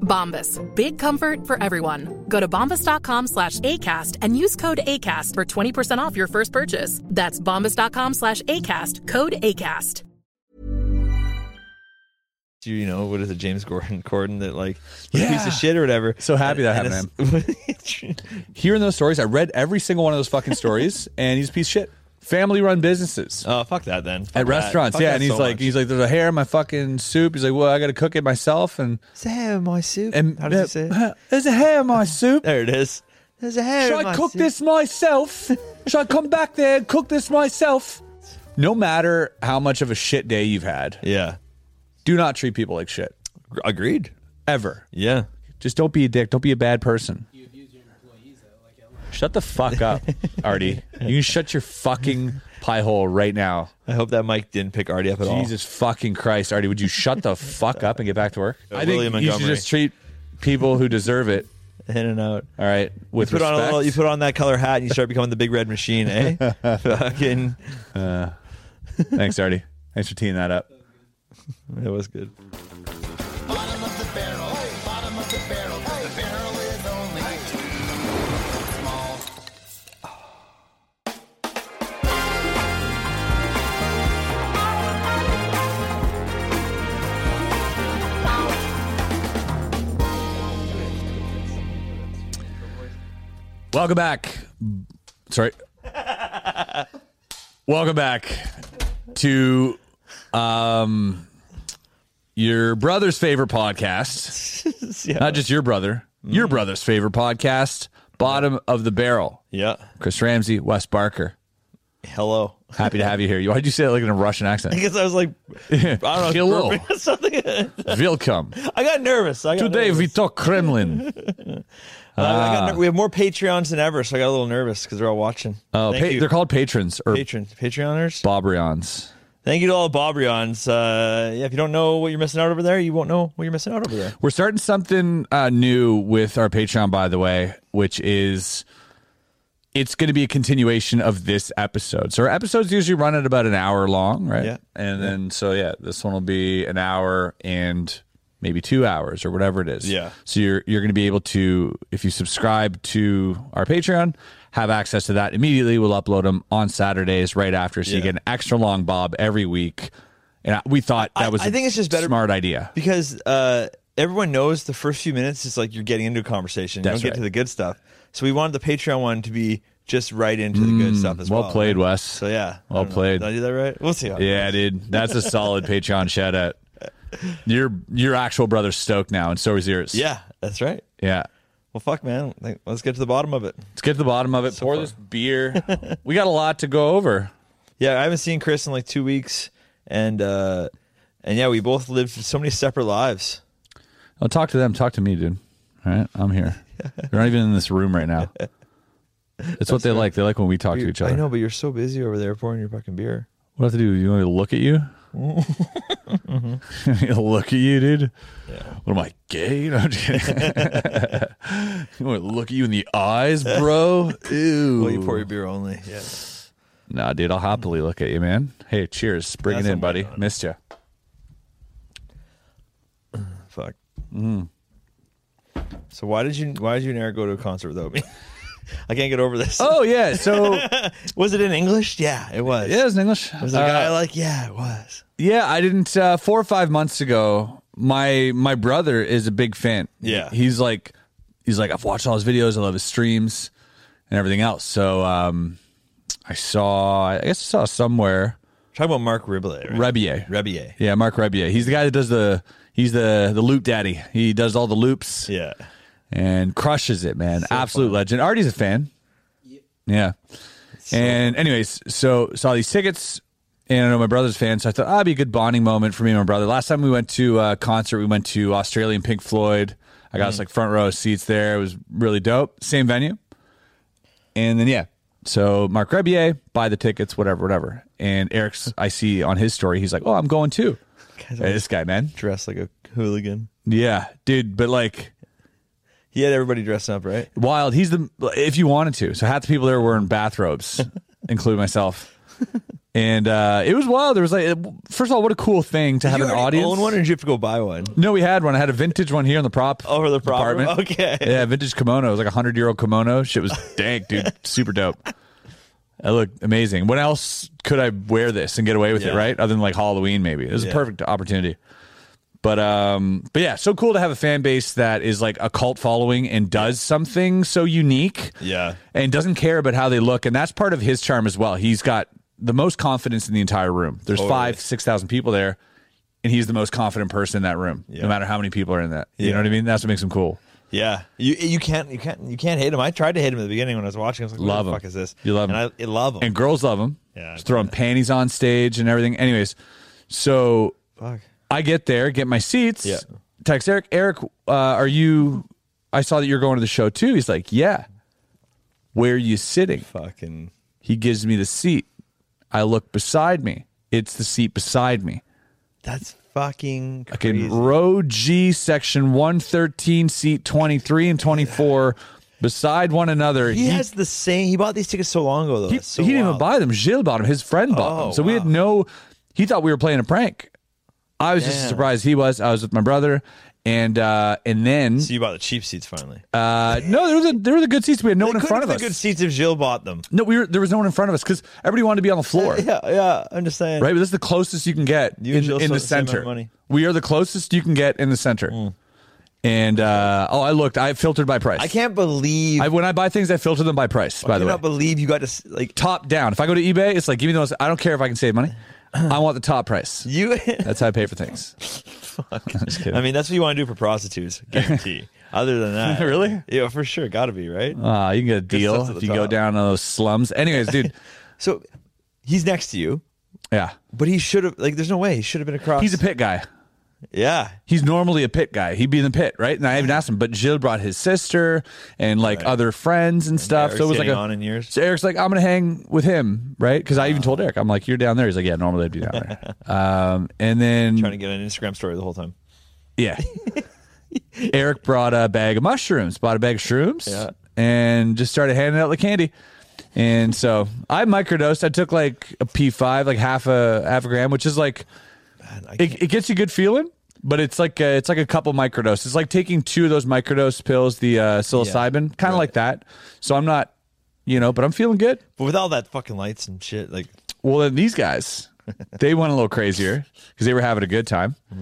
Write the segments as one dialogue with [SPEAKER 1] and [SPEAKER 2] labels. [SPEAKER 1] Bombas. Big comfort for everyone. Go to bombas.com slash ACAST and use code ACAST for 20% off your first purchase. That's bombas.com slash ACAST. Code ACAST.
[SPEAKER 2] Do you know what is it, James Gordon? Gordon that like was a piece of shit or whatever.
[SPEAKER 3] So happy that
[SPEAKER 2] And- and it's-
[SPEAKER 3] Hearing those stories, I read every single one of those fucking stories, and he's a piece of shit. Family run businesses.
[SPEAKER 2] oh fuck that then. Fuck that.
[SPEAKER 3] at restaurants,
[SPEAKER 2] Fuck
[SPEAKER 3] yeah,
[SPEAKER 2] that
[SPEAKER 3] and he's
[SPEAKER 2] so
[SPEAKER 3] like,
[SPEAKER 2] much.
[SPEAKER 3] he's like, there's a hair in my fucking soup. He's like, well, I got to cook it myself, and
[SPEAKER 4] Sam, my soup.
[SPEAKER 3] and
[SPEAKER 4] How does he say? it?
[SPEAKER 3] "Huh, There's a hair in my soup.
[SPEAKER 2] there it is.
[SPEAKER 4] There's a hair.
[SPEAKER 3] Should
[SPEAKER 4] in
[SPEAKER 3] I
[SPEAKER 4] my
[SPEAKER 3] cook
[SPEAKER 4] soup.
[SPEAKER 3] this myself? Should I come back there and cook this myself? No matter how much of a shit day you've had,
[SPEAKER 2] Yeah.
[SPEAKER 3] do not treat people like shit
[SPEAKER 2] Gr- Agreed.
[SPEAKER 3] ever.
[SPEAKER 2] Yeah.
[SPEAKER 3] Just don't be a dick. Don't be a bad person. Shut the fuck up, Artie. You can shut your fucking pie hole right now.
[SPEAKER 2] I hope that Mike didn't pick Artie up at all.
[SPEAKER 3] Jesus fucking Christ, Artie, would you shut the fuck up and get back to work?
[SPEAKER 2] Uh,
[SPEAKER 3] I think
[SPEAKER 2] William
[SPEAKER 3] you should
[SPEAKER 2] Montgomery.
[SPEAKER 3] just treat people who deserve it.
[SPEAKER 2] In and out.
[SPEAKER 3] All right, with
[SPEAKER 2] you put
[SPEAKER 3] respect.
[SPEAKER 2] on a little, you put on that color hat and you start becoming the big red machine, eh? Fucking,
[SPEAKER 3] Thanks, Artie. Thanks for teeing that up.
[SPEAKER 2] it was good.
[SPEAKER 3] Welcome back. Sorry. Welcome back to um your brother's favorite podcast. Not just your brother, your brother's favorite podcast, Bottom of the Barrel.
[SPEAKER 2] Yeah.
[SPEAKER 3] Chris Ramsey, Wes Barker.
[SPEAKER 2] Hello.
[SPEAKER 3] Happy to have you here. Why'd you say it like in a Russian accent?
[SPEAKER 2] Because I was like, I don't know,
[SPEAKER 3] Hello.
[SPEAKER 2] something.
[SPEAKER 3] Welcome.
[SPEAKER 2] I got nervous. I got
[SPEAKER 3] Today
[SPEAKER 2] nervous.
[SPEAKER 3] we talk Kremlin.
[SPEAKER 2] I- I
[SPEAKER 3] Ah.
[SPEAKER 2] got ner- we have more Patreons than ever, so I got a little nervous because they're all watching.
[SPEAKER 3] Oh,
[SPEAKER 2] Thank
[SPEAKER 3] pa-
[SPEAKER 2] you.
[SPEAKER 3] they're called patrons or
[SPEAKER 2] patrons, Patreoners.
[SPEAKER 3] Bobrions.
[SPEAKER 2] Thank you to all the Bobrions. Uh, yeah, if you don't know what you're missing out over there, you won't know what you're missing out over there.
[SPEAKER 3] We're starting something uh, new with our Patreon, by the way, which is it's going to be a continuation of this episode. So our episodes usually run at about an hour long, right?
[SPEAKER 2] Yeah.
[SPEAKER 3] And then so yeah, this one will be an hour and maybe two hours or whatever it is.
[SPEAKER 2] Yeah.
[SPEAKER 3] So you're you're going to be able to if you subscribe to our Patreon. Have access to that immediately. We'll upload them on Saturdays right after, so you
[SPEAKER 2] Yeah.
[SPEAKER 3] get an extra long bob every week. And I- we thought
[SPEAKER 2] I-
[SPEAKER 3] that was
[SPEAKER 2] I
[SPEAKER 3] a
[SPEAKER 2] think it's just better-
[SPEAKER 3] smart idea.
[SPEAKER 2] because uh, everyone knows the first few minutes is like you're getting into a conversation.
[SPEAKER 3] That's
[SPEAKER 2] you don't
[SPEAKER 3] right.
[SPEAKER 2] get to the good stuff. So we wanted the Patreon one to be just right into the good stuff as well.
[SPEAKER 3] Mm, Well played, Wes.
[SPEAKER 2] So yeah, I
[SPEAKER 3] Well
[SPEAKER 2] don't know.
[SPEAKER 3] played.
[SPEAKER 2] Did I do that right? We'll see. How
[SPEAKER 3] Yeah, dude, that's a solid Patreon shout out. Your your actual brother's stoked now, and so is yours.
[SPEAKER 2] yeah, that's right.
[SPEAKER 3] yeah.
[SPEAKER 2] Well, fuck, man. Like, Let's get to the bottom of it.
[SPEAKER 3] Let's get to the bottom of it. Pour
[SPEAKER 2] far.
[SPEAKER 3] this beer. we got a lot to go over.
[SPEAKER 2] Yeah, I haven't seen Chris in like two weeks, and uh, and yeah, we both lived so many separate lives.
[SPEAKER 3] Oh, talk to them. Talk to me, dude. All right, I'm here. They're not even in this room right now. That's what they like. They like when we talk to
[SPEAKER 2] You-
[SPEAKER 3] each other.
[SPEAKER 2] I know, but you're so busy over there pouring your fucking beer.
[SPEAKER 3] What do I have to do? You want me to look at you?
[SPEAKER 2] Mm-hmm.
[SPEAKER 3] look at you, dude. What am I gay? No, I'm just kidding. you want me to look at you in the eyes, bro? Ew.
[SPEAKER 2] Well, you pour your beer only. Yeah.
[SPEAKER 3] Nah, dude, I'll happily look at you, man. Hey, cheers. Bring
[SPEAKER 2] That's
[SPEAKER 3] it in,
[SPEAKER 2] what
[SPEAKER 3] buddy. Missed you.
[SPEAKER 2] Fuck.
[SPEAKER 3] Mm.
[SPEAKER 2] So why did you why did you never go to a concert without me? I can't get over this.
[SPEAKER 3] Oh yeah, so yeah,
[SPEAKER 2] Was it in English? Yeah, it was.
[SPEAKER 3] it was in English.
[SPEAKER 2] Was the
[SPEAKER 3] Uh,
[SPEAKER 2] guy like, yeah, it was.
[SPEAKER 3] Yeah, I didn't. Uh, four or five months ago, my my brother is a big fan.
[SPEAKER 2] Yeah.
[SPEAKER 3] he's like, he's like, I've watched all his videos, I love his streams, and everything else. So, um, I saw, I guess, I saw somewhere
[SPEAKER 2] Talk about Mark Ribley. Right?
[SPEAKER 3] Rebier.
[SPEAKER 2] Rebier.
[SPEAKER 3] yeah, Mark Rebier. He's the guy that does the, he's the the loop daddy. He does all the loops
[SPEAKER 2] Yeah.
[SPEAKER 3] and crushes it, man. Absolute legend. Artie's a fan. Yeah. and anyways, so saw these tickets, and I know my brother's fan, so I thought ah, it'd be a good bonding moment for me and my brother. Last time we went to a concert, we went to Australian Pink Floyd. I got us like front row seats there. It was really dope. Same venue. And then yeah, so Mark Rebier, buy the tickets, whatever, whatever. And Eric's, I see on his story, he's like, oh, I'm going too. Hey, this guy, man.
[SPEAKER 2] Dressed like a hooligan.
[SPEAKER 3] Yeah, dude. But like,
[SPEAKER 2] He had everybody dressed up, right?
[SPEAKER 3] Wild. He's the if you wanted to. So half the people there were in bathrobes, including myself. And uh, it was wild. There was like, first of all, what a cool thing to have
[SPEAKER 2] You
[SPEAKER 3] an
[SPEAKER 2] already
[SPEAKER 3] audience.
[SPEAKER 2] Own one, or did you have to go buy one?
[SPEAKER 3] no, we had one. I had a vintage one here in the prop
[SPEAKER 2] Over the prop room?
[SPEAKER 3] department.
[SPEAKER 2] Okay.
[SPEAKER 3] yeah, vintage kimono. It was like a hundred year old kimono. Shit was dank, dude. Super dope. It looked amazing. What else could I wear this and get away with
[SPEAKER 2] Yeah.
[SPEAKER 3] it, right? Other than like Halloween, maybe. It was a
[SPEAKER 2] Yeah.
[SPEAKER 3] perfect opportunity. But um, but yeah, so cool to have a fan base that is like a cult following and does something so unique
[SPEAKER 2] Yeah.
[SPEAKER 3] and doesn't care about how they look. And that's part of his charm as well. He's got the most confidence in the entire room. There's five, 6,000 people there, and he's the most confident person in that room,
[SPEAKER 2] Yeah.
[SPEAKER 3] no matter how many people are in that. You
[SPEAKER 2] Yeah.
[SPEAKER 3] know what I mean? That's what makes him cool.
[SPEAKER 2] Yeah, you you can't you can't you can't hate him. I tried to hate him at the beginning when I was watching. I was like, what
[SPEAKER 3] Love
[SPEAKER 2] the
[SPEAKER 3] him.
[SPEAKER 2] fuck is this?
[SPEAKER 3] You love
[SPEAKER 2] and
[SPEAKER 3] him.
[SPEAKER 2] I, I love him.
[SPEAKER 3] And girls love him.
[SPEAKER 2] Yeah, I
[SPEAKER 3] Just throwing panties on stage and everything. Anyways, so
[SPEAKER 2] fuck.
[SPEAKER 3] I get there, get my seats.
[SPEAKER 2] Yeah.
[SPEAKER 3] Text Eric. Eric, uh, are you? I saw that you're going to the show too. He's like, yeah. Where are you sitting?
[SPEAKER 2] Fucking
[SPEAKER 3] He gives me the seat. I look beside me. It's the seat beside me.
[SPEAKER 2] that's fucking crazy.
[SPEAKER 3] Fucking row G, section 113, seat 23 and 24, beside one another.
[SPEAKER 2] he, has the same. He bought these tickets so long ago though.
[SPEAKER 3] He,
[SPEAKER 2] That's so
[SPEAKER 3] he didn't even
[SPEAKER 2] wild.
[SPEAKER 3] buy them. Gilles bought them. His friend bought
[SPEAKER 2] Oh,
[SPEAKER 3] them. So we had no. He thought we were playing a prank. I was just
[SPEAKER 2] Damn.
[SPEAKER 3] as surprised he was. I was with my brother, and uh, and then
[SPEAKER 2] So you bought the cheap seats finally.
[SPEAKER 3] uh, no, there was a, there were the good seats. We had no one in
[SPEAKER 2] Couldn't
[SPEAKER 3] front
[SPEAKER 2] have
[SPEAKER 3] of
[SPEAKER 2] the
[SPEAKER 3] us.
[SPEAKER 2] good seats if Jill bought them.
[SPEAKER 3] No, we were there was no one in front of us because everybody wanted to be on the floor.
[SPEAKER 2] Yeah, yeah. I'm just saying.
[SPEAKER 3] Right, but this is the closest you can get
[SPEAKER 2] You and
[SPEAKER 3] in,
[SPEAKER 2] Jill
[SPEAKER 3] in
[SPEAKER 2] saw
[SPEAKER 3] the
[SPEAKER 2] the same amount of
[SPEAKER 3] center.
[SPEAKER 2] money. Mm.
[SPEAKER 3] We are the closest you can get in the center. And uh, oh, I looked. I filtered by price.
[SPEAKER 2] I can't believe.
[SPEAKER 3] I, when I buy things, I filter them by price. by
[SPEAKER 2] I
[SPEAKER 3] the way,
[SPEAKER 2] cannot believe you got to s- like
[SPEAKER 3] top down. If I go to eBay, it's like give me the most. I don't care if I can save money. I want the top price.
[SPEAKER 2] you.
[SPEAKER 3] That's how I pay for things. Just kidding.
[SPEAKER 2] I mean, that's what you want to do for prostitutes, guarantee. Other than that,
[SPEAKER 3] Really?
[SPEAKER 2] Yeah, for sure. Got to be right.
[SPEAKER 3] Ah, you can get a deal
[SPEAKER 2] stuff to
[SPEAKER 3] if
[SPEAKER 2] the
[SPEAKER 3] you go
[SPEAKER 2] top.
[SPEAKER 3] down to those slums. Anyways, dude.
[SPEAKER 2] So he's next to you,
[SPEAKER 3] yeah,
[SPEAKER 2] but he should have like. There's no way he should have been across.
[SPEAKER 3] he's a pit guy.
[SPEAKER 2] Yeah,
[SPEAKER 3] he's normally a pit guy. He'd be in the pit, right? And I haven't asked him, but Jill brought his sister and like other friends and stuff. so
[SPEAKER 2] Eric's
[SPEAKER 3] it was like
[SPEAKER 2] getting
[SPEAKER 3] a,
[SPEAKER 2] on in years.
[SPEAKER 3] So Eric's like, I'm gonna hang with him, right? Because I even told Eric, I'm like, you're down there. He's like, yeah, normally I'd be down there. um, and then
[SPEAKER 2] trying to get an Instagram story the whole time.
[SPEAKER 3] yeah, Eric brought a bag of mushrooms, bought a bag of shrooms,
[SPEAKER 2] Yeah.
[SPEAKER 3] and just started handing out like candy. And so I microdosed. I took like a P5, like half a half a gram, which is like
[SPEAKER 2] Man, I can't-
[SPEAKER 3] it, it gets you good feeling, but it's like a, it's like a couple microdoses. It's like taking two of those microdose pills, the uh, psilocybin, kind of like that. So I'm not, you know, but I'm feeling good.
[SPEAKER 2] but with all that fucking lights and shit, like
[SPEAKER 3] Well, then these guys, they went a little crazier because they were having a good time,
[SPEAKER 2] Oh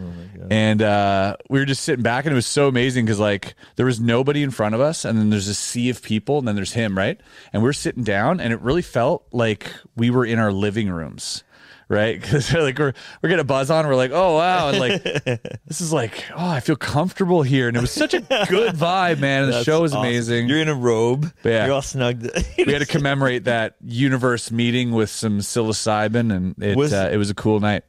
[SPEAKER 3] and uh, we were just sitting back, and it was so amazing because like there was nobody in front of us, and then there's a sea of people, and then there's him, right? And we're sitting down, and it really felt like we were in our living rooms. Right, because like we're we're gonna buzz on. We're like, oh wow, and like this is like, oh, I feel comfortable here, and it was such a good vibe, man. And the
[SPEAKER 2] that's
[SPEAKER 3] show was
[SPEAKER 2] awesome.
[SPEAKER 3] amazing
[SPEAKER 2] You're in a robe.
[SPEAKER 3] Yeah.
[SPEAKER 2] You're all snugged.
[SPEAKER 3] we had to commemorate that universe meeting with some psilocybin, and it
[SPEAKER 2] Was-
[SPEAKER 3] uh, it was a cool night.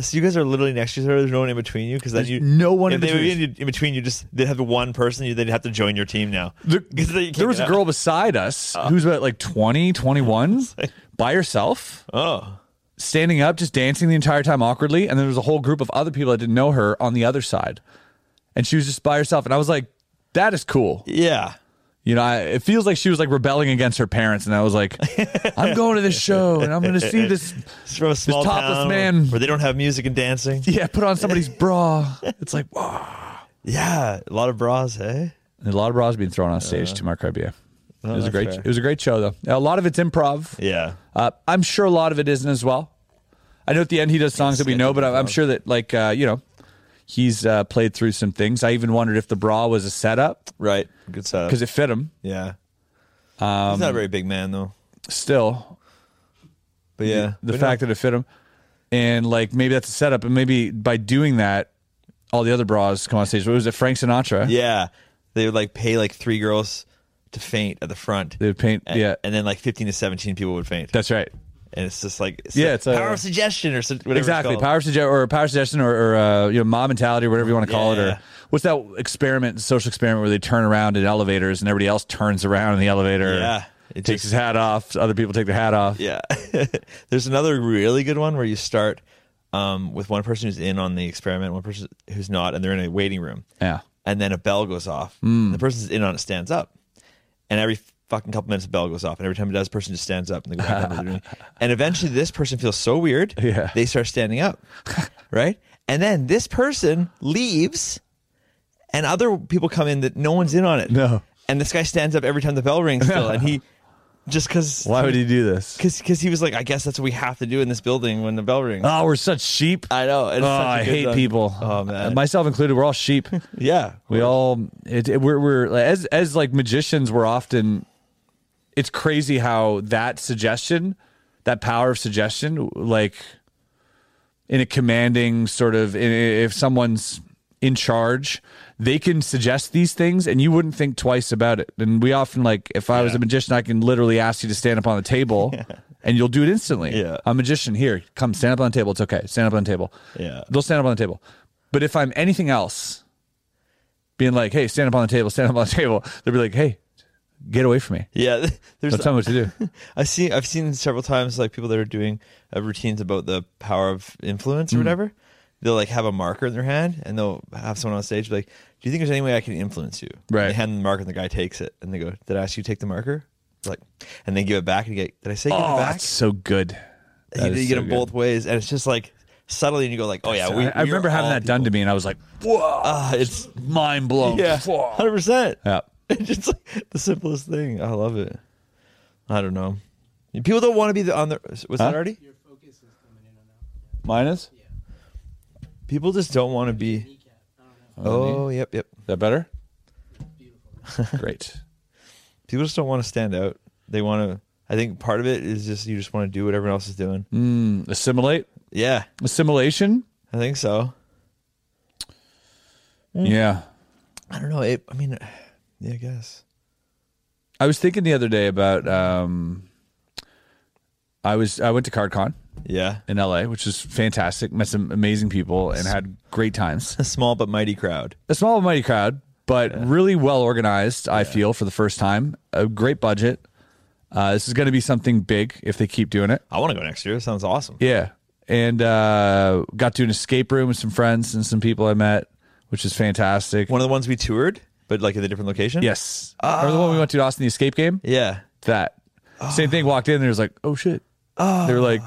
[SPEAKER 2] so you guys are literally next to each other. There's no one in between you because then you
[SPEAKER 3] no one
[SPEAKER 2] If
[SPEAKER 3] in
[SPEAKER 2] they were
[SPEAKER 3] between.
[SPEAKER 2] in, in between you, just they'd have one person. You they'd have to join your team now. 'Cause they can't
[SPEAKER 3] there was a
[SPEAKER 2] get
[SPEAKER 3] girl
[SPEAKER 2] out.
[SPEAKER 3] beside us who's about like 20, 21, by herself,
[SPEAKER 2] Oh,
[SPEAKER 3] standing up, just dancing the entire time awkwardly. And then there was a whole group of other people that didn't know her on the other side, and she was just by herself. And I was like, "That is cool."
[SPEAKER 2] yeah.
[SPEAKER 3] you know, I, it feels like she was like rebelling against her parents, and I was like, I'm going to this show and I'm going to see this.
[SPEAKER 2] It's from a small
[SPEAKER 3] topless
[SPEAKER 2] town where-
[SPEAKER 3] man.
[SPEAKER 2] where they don't have music and dancing.
[SPEAKER 3] Yeah, put on somebody's bra. It's like wow.
[SPEAKER 2] Yeah, a lot of bras, hey?
[SPEAKER 3] And a lot of bras being thrown on stage to Mark Rebier. it was a
[SPEAKER 2] Oh, that's
[SPEAKER 3] great.
[SPEAKER 2] fair.
[SPEAKER 3] It was a great show though. A lot of it's improv.
[SPEAKER 2] Yeah.
[SPEAKER 3] Uh, I'm sure a lot of it isn't as well. I know at the end he does songs that we know, but I'm I'm sure that like uh, you know, he's uh, played through some things. I even wondered if the bra was a setup
[SPEAKER 2] Right. Good stuff.
[SPEAKER 3] because it fit him.
[SPEAKER 2] yeah.
[SPEAKER 3] Um,
[SPEAKER 2] He's not a very big man though.
[SPEAKER 3] Still,
[SPEAKER 2] But yeah.
[SPEAKER 3] the fact that it fit him, and like maybe that's a setup, and maybe by doing that, all the other bras come on stage. What was it, Frank Sinatra?
[SPEAKER 2] Yeah. They would like pay like three girls to faint at the front.
[SPEAKER 3] they would paint.
[SPEAKER 2] and,
[SPEAKER 3] yeah,
[SPEAKER 2] And then like 15 to 17 people would faint.
[SPEAKER 3] that's right.
[SPEAKER 2] and it's just like it's
[SPEAKER 3] Yeah,
[SPEAKER 2] like
[SPEAKER 3] it's a-
[SPEAKER 2] power of suggestion or so- whatever it's
[SPEAKER 3] exactly
[SPEAKER 2] called.
[SPEAKER 3] power of suggestion or power of suggestion or, or uh, you know mob mentality or whatever you want to call it
[SPEAKER 2] Yeah.
[SPEAKER 3] or what's that experiment social experiment where they turn around in elevators and everybody else turns around in the elevator
[SPEAKER 2] Yeah, it
[SPEAKER 3] takes
[SPEAKER 2] just-
[SPEAKER 3] his hat off other people take their hat off
[SPEAKER 2] Yeah. There's another really good one where you start um, with one person who's in on the experiment, one person who's not, and they're in a waiting room.
[SPEAKER 3] Yeah.
[SPEAKER 2] And then a bell goes off.
[SPEAKER 3] Hmm.
[SPEAKER 2] And the person's in on it stands up. And every fucking couple minutes, a bell goes off. And every time it does, the person just stands up and they go back to what they're doing. And eventually, this person feels so weird.
[SPEAKER 3] Yeah.
[SPEAKER 2] They start standing up. right. And then this person leaves and other people come in that no one's in on it.
[SPEAKER 3] No.
[SPEAKER 2] And this guy stands up every time the bell rings still. And he just because
[SPEAKER 3] why would he do this
[SPEAKER 2] because because he was like, I guess that's what we have to do in this building when the bell rings.
[SPEAKER 3] oh we're such sheep
[SPEAKER 2] I know. It's
[SPEAKER 3] oh
[SPEAKER 2] such a
[SPEAKER 3] i
[SPEAKER 2] good
[SPEAKER 3] hate
[SPEAKER 2] song.
[SPEAKER 3] people Uh,
[SPEAKER 2] Oh man.
[SPEAKER 3] myself included we're all sheep
[SPEAKER 2] yeah.
[SPEAKER 3] we all it, it- we're, we're as as like magicians we're often it's crazy how that suggestion that power of suggestion like in a commanding sort of in, if someone's in charge they can suggest these things and you wouldn't think twice about it and we often like if i was a magician i can literally ask you to stand up on the table and you'll do it instantly
[SPEAKER 2] Yeah.
[SPEAKER 3] i'm a magician here come stand up on the table it's okay stand up on the table
[SPEAKER 2] Yeah.
[SPEAKER 3] they'll stand up on the table but if i'm anything else being like, "Hey, stand up on the table, stand up on the table." They'll be like, "Hey, get away from me!
[SPEAKER 2] Yeah. There's
[SPEAKER 3] Don't tell me what to do."
[SPEAKER 2] I see I've seen several times like people that are doing uh, routines about the power of influence or
[SPEAKER 3] Mm.
[SPEAKER 2] whatever. They'll like have a marker in their hand and they'll have someone on stage be like, "Do you think there's any way I can influence you?" And
[SPEAKER 3] Right.
[SPEAKER 2] they hand them the marker and the guy takes it and they go, "Did I ask you to take the marker?" Like, and they give it back and you get, "Did I say give
[SPEAKER 3] oh,
[SPEAKER 2] it back?"
[SPEAKER 3] that's so good.
[SPEAKER 2] You-
[SPEAKER 3] That
[SPEAKER 2] you, get
[SPEAKER 3] is so
[SPEAKER 2] them
[SPEAKER 3] good.
[SPEAKER 2] both ways and it's just like subtly and you go like, "Oh yeah, we."
[SPEAKER 3] I, I
[SPEAKER 2] we are
[SPEAKER 3] remember having
[SPEAKER 2] all
[SPEAKER 3] that done to me, and I was like, "Whoa,
[SPEAKER 2] Ah, it's
[SPEAKER 3] mind blown!"
[SPEAKER 2] Yeah,
[SPEAKER 3] Whoa.
[SPEAKER 2] hundred percent.
[SPEAKER 3] Yeah.
[SPEAKER 2] It's just like the simplest thing. I love it. I don't know. People don't want to be the, on the. Was
[SPEAKER 3] Huh?
[SPEAKER 2] that already?
[SPEAKER 3] Mine is is
[SPEAKER 2] People just don't want to be. Oh, yep, yep.
[SPEAKER 3] that better? Great.
[SPEAKER 2] People just don't want to stand out. They want to. I think part of it is just you just want to do what everyone else is doing.
[SPEAKER 3] Mm. Assimilate,
[SPEAKER 2] Yeah,
[SPEAKER 3] assimilation.
[SPEAKER 2] I think so.
[SPEAKER 3] Yeah,
[SPEAKER 2] I don't know. It, I mean, yeah, I guess.
[SPEAKER 3] I was thinking the other day about. um I was I went to CardCon
[SPEAKER 2] Yeah,
[SPEAKER 3] in LA, which was fantastic. Met some amazing people and had great times.
[SPEAKER 2] a small but mighty crowd.
[SPEAKER 3] a small and mighty crowd, but really well organized. I feel for the first time, a great budget. Uh, this is going to be something big if they keep doing it.
[SPEAKER 2] I want to go next year. That sounds awesome.
[SPEAKER 3] Yeah, and uh, got to an escape room with some friends and some people I met, which is fantastic.
[SPEAKER 2] One of the ones we toured, but like in a different location.
[SPEAKER 3] yes, remember the one we went to in Austin, the escape game?
[SPEAKER 2] Yeah.
[SPEAKER 3] That same thing. Walked in, there was like, oh shit. They were like,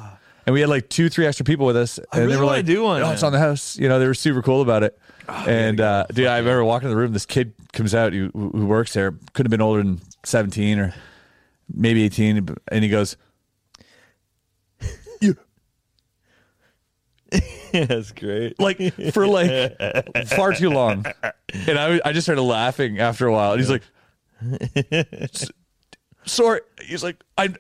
[SPEAKER 3] and we had like two, three extra people with us, and
[SPEAKER 2] really
[SPEAKER 3] they were
[SPEAKER 2] wanna
[SPEAKER 3] like,
[SPEAKER 2] do one. Oh,
[SPEAKER 3] Oh, it's on the house. You know, they were super cool about it. and uh, dude, I remember walking in the room. This kid comes out who, who works there. Could have been older than seventeen or maybe eighteen, but- and he goes,
[SPEAKER 2] yeah, that's great.
[SPEAKER 3] like for like far too long. And I, I just started laughing after a while. And he's like, "S- sorry. He's like, I,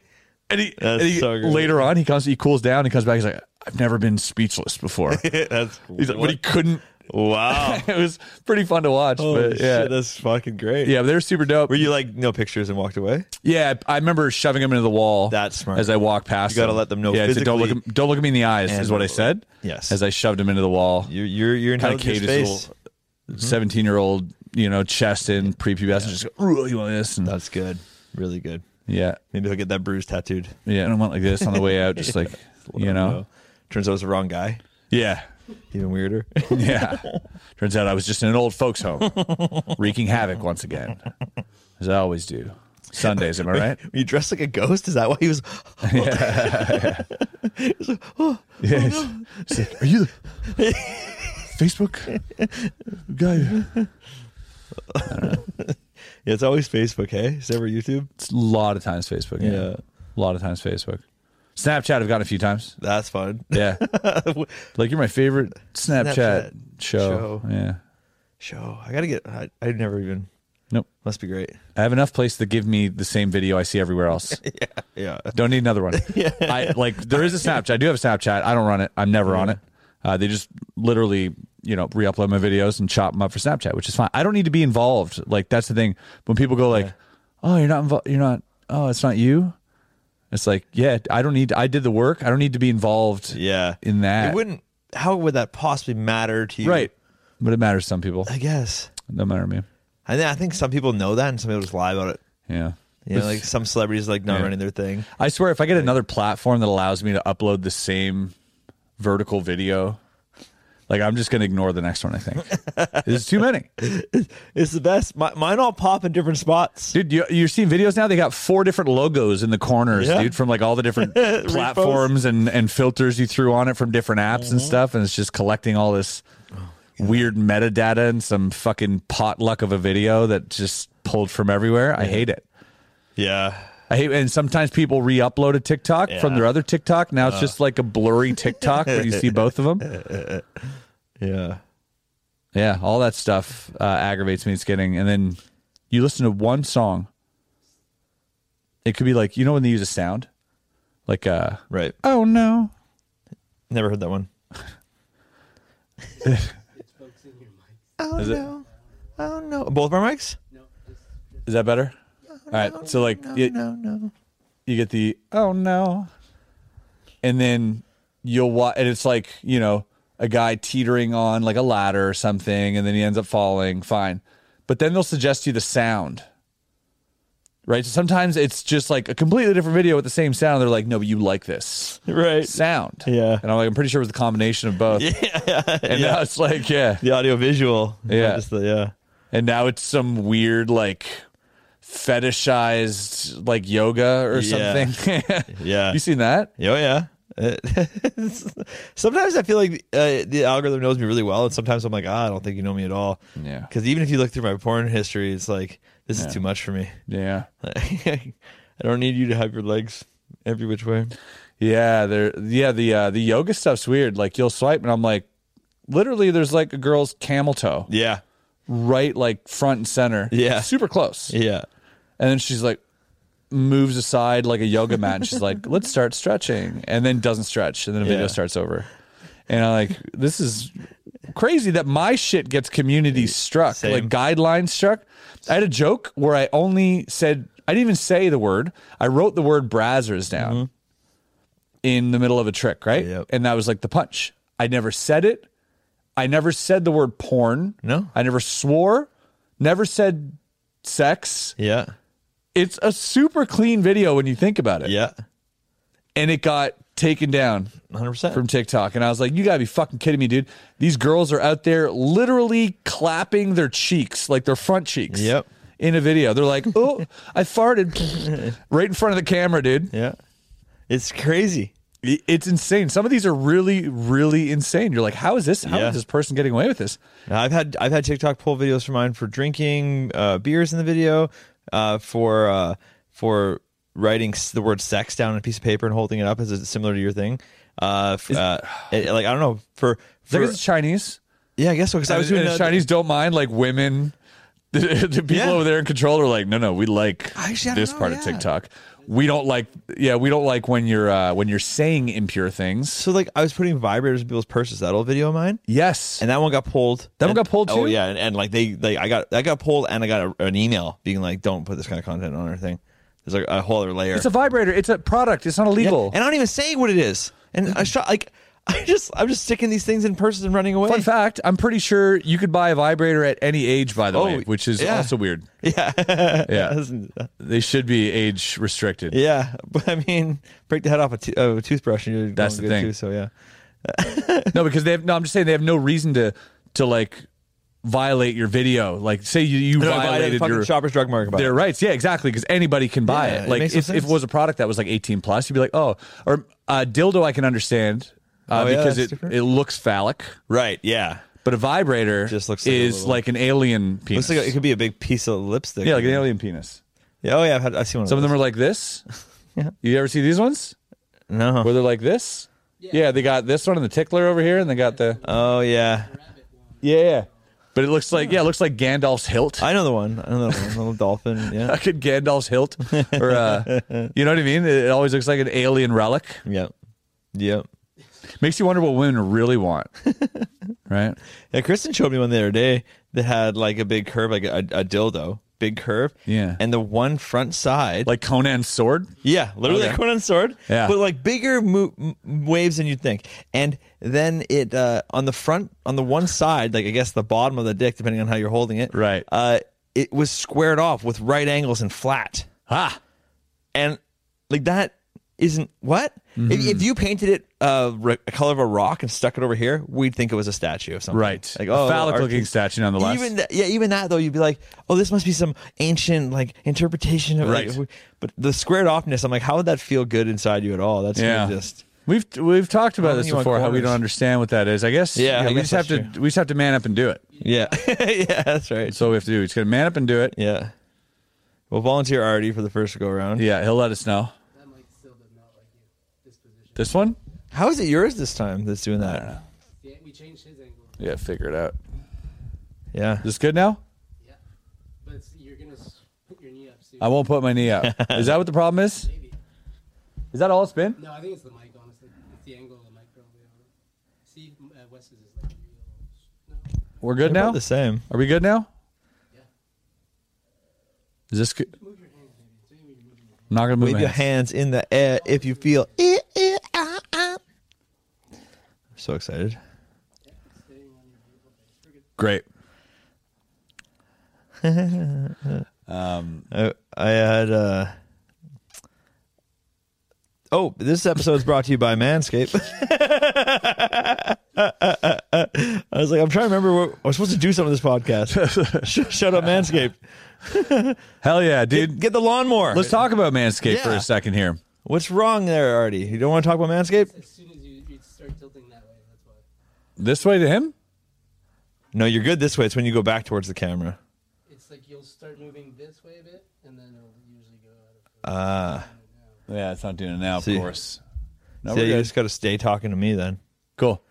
[SPEAKER 3] and he,
[SPEAKER 2] That's
[SPEAKER 3] and he-
[SPEAKER 2] so great.
[SPEAKER 3] later on, he comes, he cools down, he comes back. He's like, I've never been speechless before.
[SPEAKER 2] that's
[SPEAKER 3] He's like, but he couldn't.
[SPEAKER 2] wow.
[SPEAKER 3] it was pretty fun to watch.
[SPEAKER 2] Um. Holy
[SPEAKER 3] but yeah.
[SPEAKER 2] shit, that's fucking great.
[SPEAKER 3] yeah, but they were super dope.
[SPEAKER 2] Were you like no pictures and walked away?
[SPEAKER 3] yeah, I I remember shoving him into the wall.
[SPEAKER 2] That's smart.
[SPEAKER 3] As I walked past,
[SPEAKER 2] You gotta
[SPEAKER 3] him.
[SPEAKER 2] let them know
[SPEAKER 3] Yeah, I said, don't look, him,
[SPEAKER 2] physically
[SPEAKER 3] don't look at me in the eyes. Is
[SPEAKER 2] and
[SPEAKER 3] what I
[SPEAKER 2] verbally.
[SPEAKER 3] said.
[SPEAKER 2] Yes.
[SPEAKER 3] As I shoved him into the wall,
[SPEAKER 2] You're you're you're in hell
[SPEAKER 3] kind of
[SPEAKER 2] with your space.
[SPEAKER 3] caved his little 17 year old, you know, chest in prepubescent, just go, "Ooh, you want this? And
[SPEAKER 2] That's good. Really good.
[SPEAKER 3] yeah,
[SPEAKER 2] Maybe he'll get that bruise tattooed.
[SPEAKER 3] yeah, and I went like this on the way out, just like, you know,
[SPEAKER 2] Turns out it was the wrong guy.
[SPEAKER 3] yeah,
[SPEAKER 2] Even weirder.
[SPEAKER 3] yeah. Turns out I was just in an old folks' home, wreaking havoc once again. as I always do. Sundays, am I right?
[SPEAKER 2] Were you dressed like a ghost? Is that why he was?
[SPEAKER 3] "Oh, Yes. So, are you the Facebook guy?
[SPEAKER 2] Yeah, it's always Facebook. Hey, it's never YouTube.
[SPEAKER 3] It's a lot of times Facebook. Yeah.
[SPEAKER 2] Yeah.
[SPEAKER 3] A lot of times Facebook. Snapchat I've gotten a few times.
[SPEAKER 2] That's fun.
[SPEAKER 3] Yeah. like you're my favorite Snapchat,
[SPEAKER 2] Snapchat
[SPEAKER 3] show.
[SPEAKER 2] show.
[SPEAKER 3] Yeah.
[SPEAKER 2] Show. I gotta get. I, I never even.
[SPEAKER 3] Nope.
[SPEAKER 2] Must be great.
[SPEAKER 3] I have enough place to give me the same video I see everywhere else.
[SPEAKER 2] Yeah.
[SPEAKER 3] Don't need another one. I like there is a Snapchat. I do have a Snapchat. I don't run it. I'm never on it. Uh, they just literally, you know, re-upload my videos and chop them up for Snapchat, which is fine. I don't need to be involved. Like that's the thing. When people go like, "Oh, you're not involved. You're not. Oh, it's not you." It's like, yeah, I don't need. I did the work. I don't need to be involved.
[SPEAKER 2] Yeah.
[SPEAKER 3] in that,
[SPEAKER 2] It wouldn't. How would that possibly matter to you?
[SPEAKER 3] right. But it matters to some people.
[SPEAKER 2] I guess.
[SPEAKER 3] No matter to me.
[SPEAKER 2] I think, I think some people know that, and some people just lie about it.
[SPEAKER 3] Yeah.
[SPEAKER 2] You know, like some celebrities like not
[SPEAKER 3] Yeah.
[SPEAKER 2] running their thing.
[SPEAKER 3] I swear, if I get another platform that allows me to upload the same vertical video, like I'm just going to ignore the next one. I think there's too many,
[SPEAKER 2] It's the best. My, mine all pop in different spots.
[SPEAKER 3] dude. You, you're seeing videos now; they got four different logos in the corners,
[SPEAKER 2] Yeah.
[SPEAKER 3] dude, from like all the different platforms and and filters you threw on it from different apps and stuff, and it's just collecting all this weird metadata and some fucking potluck of a video that just pulled from everywhere. I hate it.
[SPEAKER 2] Yeah.
[SPEAKER 3] I hate, and sometimes people re-upload a TikTok from
[SPEAKER 2] Yeah.
[SPEAKER 3] their other TikTok. Now it's just like a blurry TikTok where you see both of them.
[SPEAKER 2] Yeah.
[SPEAKER 3] Yeah, all that stuff uh, aggravates me. It's getting, and then you listen to one song. It could be like you know when they use a sound, like uh,
[SPEAKER 2] Right.
[SPEAKER 3] oh no,
[SPEAKER 2] Never heard that one. oh
[SPEAKER 3] Is it-
[SPEAKER 2] no! Oh no! Both of our mics?
[SPEAKER 3] is that better? all right, so like
[SPEAKER 2] No,
[SPEAKER 3] you,
[SPEAKER 2] no, no.
[SPEAKER 3] you get the oh no, and then you'll watch, and it's like you know a guy teetering on like a ladder or something, and then he ends up falling. Fine, but then they'll suggest you the sound, right? So sometimes it's just like a completely different video with the same sound. They're like, no, but you like this
[SPEAKER 2] Right.
[SPEAKER 3] sound,
[SPEAKER 2] Yeah.
[SPEAKER 3] And I'm like, I'm pretty sure it was the combination of both. Yeah, and now it's like, yeah,
[SPEAKER 2] The audio visual.
[SPEAKER 3] Yeah.
[SPEAKER 2] Just the, yeah.
[SPEAKER 3] and now it's some weird like fetishized like yoga or
[SPEAKER 2] Yeah.
[SPEAKER 3] something.
[SPEAKER 2] Yeah.
[SPEAKER 3] you seen that?
[SPEAKER 2] Oh yeah. It- oh, sometimes I feel like uh, the algorithm knows me really well, and sometimes I'm like, ah, I don't think you know me at all.
[SPEAKER 3] Yeah.
[SPEAKER 2] Because even if you look through my porn history, it's like this is too much for me.
[SPEAKER 3] Yeah.
[SPEAKER 2] I don't need you to have your legs every which way.
[SPEAKER 3] Yeah, there. Yeah, the uh, the yoga stuff's weird. Like you'll swipe, and I'm like, literally, there's like a girl's camel toe
[SPEAKER 2] Yeah.
[SPEAKER 3] right, like front and center.
[SPEAKER 2] Yeah.
[SPEAKER 3] super close.
[SPEAKER 2] Yeah.
[SPEAKER 3] And then she's like, moves aside like a yoga mat, and she's like, let's start stretching, and then doesn't stretch, and then the video
[SPEAKER 2] Yeah.
[SPEAKER 3] starts over. And I'm like, this is crazy that my shit gets community struck,
[SPEAKER 2] Same.
[SPEAKER 3] like guidelines struck. I had a joke where I only said I didn't even say the word. I wrote the word brazzers down in the middle of a trick, right?
[SPEAKER 2] Mm-hmm. Yep.
[SPEAKER 3] And that was like the punch. I never said it. I never said the word porn.
[SPEAKER 2] No.
[SPEAKER 3] I never swore. Never said sex.
[SPEAKER 2] Yeah.
[SPEAKER 3] It's a super clean video when you think about it.
[SPEAKER 2] Yeah.
[SPEAKER 3] And it got taken down
[SPEAKER 2] 100%.
[SPEAKER 3] from TikTok. And I was like, you gotta be fucking kidding me, dude. These girls are out there literally clapping their cheeks, like their front cheeks.
[SPEAKER 2] Yep.
[SPEAKER 3] In a video. They're like, oh, I farted right in front of the camera, dude.
[SPEAKER 2] yeah. It's crazy.
[SPEAKER 3] It- It's insane. Some of these are really, really insane. You're like, how is this? How is
[SPEAKER 2] Yeah.
[SPEAKER 3] this person getting away with this?
[SPEAKER 2] I've had I've had TikTok pull videos for mine for drinking uh, beers in the video, uh, for uh, for writing s- the word sex down on a piece of paper and holding it up as a, similar to your thing. Uh, f- uh, it- like I don't know for,
[SPEAKER 3] Is that
[SPEAKER 2] for
[SPEAKER 3] 'cause it's Chinese?
[SPEAKER 2] yeah I guess so because I was doing
[SPEAKER 3] and
[SPEAKER 2] a-
[SPEAKER 3] Chinese don't mind like women. The, the people
[SPEAKER 2] Yeah.
[SPEAKER 3] over there in control are like, no, no, we like
[SPEAKER 2] Actually, I don't
[SPEAKER 3] this
[SPEAKER 2] know,
[SPEAKER 3] part of
[SPEAKER 2] yeah.
[SPEAKER 3] TikTok. We don't like, yeah, we don't like when you're uh, when you're saying impure things.
[SPEAKER 2] so like I was putting vibrators in people's purses that old video of mine
[SPEAKER 3] Yes,
[SPEAKER 2] and that one got pulled
[SPEAKER 3] That one
[SPEAKER 2] And-
[SPEAKER 3] got pulled,
[SPEAKER 2] oh
[SPEAKER 3] too?
[SPEAKER 2] yeah and, and like they like I got I got pulled and I got a, an email being like don't put this kind of content on our thing there's like a whole other layer
[SPEAKER 3] it's a vibrator. It's a product. It's not illegal.
[SPEAKER 2] Yeah, and I don't even say what it is. And I shot like I just I'm just sticking these things in purses and running away.
[SPEAKER 3] Fun fact: I'm pretty sure you could buy a vibrator at any age. By the
[SPEAKER 2] Oh,
[SPEAKER 3] way, which is
[SPEAKER 2] yeah.
[SPEAKER 3] also weird.
[SPEAKER 2] yeah.
[SPEAKER 3] Yeah, they should be age restricted.
[SPEAKER 2] yeah. But I mean, break the head off a, t- of a toothbrush and you're
[SPEAKER 3] That's
[SPEAKER 2] going
[SPEAKER 3] the
[SPEAKER 2] good
[SPEAKER 3] thing.
[SPEAKER 2] Too, so yeah.
[SPEAKER 3] No, because they have no. I'm just saying they have no reason to to like violate your video. Like, say you, you
[SPEAKER 2] No, I violated
[SPEAKER 3] violated
[SPEAKER 2] fucking
[SPEAKER 3] your
[SPEAKER 2] Shoppers Drug Mart about it.
[SPEAKER 3] their rights. Yeah, exactly. Because anybody can buy
[SPEAKER 2] Yeah,
[SPEAKER 3] it.
[SPEAKER 2] it
[SPEAKER 3] Like,
[SPEAKER 2] makes
[SPEAKER 3] if,
[SPEAKER 2] no
[SPEAKER 3] if it
[SPEAKER 2] sense.
[SPEAKER 3] was a product that was like 18 plus, you'd be like, oh, or uh, dildo, I can understand uh,
[SPEAKER 2] Oh, yeah,
[SPEAKER 3] because
[SPEAKER 2] that's
[SPEAKER 3] it,
[SPEAKER 2] different.
[SPEAKER 3] it looks phallic.
[SPEAKER 2] Right. Yeah.
[SPEAKER 3] But a vibrator
[SPEAKER 2] Just looks like a
[SPEAKER 3] is
[SPEAKER 2] little-
[SPEAKER 3] like an alien penis.
[SPEAKER 2] Looks like it could be a big piece of lipstick.
[SPEAKER 3] yeah, like an alien penis.
[SPEAKER 2] Yeah, oh yeah, I've, had, I've seen one.
[SPEAKER 3] Some of
[SPEAKER 2] those.
[SPEAKER 3] them are like this. You ever see these ones
[SPEAKER 2] no.
[SPEAKER 3] where they're like this? Yeah. they got this one and the tickler over here, and they got the
[SPEAKER 2] Oh yeah,
[SPEAKER 3] yeah, yeah. But it looks like yeah, it looks like Gandalf's hilt.
[SPEAKER 2] I know the one. I know the one. Little dolphin. Yeah.
[SPEAKER 3] I could Gandalf's hilt, or uh, you know what I mean? It it always looks like an alien relic.
[SPEAKER 2] Yep. Yep.
[SPEAKER 3] Makes you wonder what women really want, right?
[SPEAKER 2] Yeah, Kristen showed me one the other day that had like a big curve, like a, a dildo, big curve.
[SPEAKER 3] Yeah.
[SPEAKER 2] And the one front side,
[SPEAKER 3] Like Conan's sword.
[SPEAKER 2] yeah, literally
[SPEAKER 3] Okay.
[SPEAKER 2] like Conan sword.
[SPEAKER 3] Yeah.
[SPEAKER 2] But like bigger mo- m- waves than you'd think. And then it uh, on the front, on the one side, like I guess the bottom of the dick, depending on how you're holding it.
[SPEAKER 3] Right.
[SPEAKER 2] Uh, it was squared off with right angles and flat.
[SPEAKER 3] Ah,
[SPEAKER 2] and like that isn't what if,
[SPEAKER 3] Mm-hmm.
[SPEAKER 2] if you painted it uh re- a color of a rock and stuck it over here we'd think it was a statue of something
[SPEAKER 3] right.
[SPEAKER 2] like
[SPEAKER 3] a
[SPEAKER 2] oh
[SPEAKER 3] phallic
[SPEAKER 2] art-
[SPEAKER 3] looking statue, nonetheless.
[SPEAKER 2] even that, yeah even that though you'd be like oh this must be some ancient like interpretation of like,
[SPEAKER 3] Right.
[SPEAKER 2] w- but the squared offness i'm like how would that feel good inside you at all that's
[SPEAKER 3] yeah.
[SPEAKER 2] really just
[SPEAKER 3] We've we've talked
[SPEAKER 2] I
[SPEAKER 3] about
[SPEAKER 2] don't
[SPEAKER 3] this
[SPEAKER 2] think you want
[SPEAKER 3] before. How we
[SPEAKER 2] corners.
[SPEAKER 3] don't understand what that is. I guess.
[SPEAKER 2] Yeah, I
[SPEAKER 3] we
[SPEAKER 2] guess
[SPEAKER 3] just have
[SPEAKER 2] that's
[SPEAKER 3] to we just have to man up and do it.
[SPEAKER 2] yeah yeah that's right
[SPEAKER 3] So we have to do. He's gonna man up and do it.
[SPEAKER 2] yeah well volunteer already for the first go around
[SPEAKER 3] Yeah, he'll let us know. This one?
[SPEAKER 2] how is it yours this time that's doing that
[SPEAKER 3] Yeah, figure it out.
[SPEAKER 2] yeah
[SPEAKER 3] Is this good now?
[SPEAKER 5] But you're gonna s- put your knee up soon.
[SPEAKER 3] I won't put my knee up. is that what the problem is? Is that all it's been?
[SPEAKER 5] No, I think it's the mic, honestly. It's the angle of the mic, probably. I don't know. See, m- uh, Wes's is like real. No.
[SPEAKER 3] We're good now.
[SPEAKER 2] About the same
[SPEAKER 3] Are we good now? Is this good? I'm not gonna move
[SPEAKER 2] Wave
[SPEAKER 3] my
[SPEAKER 2] your
[SPEAKER 3] hands.
[SPEAKER 2] hands in the air if you feel it. it ah, ah. I'm so excited.
[SPEAKER 3] Great.
[SPEAKER 2] I, I had. Uh... Oh, this episode is brought to you by Manscaped. I was like, I'm trying to remember what I was supposed to do. Some of this podcast. Sh- Shout out Manscaped.
[SPEAKER 3] Hell yeah, dude.
[SPEAKER 2] Get, get the lawnmower.
[SPEAKER 3] Let's talk about Manscaped for
[SPEAKER 2] Yeah.
[SPEAKER 3] a second here.
[SPEAKER 2] What's wrong there, Artie? You don't want to talk about Manscaped?
[SPEAKER 5] As soon as you, you start tilting that way, that's why.
[SPEAKER 3] This way to him?
[SPEAKER 2] No, you're good this way. It's when you go back towards the camera.
[SPEAKER 5] It's like you'll start moving this way a bit, and then it'll usually go out of.
[SPEAKER 3] Yeah, it's not doing it now, of
[SPEAKER 2] See.
[SPEAKER 3] course. No,
[SPEAKER 2] So
[SPEAKER 3] we're
[SPEAKER 2] yeah, you
[SPEAKER 3] good.
[SPEAKER 2] just got to stay talking to me then.
[SPEAKER 3] Cool.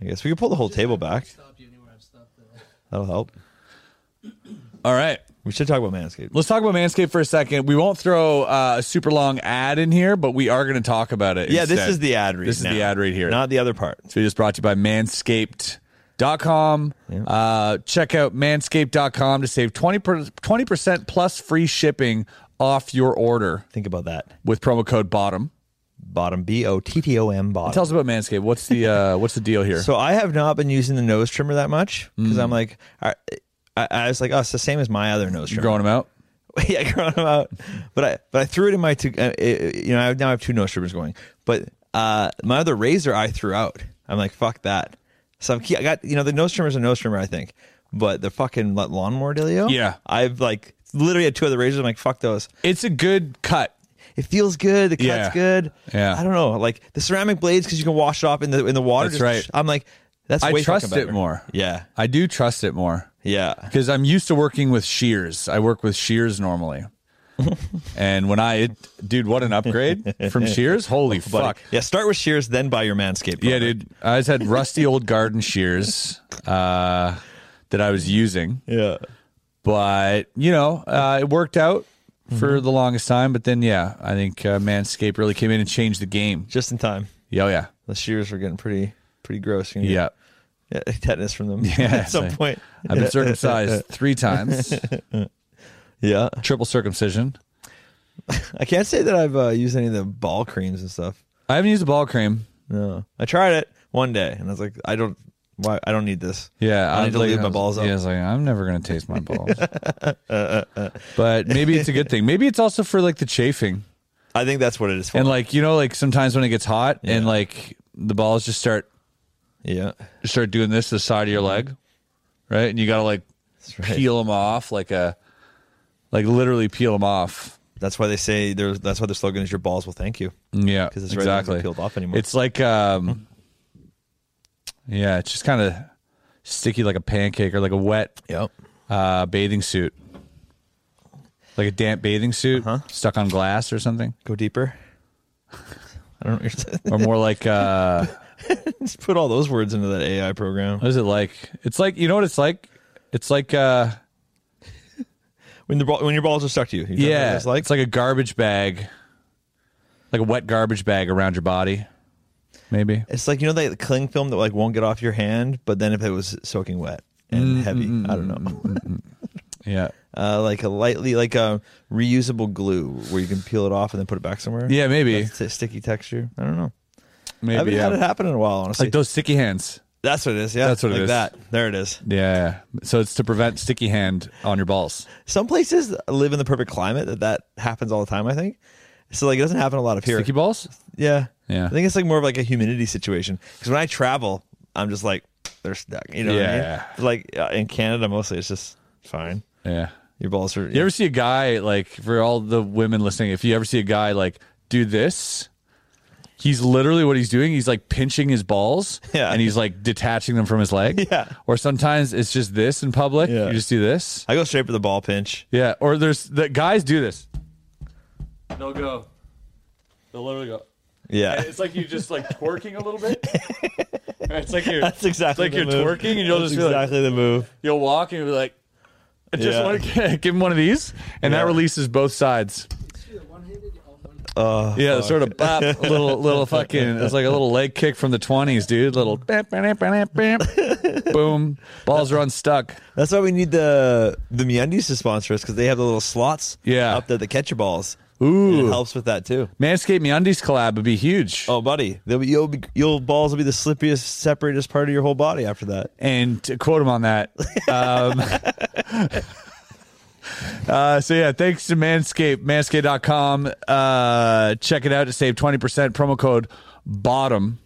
[SPEAKER 2] I guess we could pull the whole table back.
[SPEAKER 5] Stop you anywhere I've stopped. The,
[SPEAKER 2] That'll help.
[SPEAKER 3] All right.
[SPEAKER 2] We should talk about Manscaped.
[SPEAKER 3] Let's talk about Manscaped for a second. We won't throw uh, a super long ad in here, but we are going to talk about it.
[SPEAKER 2] Yeah, this
[SPEAKER 3] instead.
[SPEAKER 2] is the ad read.
[SPEAKER 3] This is
[SPEAKER 2] now,
[SPEAKER 3] the ad read here.
[SPEAKER 2] Not the other part.
[SPEAKER 3] so we just brought to you by manscaped.com. Uh, check out manscaped.com to save 20 percent plus free shipping off your order
[SPEAKER 2] Think about that.
[SPEAKER 3] with promo code BOTTOM.
[SPEAKER 2] Bottom B O T T O M bottom.
[SPEAKER 3] Tell us about Manscaped. What's the uh, what's the deal here?
[SPEAKER 2] so I have not been using the nose trimmer that much because
[SPEAKER 3] Mm.
[SPEAKER 2] I'm like I, I, I was like, oh, it's the same as my other nose
[SPEAKER 3] You're
[SPEAKER 2] trimmer.
[SPEAKER 3] growing them out?
[SPEAKER 2] yeah, growing them out. But I but I threw it in my two. Uh, it, you know, I now have two nose trimmers going. But uh, my other razor, I threw out. I'm like, fuck that. So I'm keep, I got you know the nose trimmer's a nose trimmer, I think. But the fucking la- lawnmower dealio.
[SPEAKER 3] Yeah.
[SPEAKER 2] I've like literally had two other razors. I'm like, fuck those.
[SPEAKER 3] It's a good cut.
[SPEAKER 2] It feels good. The cut's
[SPEAKER 3] Yeah.
[SPEAKER 2] good.
[SPEAKER 3] Yeah.
[SPEAKER 2] I don't know. Like the ceramic blades because you can wash it off in the in the water.
[SPEAKER 3] That's right.
[SPEAKER 2] I'm like, that's
[SPEAKER 3] I
[SPEAKER 2] way fucking
[SPEAKER 3] trust it
[SPEAKER 2] better.
[SPEAKER 3] more.
[SPEAKER 2] Yeah.
[SPEAKER 3] I do trust it more
[SPEAKER 2] Yeah.
[SPEAKER 3] because I'm used to working with shears. I work with shears normally. and when I, it, dude, what an upgrade from shears. Holy
[SPEAKER 2] Oh,
[SPEAKER 3] fuck.
[SPEAKER 2] Yeah. Start with shears, then buy your manscaped.
[SPEAKER 3] Yeah,
[SPEAKER 2] product.
[SPEAKER 3] dude. I just had rusty old garden shears uh, that I was using,
[SPEAKER 2] Yeah.
[SPEAKER 3] but, you know, uh, it worked out for
[SPEAKER 2] Mm-hmm.
[SPEAKER 3] the longest time. But then, yeah, I think uh, Manscaped really came in and changed the game.
[SPEAKER 2] Just in time.
[SPEAKER 3] Yeah, oh, yeah.
[SPEAKER 2] The shears were getting pretty pretty gross. You can
[SPEAKER 3] Yeah.
[SPEAKER 2] get- yeah, tetanus from them
[SPEAKER 3] Yeah,
[SPEAKER 2] at
[SPEAKER 3] it's
[SPEAKER 2] some
[SPEAKER 3] like-
[SPEAKER 2] point.
[SPEAKER 3] I've been circumcised three times,
[SPEAKER 2] Yeah.
[SPEAKER 3] triple circumcision.
[SPEAKER 2] I can't say that I've uh, used any of the ball creams and stuff.
[SPEAKER 3] I haven't used a ball cream.
[SPEAKER 2] No. I tried it one day and I was like, I don't why I don't need this.
[SPEAKER 3] Yeah,
[SPEAKER 2] I need to
[SPEAKER 3] like-
[SPEAKER 2] leave my balls up.
[SPEAKER 3] Yeah, I was like, I'm never gonna taste my balls. but maybe it's a good thing. Maybe it's also for like the chafing
[SPEAKER 2] I think that's what it is for.
[SPEAKER 3] and like you know, like sometimes when it gets hot and
[SPEAKER 2] Yeah.
[SPEAKER 3] like the balls just start
[SPEAKER 2] yeah. Mm-hmm.
[SPEAKER 3] start doing this to the side of your leg, right? And you got to like
[SPEAKER 2] right.
[SPEAKER 3] peel them off, like a, like literally peel them off.
[SPEAKER 2] That's why they say there's. That's why their slogan is "Your balls will thank you."
[SPEAKER 3] Yeah,
[SPEAKER 2] 'Cause it's right, they're not
[SPEAKER 3] exactly
[SPEAKER 2] peeled off anymore.
[SPEAKER 3] It's like, um, yeah, it's just kind of sticky, like a pancake or like a wet
[SPEAKER 2] Yep.
[SPEAKER 3] uh, bathing suit, like a damp bathing suit
[SPEAKER 2] Uh-huh.
[SPEAKER 3] stuck on glass or something,
[SPEAKER 2] Go deeper. I don't know. What you're
[SPEAKER 3] or more like. Uh,
[SPEAKER 2] Just put all those words into that AI program.
[SPEAKER 3] What is it like? It's like you know what it's like. It's like uh
[SPEAKER 2] When the ball, when your balls are stuck to you. you know what
[SPEAKER 3] yeah,
[SPEAKER 2] it's like
[SPEAKER 3] it's like a garbage bag, like a wet garbage bag around your body, maybe.
[SPEAKER 2] It's like you know that cling film that like won't get off your hand, but then if it was soaking wet and
[SPEAKER 3] Mm,
[SPEAKER 2] heavy, I don't know,
[SPEAKER 3] Yeah,
[SPEAKER 2] uh, like a lightly like a reusable glue where you can peel it off and then put it back somewhere.
[SPEAKER 3] yeah, maybe,
[SPEAKER 2] That's a sticky texture. I don't know. I
[SPEAKER 3] maybe
[SPEAKER 2] haven't had it
[SPEAKER 3] yeah.
[SPEAKER 2] happen in a while. Honestly,
[SPEAKER 3] like those sticky hands.
[SPEAKER 2] that's what it is. Yeah,
[SPEAKER 3] That's what it
[SPEAKER 2] like
[SPEAKER 3] is.
[SPEAKER 2] That there it is.
[SPEAKER 3] Yeah, so it's to prevent sticky hand on your balls.
[SPEAKER 2] Some places live in the perfect climate that that happens all the time. I think so. Like it doesn't happen a lot of here.
[SPEAKER 3] Sticky balls?
[SPEAKER 2] Yeah,
[SPEAKER 3] Yeah.
[SPEAKER 2] I think it's like more of like a humidity situation because when I travel, I'm just like they're stuck. You know,
[SPEAKER 3] Yeah.
[SPEAKER 2] What I mean? Like uh, in Canada, mostly it's just fine.
[SPEAKER 3] Yeah.
[SPEAKER 2] Your balls are.
[SPEAKER 3] You ever see a guy like for all the women listening? If you ever see a guy like do this, he's literally what he's doing. He's like pinching his balls,
[SPEAKER 2] Yeah.
[SPEAKER 3] and he's like detaching them from his leg.
[SPEAKER 2] Yeah.
[SPEAKER 3] Or sometimes it's just this in public.
[SPEAKER 2] Yeah.
[SPEAKER 3] You just do this.
[SPEAKER 2] I go straight for the ball pinch.
[SPEAKER 3] Yeah. Or there's the guys do this. They'll go. They'll literally go.
[SPEAKER 2] Yeah,
[SPEAKER 3] It's like you just like twerking a little bit. it's like you're.
[SPEAKER 2] that's exactly.
[SPEAKER 3] like
[SPEAKER 2] the
[SPEAKER 3] you're
[SPEAKER 2] move.
[SPEAKER 3] twerking and you'll
[SPEAKER 2] That's
[SPEAKER 3] just be like-
[SPEAKER 2] exactly the move.
[SPEAKER 3] You'll walk and you'll be like. I just
[SPEAKER 2] Yeah.
[SPEAKER 3] want to give him one of these, and
[SPEAKER 2] Yeah.
[SPEAKER 3] that releases both sides.
[SPEAKER 5] One-handed, all one.
[SPEAKER 2] Uh,
[SPEAKER 3] Yeah, sort of bop, a little little fucking. It's like a little leg kick from the twenties, dude. Little bam, bam, bam, bam, bam. boom, balls are unstuck.
[SPEAKER 2] that's why we need the the Meundies to sponsor us because they have the little slots.
[SPEAKER 3] Yeah.
[SPEAKER 2] up there that catch your balls. And it
[SPEAKER 3] Ooh,
[SPEAKER 2] helps with that too.
[SPEAKER 3] Manscaped MeUndies collab would be huge.
[SPEAKER 2] Oh, buddy, they'll be, you'll be, your balls will be the slippiest, separatest part of your whole body after that.
[SPEAKER 3] And to quote him on that. Um, uh, so yeah, thanks to Manscaped, manscaped.com. Uh, check it out to save 20% promo code bottom.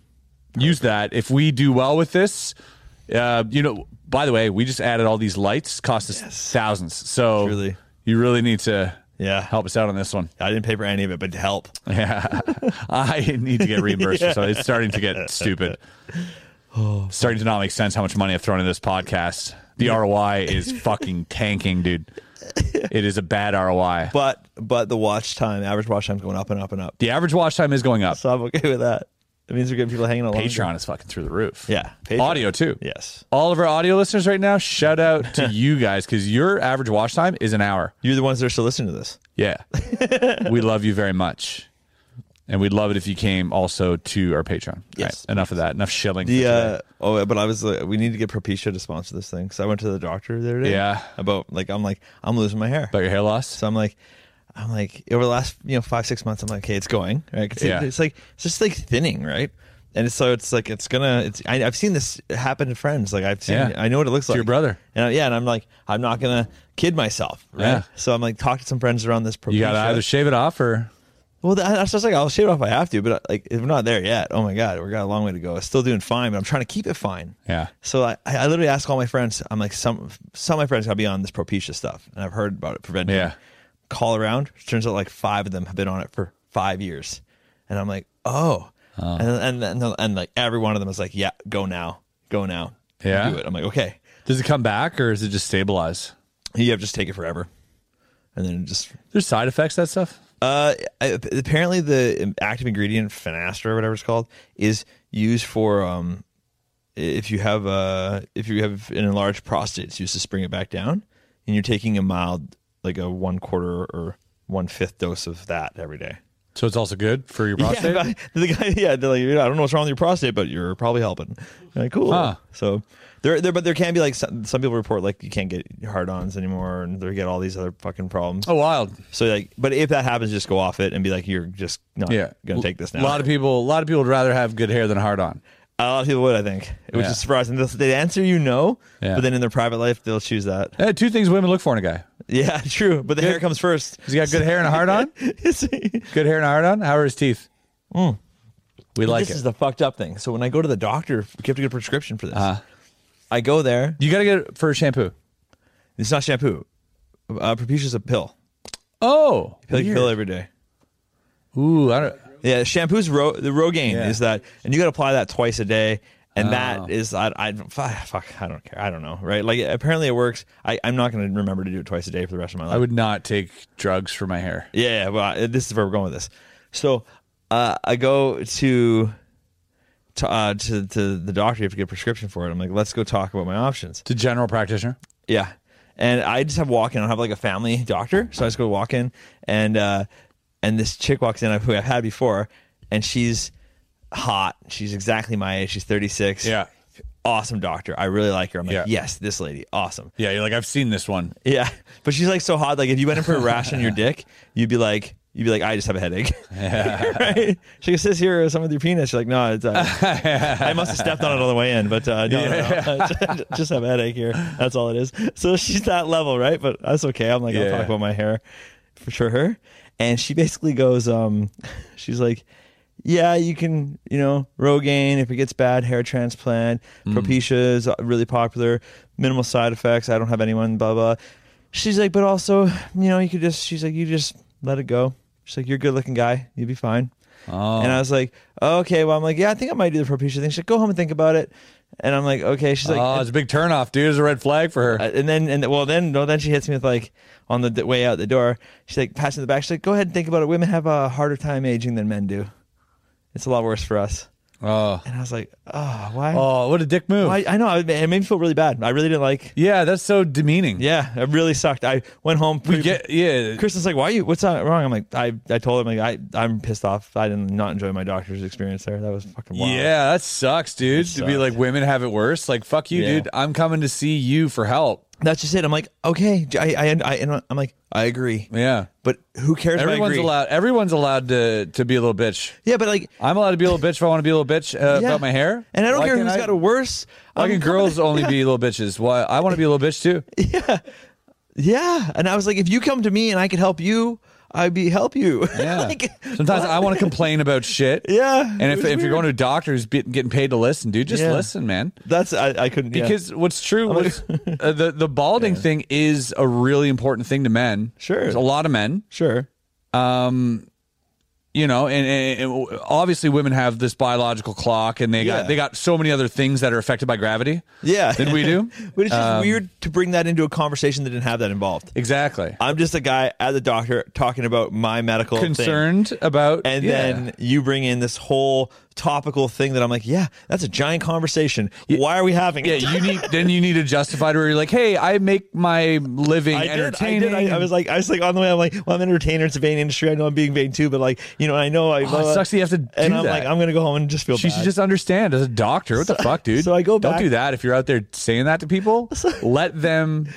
[SPEAKER 3] Use that. If we do well with this, uh, you know, by the way, we just added all these lights, cost us thousands. So
[SPEAKER 2] Truly.
[SPEAKER 3] you really need to
[SPEAKER 2] Yeah,
[SPEAKER 3] help us out on this one.
[SPEAKER 2] I didn't pay for any of it, but help.
[SPEAKER 3] Yeah. I need to get reimbursed. So it's starting to get stupid.
[SPEAKER 2] Oh,
[SPEAKER 3] Starting to not make sense how much money I've thrown in this podcast. The ROI is fucking tanking, dude. It is a bad ROI.
[SPEAKER 2] But but the watch time, average watch time's going up and up and up.
[SPEAKER 3] The average watch time is going up.
[SPEAKER 2] So I'm okay with that. It means we're getting people hanging on longer.
[SPEAKER 3] Patreon is fucking through the roof.
[SPEAKER 2] Yeah, Patreon.
[SPEAKER 3] Audio too.
[SPEAKER 2] Yes,
[SPEAKER 3] All of our audio listeners right now, shout out to you guys because your average watch time is an hour.
[SPEAKER 2] you're the ones that are still listening to this.
[SPEAKER 3] Yeah. we love you very much. And we'd love it if you came also to our Patreon.
[SPEAKER 2] Yes,
[SPEAKER 3] Right, enough of that. Enough shilling. for
[SPEAKER 2] The
[SPEAKER 3] today.
[SPEAKER 2] uh, oh, but I was uh, we need to get Propecia to sponsor this thing. So I went to the doctor the other day.
[SPEAKER 3] Yeah.
[SPEAKER 2] about like I'm like I'm losing my hair.
[SPEAKER 3] About your hair loss?
[SPEAKER 2] So I'm like, I'm like, over the last you know five six months, I'm like, okay, it's going. Right? It's,
[SPEAKER 3] Yeah.
[SPEAKER 2] it's like it's just like thinning, right? And so it's like it's gonna. It's I, I've seen this happen to friends. Like I've seen.
[SPEAKER 3] Yeah.
[SPEAKER 2] I know what it looks
[SPEAKER 3] To
[SPEAKER 2] like.
[SPEAKER 3] your brother.
[SPEAKER 2] And I, yeah, and I'm like, I'm not gonna kid myself. Right?
[SPEAKER 3] Yeah.
[SPEAKER 2] So I'm like, talk to some friends around this.
[SPEAKER 3] You gotta
[SPEAKER 2] Propecia.
[SPEAKER 3] either shave it off or
[SPEAKER 2] Well, that- that's just like I'll shave it off if I have to, but like if we're not there yet, oh my god, we got a long way to go. I'm still doing fine, but I'm trying to keep it fine.
[SPEAKER 3] Yeah.
[SPEAKER 2] So I, I literally ask all my friends. I'm like, some some of my friends gotta be on this Propecia stuff, and I've heard about it preventing.
[SPEAKER 3] Yeah.
[SPEAKER 2] Call around. Turns out like five of them have been on it for five years, and I'm like, oh, and, and and and like every one of them is like, yeah, go now, go now,
[SPEAKER 3] Yeah.
[SPEAKER 2] do it. I'm like, okay,
[SPEAKER 3] does it come back or is it just stabilize?
[SPEAKER 2] you have to just take it forever, and then just
[SPEAKER 3] There's side effects to that stuff.
[SPEAKER 2] Uh, I- apparently the active ingredient Finastra or whatever it's called is used for um, if you have a if you have an enlarged prostate, it's used to bring it back down, and you're taking a mild like a one quarter or one fifth dose of that every day.
[SPEAKER 3] So it's also good for your
[SPEAKER 2] Yeah,
[SPEAKER 3] prostate.
[SPEAKER 2] the guy, yeah, they're like, I don't know what's wrong with your prostate, but you're probably helping. You're like, cool.
[SPEAKER 3] Huh.
[SPEAKER 2] So there, there, but there can be like some, some people report like you can't get hard-ons anymore, and they get all these other fucking problems.
[SPEAKER 3] oh, wild.
[SPEAKER 2] So like, but if that happens, just go off it and be like, you're just not
[SPEAKER 3] Yeah.
[SPEAKER 2] gonna take this now.
[SPEAKER 3] A lot of people a lot of people would rather have good hair than hard on.
[SPEAKER 2] a lot of people would, I think, which
[SPEAKER 3] Yeah.
[SPEAKER 2] is surprising. They'll- They answer you no,
[SPEAKER 3] Yeah.
[SPEAKER 2] but then in their private life they'll choose that.
[SPEAKER 3] Eh, two things women look for in a guy.
[SPEAKER 2] Yeah, true. But the hair comes first.
[SPEAKER 3] He's got good hair and a hard on. Good hair and a hard on. How are his teeth? We like
[SPEAKER 2] this is
[SPEAKER 3] it. Uh-huh.
[SPEAKER 2] the fucked up thing. So when I go to the doctor, you have to get a prescription for this. I go there.
[SPEAKER 3] You got to get it for shampoo.
[SPEAKER 2] It's not shampoo. Uh, Propitia's a pill.
[SPEAKER 3] Oh,
[SPEAKER 2] Pill,
[SPEAKER 3] weird.
[SPEAKER 2] pill every day.
[SPEAKER 3] Ooh, I don't.
[SPEAKER 2] Yeah, shampoo's ro- the Rogaine
[SPEAKER 3] Yeah. Oh.
[SPEAKER 2] is that, and you got to apply that twice a day, and that is I, I fuck, fuck I don't care I don't know right like apparently it works I I'm not going to remember to do it twice a day for the rest of my life.
[SPEAKER 3] I would not take drugs for my hair.
[SPEAKER 2] Yeah, yeah, well, I- this is where we're going with this. So uh, I go to to, uh, to to the doctor. You have to get a prescription for it. I'm like, let's go talk about my options.
[SPEAKER 3] To general practitioner.
[SPEAKER 2] Yeah, and I just have walk in. I don't have like a family doctor, so I just go walk in, and uh, and this chick walks in who I've had before, and she's hot. She's exactly my age. She's 36.
[SPEAKER 3] Yeah.
[SPEAKER 2] Awesome doctor. I really like her. I'm like,
[SPEAKER 3] Yeah.
[SPEAKER 2] yes, this lady, awesome.
[SPEAKER 3] Yeah, you're like I've seen this one.
[SPEAKER 2] Yeah, but she's like so hot. Like if you went in for a rash on your dick, you'd be like, you'd be like, I just have a headache. right? She goes, "Sis, here, some with your penis." She's like, "No, it's, uh, I must have stepped on it on the way in, but uh, no, no, no. just have a headache here. That's all it is." So she's that level, right? But that's okay. I'm like, I'll
[SPEAKER 3] Yeah.
[SPEAKER 2] talk about my hair for sure. Her, and she basically goes, um, she's like. Yeah, you can, you know, Rogaine if it gets bad, hair transplant. Propecia is really popular. Minimal side effects. I don't have anyone. Blah blah. She's like, but also, you know, you could just. She's like, you just let it go. She's like, you're a good looking guy. You'll be fine.
[SPEAKER 3] Oh,
[SPEAKER 2] And I was like, okay. Well, I'm like, yeah, I think I might do the Propecia thing. She's like, go home and think about it. And I'm like, okay. She's like,
[SPEAKER 3] oh, it's a big turnoff, dude. It's a red flag for her.
[SPEAKER 2] uh, and then and well then no then she hits me with like on the d- way out the door she's like passing the back she's like go ahead and think about it women have a harder time aging than men do it's a lot worse for us
[SPEAKER 3] oh,
[SPEAKER 2] and I was like oh why
[SPEAKER 3] oh, what a dick move.
[SPEAKER 2] why I know I- it made me feel really bad I really didn't like
[SPEAKER 3] Yeah, that's so demeaning.
[SPEAKER 2] yeah it really sucked I went home
[SPEAKER 3] we get yeah.
[SPEAKER 2] Kristen's like why are you what's not wrong I'm like I I told him like I I'm pissed off I did not enjoy my doctor's experience there that was fucking wild
[SPEAKER 3] Yeah, that sucks, dude.
[SPEAKER 2] It
[SPEAKER 3] to be like women have it worse. Like fuck you,
[SPEAKER 2] Yeah.
[SPEAKER 3] dude. I'm coming to see you for help.
[SPEAKER 2] that's just it I'm like okay I I, I and I'm like I agree
[SPEAKER 3] Yeah.
[SPEAKER 2] but who cares if I
[SPEAKER 3] Everyone's
[SPEAKER 2] agree?
[SPEAKER 3] allowed. Everyone's allowed to to be a little bitch.
[SPEAKER 2] yeah but like
[SPEAKER 3] I'm allowed to be a little bitch if I want to be a little bitch uh,
[SPEAKER 2] Yeah.
[SPEAKER 3] about my hair.
[SPEAKER 2] And I don't
[SPEAKER 3] Why
[SPEAKER 2] care
[SPEAKER 3] can't
[SPEAKER 2] who's
[SPEAKER 3] I-
[SPEAKER 2] got it worse.
[SPEAKER 3] Why
[SPEAKER 2] I'm
[SPEAKER 3] can
[SPEAKER 2] coming
[SPEAKER 3] girls
[SPEAKER 2] to-
[SPEAKER 3] only
[SPEAKER 2] yeah,
[SPEAKER 3] be little bitches? Why I want to be a little bitch too.
[SPEAKER 2] Yeah, and I was like, if you come to me and I could help you, I'd be help you.
[SPEAKER 3] Yeah.
[SPEAKER 2] Like,
[SPEAKER 3] Sometimes I want to complain about shit.
[SPEAKER 2] Yeah,
[SPEAKER 3] And
[SPEAKER 2] it
[SPEAKER 3] if,
[SPEAKER 2] was
[SPEAKER 3] if you're
[SPEAKER 2] weird.
[SPEAKER 3] going to a doctor who's be- getting paid to listen, dude, just
[SPEAKER 2] Yeah.
[SPEAKER 3] listen, man.
[SPEAKER 2] that's I, I couldn't yeah.
[SPEAKER 3] Because what's true
[SPEAKER 2] like-
[SPEAKER 3] was uh, the the balding thing is a really important thing to men.
[SPEAKER 2] Sure.
[SPEAKER 3] There's a lot of men.
[SPEAKER 2] sure,
[SPEAKER 3] Um, you know, and, and, and obviously women have this biological clock, and they
[SPEAKER 2] Yeah.
[SPEAKER 3] got they got so many other things that are affected by gravity.
[SPEAKER 2] yeah,
[SPEAKER 3] Than we do. um,
[SPEAKER 2] but it's just weird to bring that into a conversation that didn't have that involved.
[SPEAKER 3] Exactly.
[SPEAKER 2] I'm just a guy at the doctor talking about my medical thing.
[SPEAKER 3] Concerned about
[SPEAKER 2] And
[SPEAKER 3] yeah.
[SPEAKER 2] then you bring in this whole topical thing that I'm like, yeah, that's a giant conversation. Why are we having
[SPEAKER 3] Yeah,
[SPEAKER 2] it?
[SPEAKER 3] you need then you need to justify to where you're like, hey, I make my living
[SPEAKER 2] I did. I
[SPEAKER 3] entertaining.
[SPEAKER 2] did. I, I was like, I was like on the way. I'm like, well, I'm an entertainer. It's a vain industry. I know I'm being vain too, but like, you know, I know I.
[SPEAKER 3] Oh, it sucks that you have to
[SPEAKER 2] And
[SPEAKER 3] do
[SPEAKER 2] I'm
[SPEAKER 3] that.
[SPEAKER 2] like, I'm gonna go home and just feel.
[SPEAKER 3] she
[SPEAKER 2] bad.
[SPEAKER 3] should just understand as a doctor. What the fuck, dude?
[SPEAKER 2] so I go
[SPEAKER 3] Don't
[SPEAKER 2] back-
[SPEAKER 3] do that. If you're out there saying that to people, let them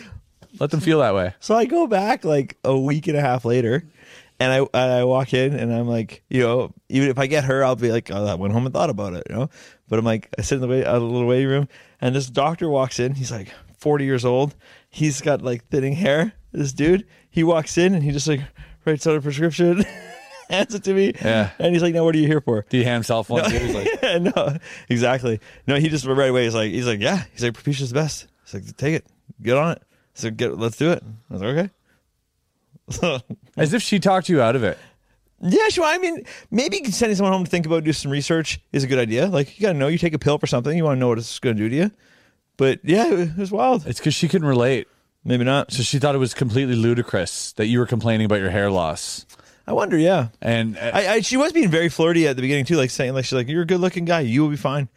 [SPEAKER 3] let them feel that way.
[SPEAKER 2] So I go back like a week and a half later, and I and I walk in and I'm like, you know, even if I get her, I'll be like, oh, I went home and thought about it, you know. But I'm like, I sit in the way, out of the little waiting room, and this doctor walks in. He's like 40 years old. He's got like thinning hair. This dude, he walks in and he just like writes out a prescription, hands it to me,
[SPEAKER 3] Yeah.
[SPEAKER 2] and he's like, now what are you here for?
[SPEAKER 3] Do you ham cell phone? He was like,
[SPEAKER 2] yeah, no, exactly. No, he just right away. He's like, he's like, yeah. He's like, Propitia's the best. He's like, take it, get on it. So get, let's do it. I was like, okay. So
[SPEAKER 3] as if she talked you out of it.
[SPEAKER 2] yeah, sure. I mean, maybe sending someone home to think about, do some research is a good idea. Like, you gotta know, you take a pill for something, you want to know what it's gonna do to you. But yeah, it was wild.
[SPEAKER 3] It's because she couldn't relate.
[SPEAKER 2] Maybe not.
[SPEAKER 3] So she thought it was completely ludicrous that you were complaining about your hair loss.
[SPEAKER 2] I wonder. Yeah,
[SPEAKER 3] And uh,
[SPEAKER 2] I, I she was being very flirty at the beginning too, like saying like she's like you're a good looking guy, you will be fine.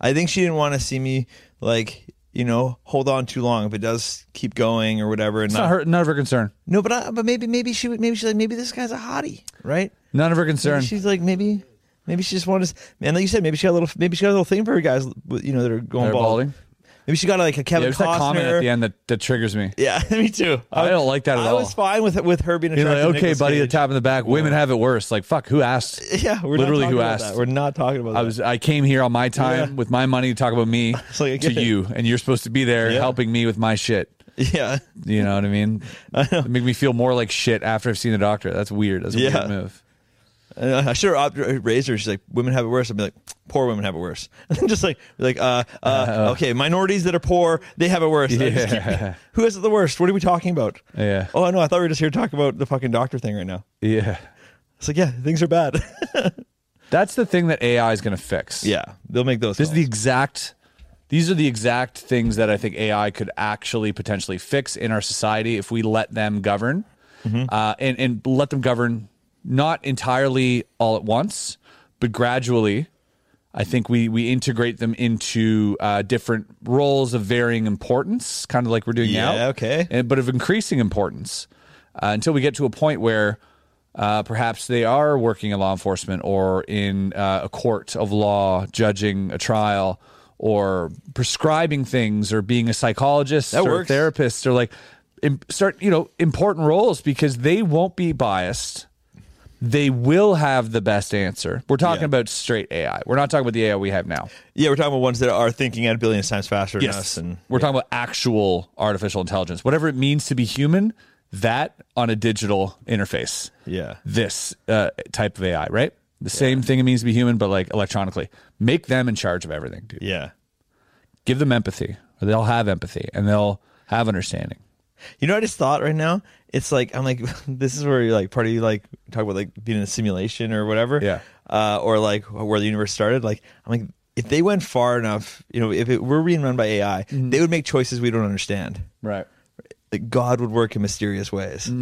[SPEAKER 2] I think she didn't want to see me like you know hold on too long if it does keep going or whatever. And
[SPEAKER 3] it's not her, none of her concern.
[SPEAKER 2] No, but I, but maybe maybe she would maybe she's like maybe this guy's a hottie, right?
[SPEAKER 3] None of her
[SPEAKER 2] Maybe
[SPEAKER 3] concern.
[SPEAKER 2] she's like maybe maybe she just wanted and like you said maybe she got a little maybe she got a little thing for her guys you know that are going
[SPEAKER 3] They're
[SPEAKER 2] bald.
[SPEAKER 3] balding.
[SPEAKER 2] Maybe she got like a
[SPEAKER 3] Yeah,
[SPEAKER 2] Kevin
[SPEAKER 3] it's that
[SPEAKER 2] Costner.
[SPEAKER 3] comment at the end that, that triggers me.
[SPEAKER 2] Yeah, me too.
[SPEAKER 3] I don't like that at
[SPEAKER 2] I
[SPEAKER 3] all.
[SPEAKER 2] was fine with with her being
[SPEAKER 3] You're
[SPEAKER 2] attracted.
[SPEAKER 3] like,
[SPEAKER 2] to
[SPEAKER 3] okay,
[SPEAKER 2] Nicolas
[SPEAKER 3] buddy, the
[SPEAKER 2] Cage.
[SPEAKER 3] tap in the back. Women have it worse. Like, fuck, who asked?
[SPEAKER 2] Yeah, we're
[SPEAKER 3] Literally
[SPEAKER 2] not talking
[SPEAKER 3] who
[SPEAKER 2] about
[SPEAKER 3] asked.
[SPEAKER 2] That. We're not talking about
[SPEAKER 3] I
[SPEAKER 2] that.
[SPEAKER 3] was I came here on my time
[SPEAKER 2] Yeah.
[SPEAKER 3] with my money to talk about me
[SPEAKER 2] It's like, I
[SPEAKER 3] to
[SPEAKER 2] get it.
[SPEAKER 3] you, and you're supposed to be there
[SPEAKER 2] Yeah.
[SPEAKER 3] helping me with my shit.
[SPEAKER 2] yeah.
[SPEAKER 3] You know what I mean? It make me feel more like shit after I've seen the doctor. That's weird. That's a
[SPEAKER 2] Yeah.
[SPEAKER 3] weird move.
[SPEAKER 2] And I should have raised her. She's like, "Women have it worse." I'd be like, "Poor women have it worse." And then just like, like, uh, uh, okay, minorities that are poor, they have it worse. And I just keep-
[SPEAKER 3] Uh-huh. Yeah.
[SPEAKER 2] who has it the worst? What are we talking about?
[SPEAKER 3] Yeah.
[SPEAKER 2] Oh no, I thought we were just here to talk about the fucking doctor thing right now.
[SPEAKER 3] Yeah.
[SPEAKER 2] It's like, yeah, things are bad.
[SPEAKER 3] That's the thing that AI is going to fix.
[SPEAKER 2] yeah, they'll make those.
[SPEAKER 3] This is
[SPEAKER 2] calls.
[SPEAKER 3] the exact. These are the exact things that I think AI could actually potentially fix in our society if we let them govern,
[SPEAKER 2] Mm-hmm.
[SPEAKER 3] uh, and and let them govern not entirely all at once, but gradually. I think we we integrate them into uh, different roles of varying importance, kind of like we're doing now.
[SPEAKER 2] Yeah, okay.
[SPEAKER 3] and, but of increasing importance uh, until we get to a point where uh, perhaps they are working in law enforcement or in uh, a court of law, judging a trial or prescribing things or being a psychologist
[SPEAKER 2] That
[SPEAKER 3] or
[SPEAKER 2] works.
[SPEAKER 3] a therapist or like im- start, you know, important roles because they won't be biased. They will have the best answer. We're talking
[SPEAKER 2] Yeah.
[SPEAKER 3] about straight AI. We're not talking about the AI we have now.
[SPEAKER 2] yeah, we're talking about ones that are thinking at billions times faster than us, and
[SPEAKER 3] And we're talking about actual artificial intelligence. Whatever it means to be human, that on a digital interface.
[SPEAKER 2] Yeah.
[SPEAKER 3] This uh, type of AI, right? The same thing it means to be human, but like electronically. Make them in charge of everything, dude.
[SPEAKER 2] yeah.
[SPEAKER 3] Give them empathy, or they'll have empathy and they'll have understanding.
[SPEAKER 2] You know, what I just thought right now, it's like I'm like, this is where you like part of you like talk about like being in a simulation or whatever,
[SPEAKER 3] Yeah.
[SPEAKER 2] uh, or like where the universe started. Like I'm like, if they went far enough, you know, if it were being run by AI,
[SPEAKER 3] Mm-hmm.
[SPEAKER 2] they would make choices we don't understand.
[SPEAKER 3] Right.
[SPEAKER 2] Like God would work in mysterious ways, you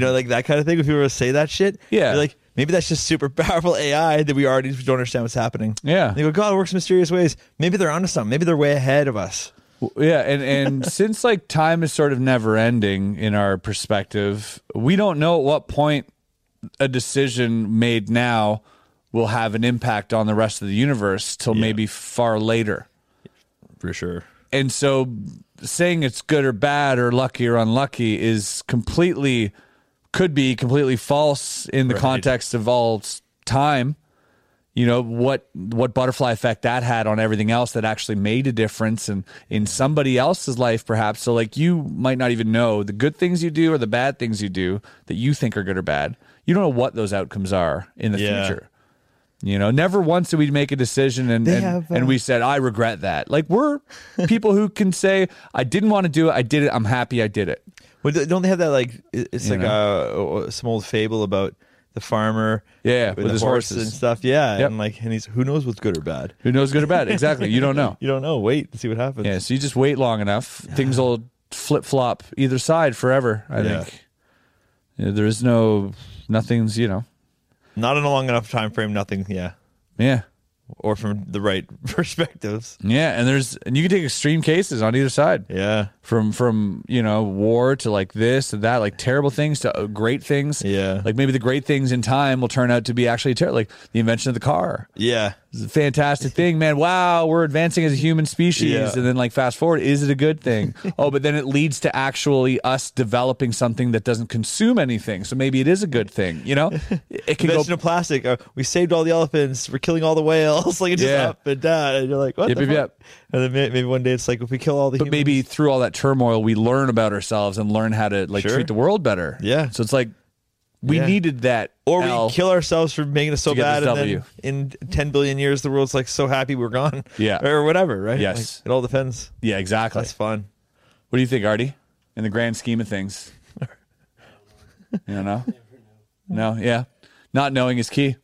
[SPEAKER 2] know, like that kind of thing. If you were to say that shit,
[SPEAKER 3] Mm-hmm. Yeah.
[SPEAKER 2] you're like maybe that's just super powerful AI that we already don't understand what's happening.
[SPEAKER 3] Yeah.
[SPEAKER 2] they go, God works in mysterious ways. Maybe they're onto something. Maybe they're way ahead of us.
[SPEAKER 3] Yeah, and and since like time is sort of never ending in our perspective, we don't know at what point a decision made now will have an impact on the rest of the universe till maybe far later.
[SPEAKER 2] For sure.
[SPEAKER 3] And so saying it's good or bad or lucky or unlucky is completely could be completely false in the context of all s- time. You know what what butterfly effect that had on everything else that actually made a difference and in somebody else's life perhaps. So like you might not even know the good things you do or the bad things you do that you think are good or bad. You don't know what those outcomes are in the
[SPEAKER 2] Yeah.
[SPEAKER 3] future. You know, never once did we make a decision and and,
[SPEAKER 2] have,
[SPEAKER 3] and
[SPEAKER 2] uh,
[SPEAKER 3] we said, I regret that. Like we're people who can say, I didn't want to do it, I did it, I'm happy I did it.
[SPEAKER 2] Well, th- don't they have that like it- it's like uh, some old fable about the farmer,
[SPEAKER 3] Yeah,
[SPEAKER 2] with,
[SPEAKER 3] with
[SPEAKER 2] the
[SPEAKER 3] his
[SPEAKER 2] horses.
[SPEAKER 3] horses.
[SPEAKER 2] and stuff, yeah,
[SPEAKER 3] Yep.
[SPEAKER 2] and like and he's who knows what's good or bad.
[SPEAKER 3] Who knows good or bad? Exactly. You don't know.
[SPEAKER 2] You don't know. Wait and see what happens.
[SPEAKER 3] Yeah, so you just wait long enough, things will flip flop either side forever, I
[SPEAKER 2] Yeah.
[SPEAKER 3] think. You know, there is no nothing's, you know.
[SPEAKER 2] Not in a long enough time frame. Nothing. Yeah,
[SPEAKER 3] Yeah.
[SPEAKER 2] or from the right perspectives.
[SPEAKER 3] Yeah, and there's and you can take extreme cases on either side.
[SPEAKER 2] Yeah,
[SPEAKER 3] from from you know war to like this and that like terrible things to uh, great things
[SPEAKER 2] Yeah.
[SPEAKER 3] like maybe the great things in time will turn out to be actually terrible like the invention of the car
[SPEAKER 2] yeah,
[SPEAKER 3] is a fantastic thing man wow we're advancing as a human species
[SPEAKER 2] Yeah.
[SPEAKER 3] and then like fast forward is it a good thing oh but then it leads to actually us developing something that doesn't consume anything so maybe it is a good thing you know it can go
[SPEAKER 2] invention of plastic. Uh, we saved all the elephants. We're killing all the whales. Like it's just
[SPEAKER 3] Yeah.
[SPEAKER 2] up and down. And you're like, what?
[SPEAKER 3] Yep,
[SPEAKER 2] the
[SPEAKER 3] yep,
[SPEAKER 2] fuck? And then may- maybe one day it's like if we kill all the
[SPEAKER 3] but
[SPEAKER 2] humans,
[SPEAKER 3] maybe through all that turmoil we learn about ourselves and learn how to like
[SPEAKER 2] Sure.
[SPEAKER 3] treat the world better
[SPEAKER 2] Yeah.
[SPEAKER 3] so it's like we
[SPEAKER 2] Yeah.
[SPEAKER 3] needed that
[SPEAKER 2] or we
[SPEAKER 3] L.
[SPEAKER 2] kill ourselves for making us so
[SPEAKER 3] to get
[SPEAKER 2] bad,
[SPEAKER 3] this
[SPEAKER 2] and
[SPEAKER 3] W.
[SPEAKER 2] then in ten billion years, the world's like so happy we're gone,
[SPEAKER 3] Yeah.
[SPEAKER 2] or whatever, right?
[SPEAKER 3] Yes.
[SPEAKER 2] Like, it all depends.
[SPEAKER 3] Yeah, exactly.
[SPEAKER 2] That's fun.
[SPEAKER 3] what do you think, Artie? In the grand scheme of things, you don't know? No, yeah. Not knowing is key.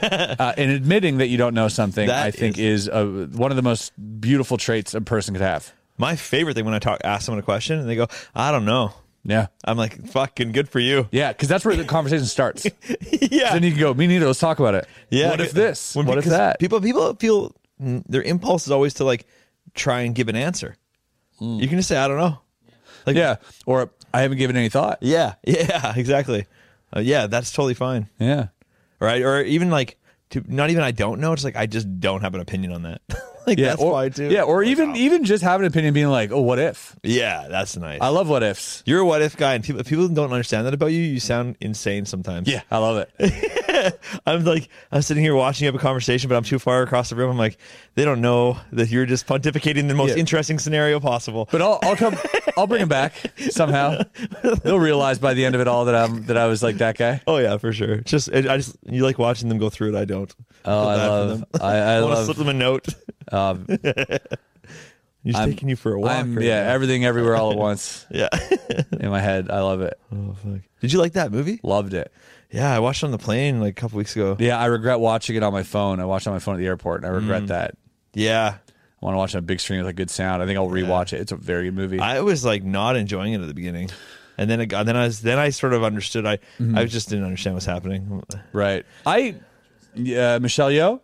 [SPEAKER 3] uh, and admitting that you don't know something,
[SPEAKER 2] That
[SPEAKER 3] I think, is, uh one of the most beautiful traits a person could have.
[SPEAKER 2] My favorite thing when I talk, ask someone a question, and they go, "I don't know,"
[SPEAKER 3] Yeah.
[SPEAKER 2] I'm like, "Fucking good for you."
[SPEAKER 3] Yeah, because that's where the conversation starts.
[SPEAKER 2] yeah,
[SPEAKER 3] Then you can go, me neither, let's talk about it.
[SPEAKER 2] yeah.
[SPEAKER 3] What if this?
[SPEAKER 2] When-
[SPEAKER 3] what if
[SPEAKER 2] because
[SPEAKER 3] that?
[SPEAKER 2] People, people feel mm, their impulse is always to like try and give an answer.
[SPEAKER 3] Hmm.
[SPEAKER 2] You can just say, "I don't know." Like,
[SPEAKER 3] yeah. Or I haven't given any thought.
[SPEAKER 2] yeah, yeah, exactly. Uh, yeah, that's totally fine.
[SPEAKER 3] Yeah.
[SPEAKER 2] right? Or even like to not even I don't know. It's like I just don't have an opinion on that. like
[SPEAKER 3] Yeah.
[SPEAKER 2] that's
[SPEAKER 3] or,
[SPEAKER 2] why too.
[SPEAKER 3] Yeah. Or
[SPEAKER 2] Like,
[SPEAKER 3] even
[SPEAKER 2] oh.
[SPEAKER 3] even just have an opinion being like, oh, what if?
[SPEAKER 2] yeah, that's nice.
[SPEAKER 3] I love what ifs.
[SPEAKER 2] You're a what if guy, and people if people don't understand that about you. You sound insane sometimes.
[SPEAKER 3] I love it.
[SPEAKER 2] I'm like, I'm sitting here watching up a conversation, but I'm too far across the room. I'm like, they don't know that you're just pontificating the most
[SPEAKER 3] Yeah.
[SPEAKER 2] interesting scenario possible.
[SPEAKER 3] But I'll, I'll come. I'll bring him back somehow. They'll realize by the end of it all that I'm that I was like that guy.
[SPEAKER 2] Oh yeah, for sure. Just I I just you like watching them go through it. I don't.
[SPEAKER 3] Oh,
[SPEAKER 2] Feel
[SPEAKER 3] I
[SPEAKER 2] bad for
[SPEAKER 3] love.
[SPEAKER 2] them.
[SPEAKER 3] I, I
[SPEAKER 2] I, want to
[SPEAKER 3] love.
[SPEAKER 2] slip them a note.
[SPEAKER 3] Um,
[SPEAKER 2] He's
[SPEAKER 3] I'm-
[SPEAKER 2] taking you for a walk.
[SPEAKER 3] I'm,
[SPEAKER 2] right
[SPEAKER 3] yeah,
[SPEAKER 2] now.
[SPEAKER 3] everything, everywhere, all at once
[SPEAKER 2] yeah.
[SPEAKER 3] in my head. I love it.
[SPEAKER 2] oh fuck. Did you like that movie?
[SPEAKER 3] Loved it.
[SPEAKER 2] Yeah, I watched it on the plane like a couple weeks ago.
[SPEAKER 3] Yeah, I regret watching it on my phone. I watched it on my phone at the airport, and I regret
[SPEAKER 2] Mm.
[SPEAKER 3] that.
[SPEAKER 2] Yeah,
[SPEAKER 3] I want to watch it on a big screen with a good sound. I think I'll rewatch it. It's a very good movie.
[SPEAKER 2] I was like not enjoying it at the beginning, and then it got, then I was then I sort of understood. I
[SPEAKER 3] Mm-hmm.
[SPEAKER 2] I just didn't understand what's happening.
[SPEAKER 3] right. I, yeah, Michelle Yeoh.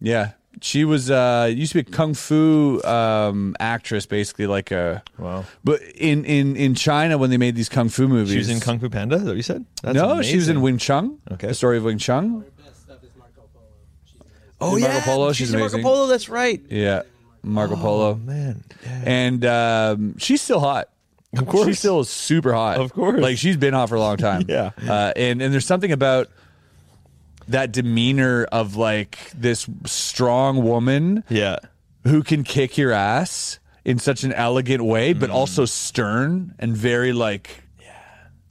[SPEAKER 3] Yeah, she was uh used to be a kung fu um actress, basically like a.
[SPEAKER 2] Wow.
[SPEAKER 3] But in in in China, when they made these kung fu movies,
[SPEAKER 2] She was in Kung Fu Panda. Is that what you said? That's
[SPEAKER 3] no, she was in
[SPEAKER 2] amazing.
[SPEAKER 3] Wing Chun.
[SPEAKER 2] Okay.
[SPEAKER 3] the story of Wing Chun.
[SPEAKER 5] Best stuff is Marco Polo. She's amazing.
[SPEAKER 2] Oh
[SPEAKER 3] in
[SPEAKER 2] yeah,
[SPEAKER 3] Marco Polo.
[SPEAKER 2] She's,
[SPEAKER 3] She's
[SPEAKER 2] in
[SPEAKER 3] amazing.
[SPEAKER 2] Marco Polo. That's right.
[SPEAKER 3] Yeah, Marco Polo.
[SPEAKER 2] Man, yeah.
[SPEAKER 3] and um, she's still hot. Of
[SPEAKER 2] course.
[SPEAKER 3] she still is super hot.
[SPEAKER 2] Of course.
[SPEAKER 3] like she's been hot for a long time.
[SPEAKER 2] Yeah.
[SPEAKER 3] uh, and and there's something about that demeanor of like this strong woman
[SPEAKER 2] yeah,
[SPEAKER 3] who can kick your ass in such an elegant way, but
[SPEAKER 2] Mm.
[SPEAKER 3] also stern and very like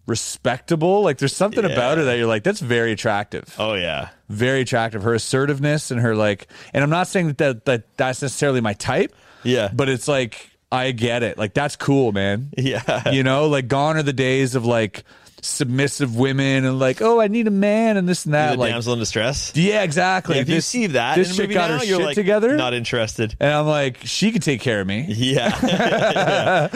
[SPEAKER 3] respectable. Like there's something about her that you're like, that's very attractive
[SPEAKER 2] oh yeah,
[SPEAKER 3] very attractive. Her assertiveness and her like, and I'm not saying that, that, that that's necessarily my type.
[SPEAKER 2] Yeah.
[SPEAKER 3] But it's like, I get it. Like, that's cool, man.
[SPEAKER 2] yeah,
[SPEAKER 3] You know, like gone are the days of like submissive women and like, oh, I need a man and this and that.
[SPEAKER 2] the
[SPEAKER 3] like,
[SPEAKER 2] damsel in distress.
[SPEAKER 3] yeah, exactly.
[SPEAKER 2] Yeah, if
[SPEAKER 3] This-
[SPEAKER 2] you see that,
[SPEAKER 3] this
[SPEAKER 2] in a
[SPEAKER 3] shit
[SPEAKER 2] movie
[SPEAKER 3] got
[SPEAKER 2] now,
[SPEAKER 3] her
[SPEAKER 2] you're
[SPEAKER 3] shit
[SPEAKER 2] like,
[SPEAKER 3] together.
[SPEAKER 2] Not interested.
[SPEAKER 3] and I'm like, she could take care of me.
[SPEAKER 2] Yeah,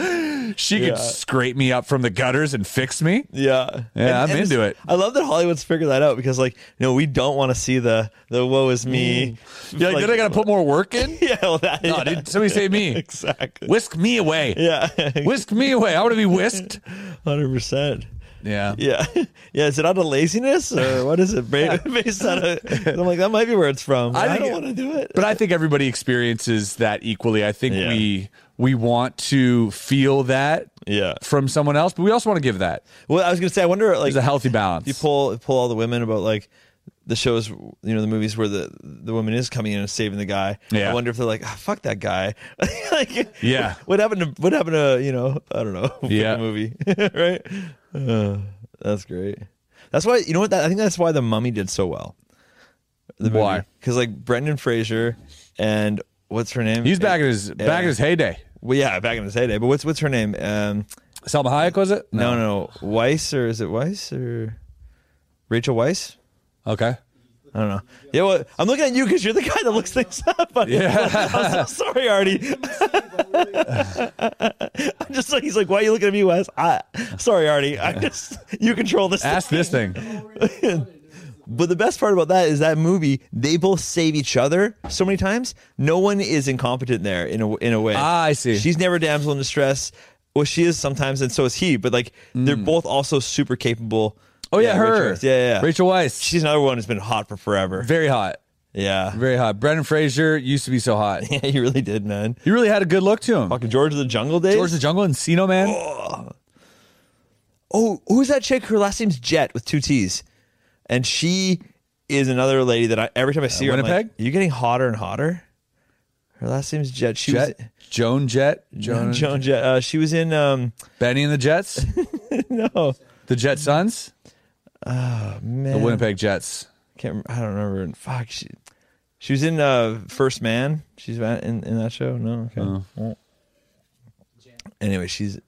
[SPEAKER 3] She could scrape me up from the gutters and fix me.
[SPEAKER 2] yeah,
[SPEAKER 3] Yeah, I'm into
[SPEAKER 2] it's-
[SPEAKER 3] it.
[SPEAKER 2] I love that Hollywood's figured that out because, like, no, we don't want to see the the woe is me.
[SPEAKER 3] Mm. Yeah, like, then I got to put more work in.
[SPEAKER 2] yeah, well, that,
[SPEAKER 3] No,
[SPEAKER 2] yeah.
[SPEAKER 3] dude, somebody save me.
[SPEAKER 2] exactly.
[SPEAKER 3] Whisk me away.
[SPEAKER 2] Yeah,
[SPEAKER 3] Whisk me away. I want to be whisked.
[SPEAKER 2] hundred percent.
[SPEAKER 3] Yeah.
[SPEAKER 2] Yeah, yeah. Is it out of laziness or what is it ba- based on? A, I'm like, that might be where it's from. I,
[SPEAKER 3] think
[SPEAKER 2] don't
[SPEAKER 3] it-
[SPEAKER 2] want to do it.
[SPEAKER 3] But I think everybody experiences that equally. I think
[SPEAKER 2] Yeah.
[SPEAKER 3] we we want to feel that
[SPEAKER 2] yeah.
[SPEAKER 3] from someone else, but we also want to give that.
[SPEAKER 2] Well, I was gonna say, I wonder, like,
[SPEAKER 3] There's a healthy balance.
[SPEAKER 2] you pull pull all the women about like the shows you know the movies where the the woman is coming in and saving the guy
[SPEAKER 3] Yeah.
[SPEAKER 2] i wonder if they're like "Ah, fuck that guy like
[SPEAKER 3] Yeah.
[SPEAKER 2] what happened to what happened to you know i don't know pick a
[SPEAKER 3] Yeah.
[SPEAKER 2] movie right Uh, that's great that's why you know what that, i think that's why the mummy did so well
[SPEAKER 3] Why?
[SPEAKER 2] because like brendan fraser and what's her name
[SPEAKER 3] He's back in his back in his heyday.
[SPEAKER 2] well yeah back in his heyday but what's what's her name um
[SPEAKER 3] Salma Hayek was it?
[SPEAKER 2] no no, no. weiss or is it weiss or rachel weiss
[SPEAKER 3] Okay.
[SPEAKER 2] I don't know. Yeah, well, I'm looking at you because you're the guy that looks things up. I'm, I'm so sorry, Artie. I'm just like he's like, why are you looking at me, Wes? I sorry, Artie. I just you control this.
[SPEAKER 3] Ask this thing.
[SPEAKER 2] But the best part about that is that movie. They both save each other so many times. No one is incompetent there in a in a way.
[SPEAKER 3] Ah, I see.
[SPEAKER 2] She's never damsel in distress. Well, she is sometimes, and so is he. But like, they're both also super capable.
[SPEAKER 3] Mm. Oh yeah, her.
[SPEAKER 2] Rachel- Yeah, yeah, yeah.
[SPEAKER 3] Rachel Weisz.
[SPEAKER 2] She's another one who's been hot for forever.
[SPEAKER 3] very hot.
[SPEAKER 2] Yeah.
[SPEAKER 3] Very hot. Brendan Fraser used to be so hot.
[SPEAKER 2] Yeah, you really did, man.
[SPEAKER 3] He really had a good look to him.
[SPEAKER 2] Fucking George of the Jungle days.
[SPEAKER 3] George the Jungle and Sino Man.
[SPEAKER 2] oh, who's that chick? Her last name's Jet with two T's, and she is another lady that I every time I see her, I'm
[SPEAKER 3] Winnipeg?
[SPEAKER 2] like, you're getting hotter and hotter. Her last name's Jet. She
[SPEAKER 3] Jet. Joan Jet. Joan,
[SPEAKER 2] was Joan Jet. Uh, she was in um
[SPEAKER 3] Benny and the Jets.
[SPEAKER 2] no
[SPEAKER 3] the Jet Sons.
[SPEAKER 2] man.
[SPEAKER 3] The Winnipeg Jets.
[SPEAKER 2] Can't, rem- I don't remember. Fuck. She, she was in uh, First Man. She's va- in in that show. No. Okay. Well. Anyway, she's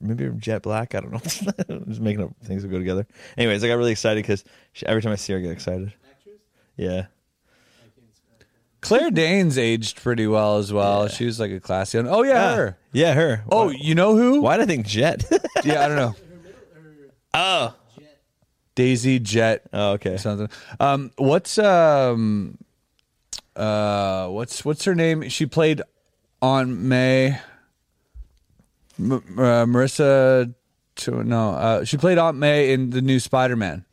[SPEAKER 2] maybe Jet Black. I don't know. I'm just making up things that go together. Anyways, I got really excited because every time I see her, I get excited. Yeah.
[SPEAKER 3] Claire Danes aged pretty well as well. She was like a classy one. Oh yeah,
[SPEAKER 2] Ah,
[SPEAKER 3] her.
[SPEAKER 2] Yeah, her.
[SPEAKER 3] Oh,
[SPEAKER 2] Why,
[SPEAKER 3] you know who?
[SPEAKER 2] why do I think Jet?
[SPEAKER 3] Yeah, I don't know.
[SPEAKER 2] oh.
[SPEAKER 3] Daisy Jet uh,
[SPEAKER 2] Oh, okay.
[SPEAKER 3] something. Um, what's um, uh, what's what's her name? She played on May. M- uh, Marissa, T- no, uh, she played Aunt May in the new Spider Man.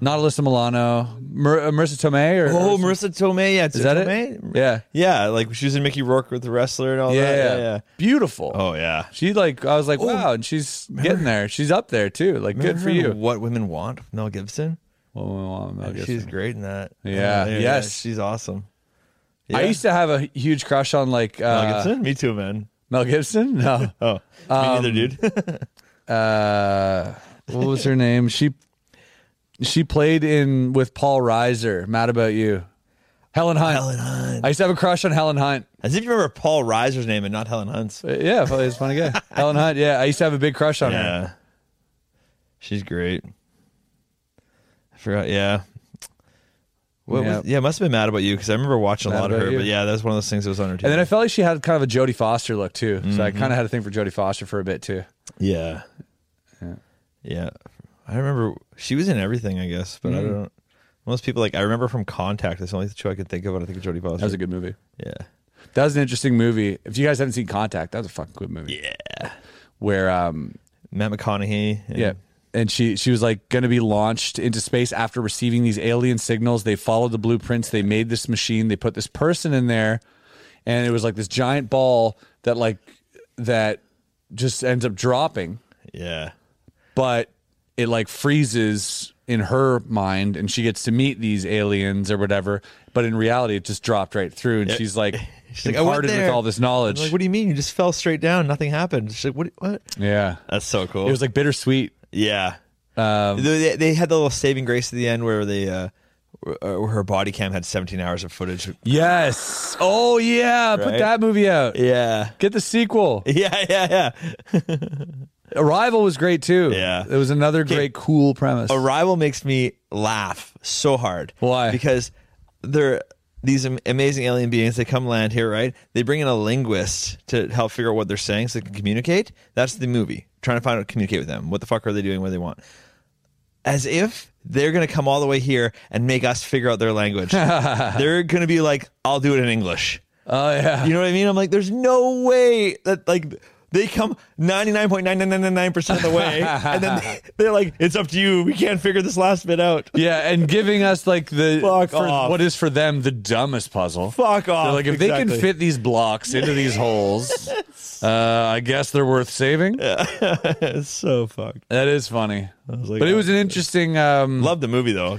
[SPEAKER 3] Nautilus and Milano, Mar- uh, Marissa Tomei, or
[SPEAKER 2] Oh,
[SPEAKER 3] or-
[SPEAKER 2] Marissa Tomei. Yeah,
[SPEAKER 3] is that
[SPEAKER 2] Tomei?
[SPEAKER 3] it? Yeah,
[SPEAKER 2] Yeah, like she was in Mickey Rourke with the wrestler and all
[SPEAKER 3] yeah,
[SPEAKER 2] that. Yeah, yeah.
[SPEAKER 3] beautiful.
[SPEAKER 2] Oh yeah.
[SPEAKER 3] She like I was like, wow, and she's getting there. She's up there too. Like, good for
[SPEAKER 2] Remember
[SPEAKER 3] you.
[SPEAKER 2] What women want? Mel Gibson. She's
[SPEAKER 3] She's
[SPEAKER 2] great in that.
[SPEAKER 3] Yeah, yes.
[SPEAKER 2] she's awesome.
[SPEAKER 3] I
[SPEAKER 2] Yeah.
[SPEAKER 3] used to have a huge crush on like uh, Um,
[SPEAKER 2] Mel Gibson. Me too, man.
[SPEAKER 3] Mel Gibson? No.
[SPEAKER 2] Oh, me neither, dude.
[SPEAKER 3] uh, what was her name? She she played in with Paul Reiser. Mad about you, Helen Hunt.
[SPEAKER 2] Helen Hunt.
[SPEAKER 3] I used to have a crush on Helen Hunt.
[SPEAKER 2] As if you remember Paul Reiser's name and not Helen Hunt's.
[SPEAKER 3] Uh, Yeah, probably it's funny guy. Helen Hunt. Yeah, I used to have a big crush on her.
[SPEAKER 2] Yeah, she's great. I forgot. Yeah. What
[SPEAKER 3] Yeah.
[SPEAKER 2] Was, yeah, must have been mad about you because I remember watching a
[SPEAKER 3] Mad
[SPEAKER 2] lot of
[SPEAKER 3] About
[SPEAKER 2] her.
[SPEAKER 3] You.
[SPEAKER 2] But yeah, that's one of those things that was on her. TV.
[SPEAKER 3] And then I felt like she had kind of a Jodie Foster look too. So I kind of had a thing for Jodie Foster for a bit too.
[SPEAKER 2] Yeah. Yeah. I remember she was in everything, I guess, but I
[SPEAKER 3] Mm.
[SPEAKER 2] don't. Most people like I remember from Contact. That's the only show I could think of. When I think of Jodie Foster.
[SPEAKER 3] That was a good movie.
[SPEAKER 2] yeah.
[SPEAKER 3] That was an interesting movie. If you guys haven't seen Contact, that was a fucking good movie. Yeah. Where um
[SPEAKER 2] Matt McConaughey. and-
[SPEAKER 3] Yeah. And she she was like going to be launched into space after receiving these alien signals. They followed the blueprints. They made this machine. They put this person in there, and it was like this giant ball that like that just ends up dropping,
[SPEAKER 2] Yeah.
[SPEAKER 3] but it like freezes in her mind, and she gets to meet these aliens or whatever. But in reality, it just dropped right through, and she's like
[SPEAKER 2] She's like, I went
[SPEAKER 3] imparted with
[SPEAKER 2] there.
[SPEAKER 3] all this knowledge.
[SPEAKER 2] like, what do you mean? You just fell straight down. Nothing happened. She's like, what? What?
[SPEAKER 3] yeah,
[SPEAKER 2] That's so cool.
[SPEAKER 3] it was like Um, bittersweet.
[SPEAKER 2] yeah. they, they had the little saving grace at the end where they, uh, where where her body cam had 17 hours of footage.
[SPEAKER 3] Yes. Oh yeah, put
[SPEAKER 2] Right?
[SPEAKER 3] that movie out.
[SPEAKER 2] Yeah.
[SPEAKER 3] Get the sequel.
[SPEAKER 2] Yeah. Yeah. Yeah.
[SPEAKER 3] Arrival was great too.
[SPEAKER 2] Yeah.
[SPEAKER 3] it was another great, cool premise.
[SPEAKER 2] Arrival makes me laugh so hard.
[SPEAKER 3] Why?
[SPEAKER 2] Because they're these am- amazing alien beings. They come land here, right? They bring in a linguist to help figure out what they're saying so they can communicate. That's the movie. Trying to find out, communicate with them. What the fuck are they doing? What do they want? As if they're going to come all the way here and make us figure out their language. they're going to be like, I'll do it in English.
[SPEAKER 3] oh yeah,
[SPEAKER 2] You know what I mean? I'm like, there's no way that like they come 99.9999% of the way, and then they, they're like, it's up to you. We can't figure this last bit out.
[SPEAKER 3] yeah, and giving us like the
[SPEAKER 2] Fuck
[SPEAKER 3] for-
[SPEAKER 2] off.
[SPEAKER 3] what is for them the dumbest puzzle.
[SPEAKER 2] Fuck
[SPEAKER 3] They're
[SPEAKER 2] off.
[SPEAKER 3] like if they
[SPEAKER 2] Exactly.
[SPEAKER 3] can fit these blocks into these holes, uh, I guess they're worth saving.
[SPEAKER 2] It's so fucked.
[SPEAKER 3] That is funny,
[SPEAKER 2] like,
[SPEAKER 3] but it
[SPEAKER 2] oh.
[SPEAKER 3] was an interesting um,
[SPEAKER 2] Love the movie though.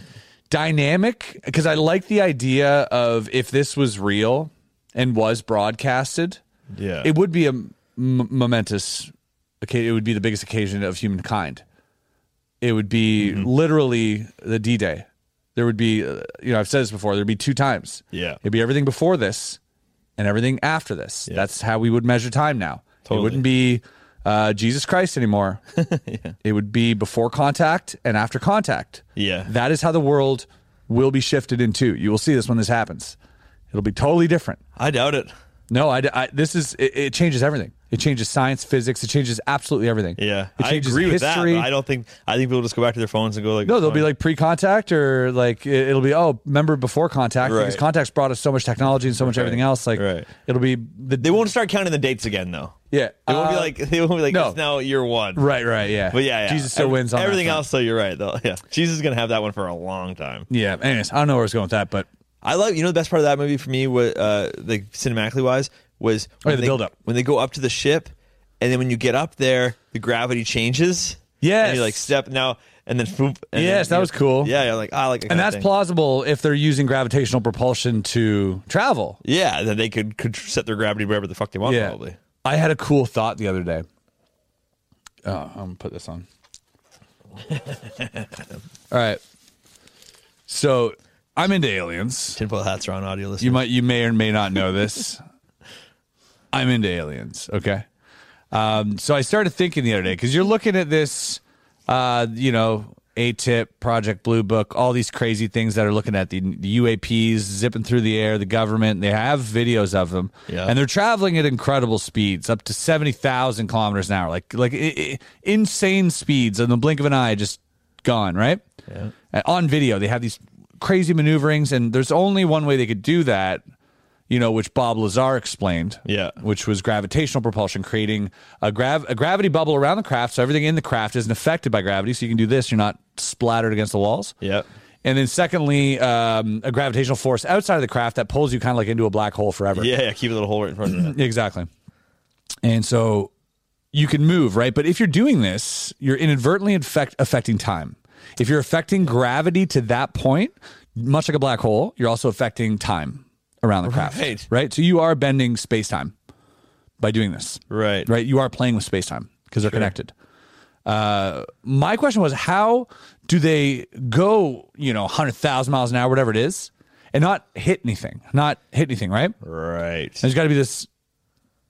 [SPEAKER 3] dynamic because I like the idea of if this was real and was broadcasted,
[SPEAKER 2] Yeah.
[SPEAKER 3] it would be a m- momentous. Okay, it would be the biggest occasion of humankind. It would be
[SPEAKER 2] Mm-hmm.
[SPEAKER 3] literally the D Day. There would be, uh, you know, I've said this before. There'd be two times.
[SPEAKER 2] Yeah.
[SPEAKER 3] it'd be everything before this and everything after this. That's how we would measure time now. It
[SPEAKER 2] Totally.
[SPEAKER 3] wouldn't be uh, Jesus Christ anymore. It would be before contact and after contact.
[SPEAKER 2] Yeah.
[SPEAKER 3] That is how the world will be shifted into. You will see this when this happens. It'll be totally different.
[SPEAKER 2] I doubt it.
[SPEAKER 3] No, I, I- this is it, it changes everything. It changes science, physics. It changes absolutely everything.
[SPEAKER 2] Yeah,
[SPEAKER 3] it
[SPEAKER 2] I
[SPEAKER 3] changes
[SPEAKER 2] agree with that.
[SPEAKER 3] history.
[SPEAKER 2] but I don't think I think people just go back to their phones and go like,
[SPEAKER 3] No, they'll be like pre-contact or like it- it'll be oh, remember before contact because
[SPEAKER 2] Right.
[SPEAKER 3] contact's brought us so much technology and so much everything else. Like
[SPEAKER 2] Right.
[SPEAKER 3] it'll be the
[SPEAKER 2] they won't start counting the dates again though.
[SPEAKER 3] yeah
[SPEAKER 2] They won't be
[SPEAKER 3] Uh,
[SPEAKER 2] like they won't be like
[SPEAKER 3] no.
[SPEAKER 2] it's now year one.
[SPEAKER 3] right right yeah
[SPEAKER 2] But yeah, yeah.
[SPEAKER 3] Jesus still
[SPEAKER 2] Ev-
[SPEAKER 3] wins on that
[SPEAKER 2] everything
[SPEAKER 3] front.
[SPEAKER 2] else. Though you're right though. Yeah, Jesus is gonna have that one for a long time.
[SPEAKER 3] yeah anyways I don't know where I was going with that but
[SPEAKER 2] I love you know the best part of that movie for me was uh like cinematically wise was
[SPEAKER 3] Oh, yeah,
[SPEAKER 2] when
[SPEAKER 3] the
[SPEAKER 2] they-
[SPEAKER 3] build-up.
[SPEAKER 2] when they go up to the ship and then when you get up there the gravity changes
[SPEAKER 3] Yes.
[SPEAKER 2] and you like step now and then boop, and
[SPEAKER 3] Yes,
[SPEAKER 2] then you-
[SPEAKER 3] that was cool.
[SPEAKER 2] yeah yeah like "Ah, I like that
[SPEAKER 3] and
[SPEAKER 2] kinda
[SPEAKER 3] that's
[SPEAKER 2] thing.
[SPEAKER 3] plausible if they're using gravitational propulsion to travel
[SPEAKER 2] yeah then they could could set their gravity wherever the fuck they want probably
[SPEAKER 3] I had a cool thought the other day. Oh, I'm gonna put this on. All right. So I'm into aliens.
[SPEAKER 2] tinfoil hats are on audio listeners
[SPEAKER 3] You might you may or may not know this. I'm into aliens, okay? Um, so I started thinking the other day because you're looking at this, uh, you know, ATIP, Project Blue Book, all these crazy things that are looking at the, the UAPs zipping through the air, the government. They have videos of them,
[SPEAKER 2] Yeah.
[SPEAKER 3] and they're traveling at incredible speeds, up to seventy thousand kilometers an hour, like like i i insane speeds in the blink of an eye, just gone right. Uh, Yeah. On video, they have these crazy maneuverings, and there's only one way they could do that you know, which Bob Lazar explained.
[SPEAKER 2] Yeah.
[SPEAKER 3] Which was gravitational propulsion, creating a, grav- a gravity bubble around the craft. So everything in the craft isn't affected by gravity. So you can do this, you're not splattered against the walls.
[SPEAKER 2] Yep.
[SPEAKER 3] And then, secondly, um, a gravitational force outside of the craft that pulls you kind of like into a black hole forever.
[SPEAKER 2] Yeah, yeah, keep a little hole right in front of you.
[SPEAKER 3] Exactly. And so you can move, right? But if you're doing this, you're inadvertently infect- affecting time. If you're affecting gravity to that point, much like a black hole, you're also affecting time around the craft,
[SPEAKER 2] Right.
[SPEAKER 3] right? So you are bending space time by doing this
[SPEAKER 2] Right.
[SPEAKER 3] right? You are playing with space time because they're connected. Uh, my question was, how do they go, you know, 100,000 miles an hour, whatever it is, and not hit anything? Not hit anything, right?
[SPEAKER 2] Right.
[SPEAKER 3] There's got to be this.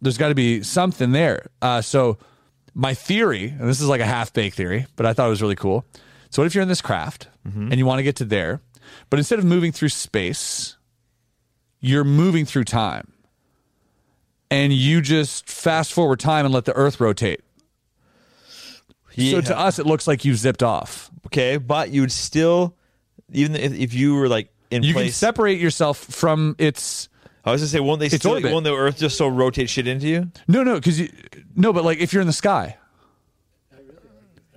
[SPEAKER 3] There's got to be something there. Uh, so, my theory, and this is like a half baked theory, but I thought it was really cool. So, what if you're in this craft
[SPEAKER 2] Mm-hmm.
[SPEAKER 3] and you want to get to there, but instead of moving through space, you're moving through time, and you just fast forward time and let the Earth rotate. So to us, it looks like you zipped off.
[SPEAKER 2] okay, but you would still, even if, if you were like in
[SPEAKER 3] You can
[SPEAKER 2] place.
[SPEAKER 3] separate yourself from its
[SPEAKER 2] I was gonna say, won't they
[SPEAKER 3] It's
[SPEAKER 2] still?
[SPEAKER 3] orbit.
[SPEAKER 2] Won't the Earth just so rotate shit into you?
[SPEAKER 3] No, no, because you no, but like if you're in the sky,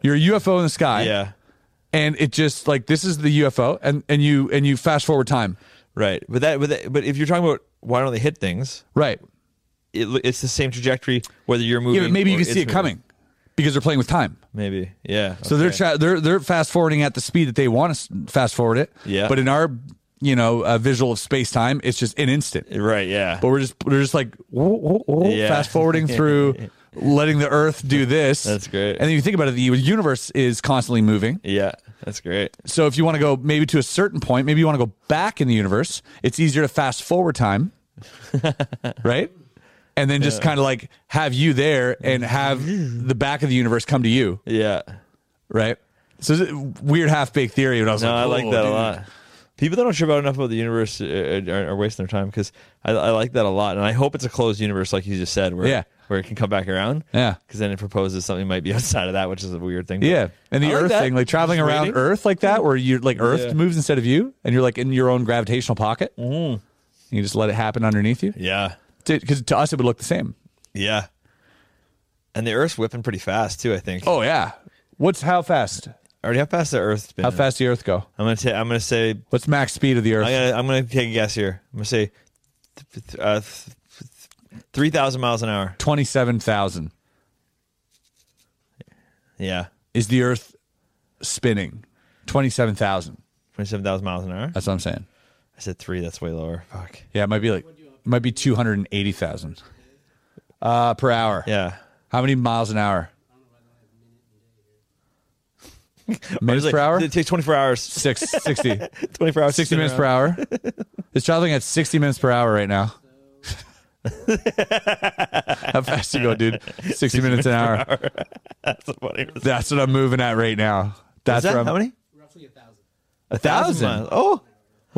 [SPEAKER 3] you're a UFO in the sky,
[SPEAKER 2] yeah.
[SPEAKER 3] and it just like this is the UFO, and and you and you fast forward time,
[SPEAKER 2] Right. But that. But that, but if you're talking about why don't they hit things?
[SPEAKER 3] right?
[SPEAKER 2] It, it's the same trajectory whether you're moving.
[SPEAKER 3] Yeah, but maybe you
[SPEAKER 2] or
[SPEAKER 3] can see it
[SPEAKER 2] it's moving.
[SPEAKER 3] coming because they're playing with time.
[SPEAKER 2] Maybe. Yeah.
[SPEAKER 3] So they're
[SPEAKER 2] okay.
[SPEAKER 3] tra- they're they're fast forwarding at the speed that they want to fast forward it.
[SPEAKER 2] Yeah.
[SPEAKER 3] But in our you know uh, visual of space time, it's just an instant.
[SPEAKER 2] Right. Yeah.
[SPEAKER 3] But we're just we're just like whoa, whoa, whoa,
[SPEAKER 2] Yeah.
[SPEAKER 3] fast forwarding through, letting the Earth do this.
[SPEAKER 2] That's great.
[SPEAKER 3] And then you think about it, the universe is constantly moving.
[SPEAKER 2] yeah. That's great.
[SPEAKER 3] So if you want to go maybe to a certain point, maybe you want to go back in the universe, it's easier to fast forward time, right? And then just kind of like have you there and have the back of the universe come to you,
[SPEAKER 2] Yeah.
[SPEAKER 3] right? So it's a weird half baked theory. But I was
[SPEAKER 2] No,
[SPEAKER 3] like,
[SPEAKER 2] I like
[SPEAKER 3] "Whoa,
[SPEAKER 2] that a
[SPEAKER 3] dude."
[SPEAKER 2] lot. People that aren't sure about enough about the universe uh, are, are wasting their time because I, I like that a lot, and I hope it's a closed universe, like you just said, where
[SPEAKER 3] Yeah.
[SPEAKER 2] where it can come back around.
[SPEAKER 3] Yeah.
[SPEAKER 2] because then it proposes something might be outside of that, which is a weird thing. but
[SPEAKER 3] Yeah, and the
[SPEAKER 2] I like
[SPEAKER 3] Earth
[SPEAKER 2] that.
[SPEAKER 3] thing, like traveling
[SPEAKER 2] Just
[SPEAKER 3] around
[SPEAKER 2] waiting.
[SPEAKER 3] Earth like that, where you're like Earth
[SPEAKER 2] Yeah.
[SPEAKER 3] moves instead of you, and you're like in your own gravitational pocket.
[SPEAKER 2] Mm.
[SPEAKER 3] You just let it happen underneath you,
[SPEAKER 2] Yeah,
[SPEAKER 3] because to us it would look the same.
[SPEAKER 2] yeah, and the Earth's whipping pretty fast too. I think.
[SPEAKER 3] Oh yeah, what's how fast?
[SPEAKER 2] already how fast the Earth's been?
[SPEAKER 3] How fast the Earth go?
[SPEAKER 2] I'm gonna ta- I'm gonna say
[SPEAKER 3] What's max speed of the Earth?
[SPEAKER 2] I'm gonna I'm gonna take a guess here. I'm gonna say th- th- uh, th- th- three thousand miles an hour.
[SPEAKER 3] 27,000.
[SPEAKER 2] Yeah,
[SPEAKER 3] Is the earth spinning? 27,000.
[SPEAKER 2] twenty seven thousand miles an hour.
[SPEAKER 3] That's what I'm saying.
[SPEAKER 2] I said three. That's way lower. Fuck.
[SPEAKER 3] Yeah, it might be like it might be 280,000 uh per hour.
[SPEAKER 2] Yeah.
[SPEAKER 3] How many miles an hour? Minutes
[SPEAKER 2] It's
[SPEAKER 3] per
[SPEAKER 2] like-
[SPEAKER 3] hour?
[SPEAKER 2] It takes 24 hours.
[SPEAKER 3] Six, 60.
[SPEAKER 2] 24 hours.
[SPEAKER 3] 60 minutes per hour. It's traveling at 60 minutes per hour right now. How fast you go, dude? 60, minutes an hour. That's what I'm moving at right now. That's
[SPEAKER 2] that,
[SPEAKER 3] where I'm,
[SPEAKER 2] how many?
[SPEAKER 5] Roughly a thousand.
[SPEAKER 2] A
[SPEAKER 3] thousand.
[SPEAKER 2] miles. Oh,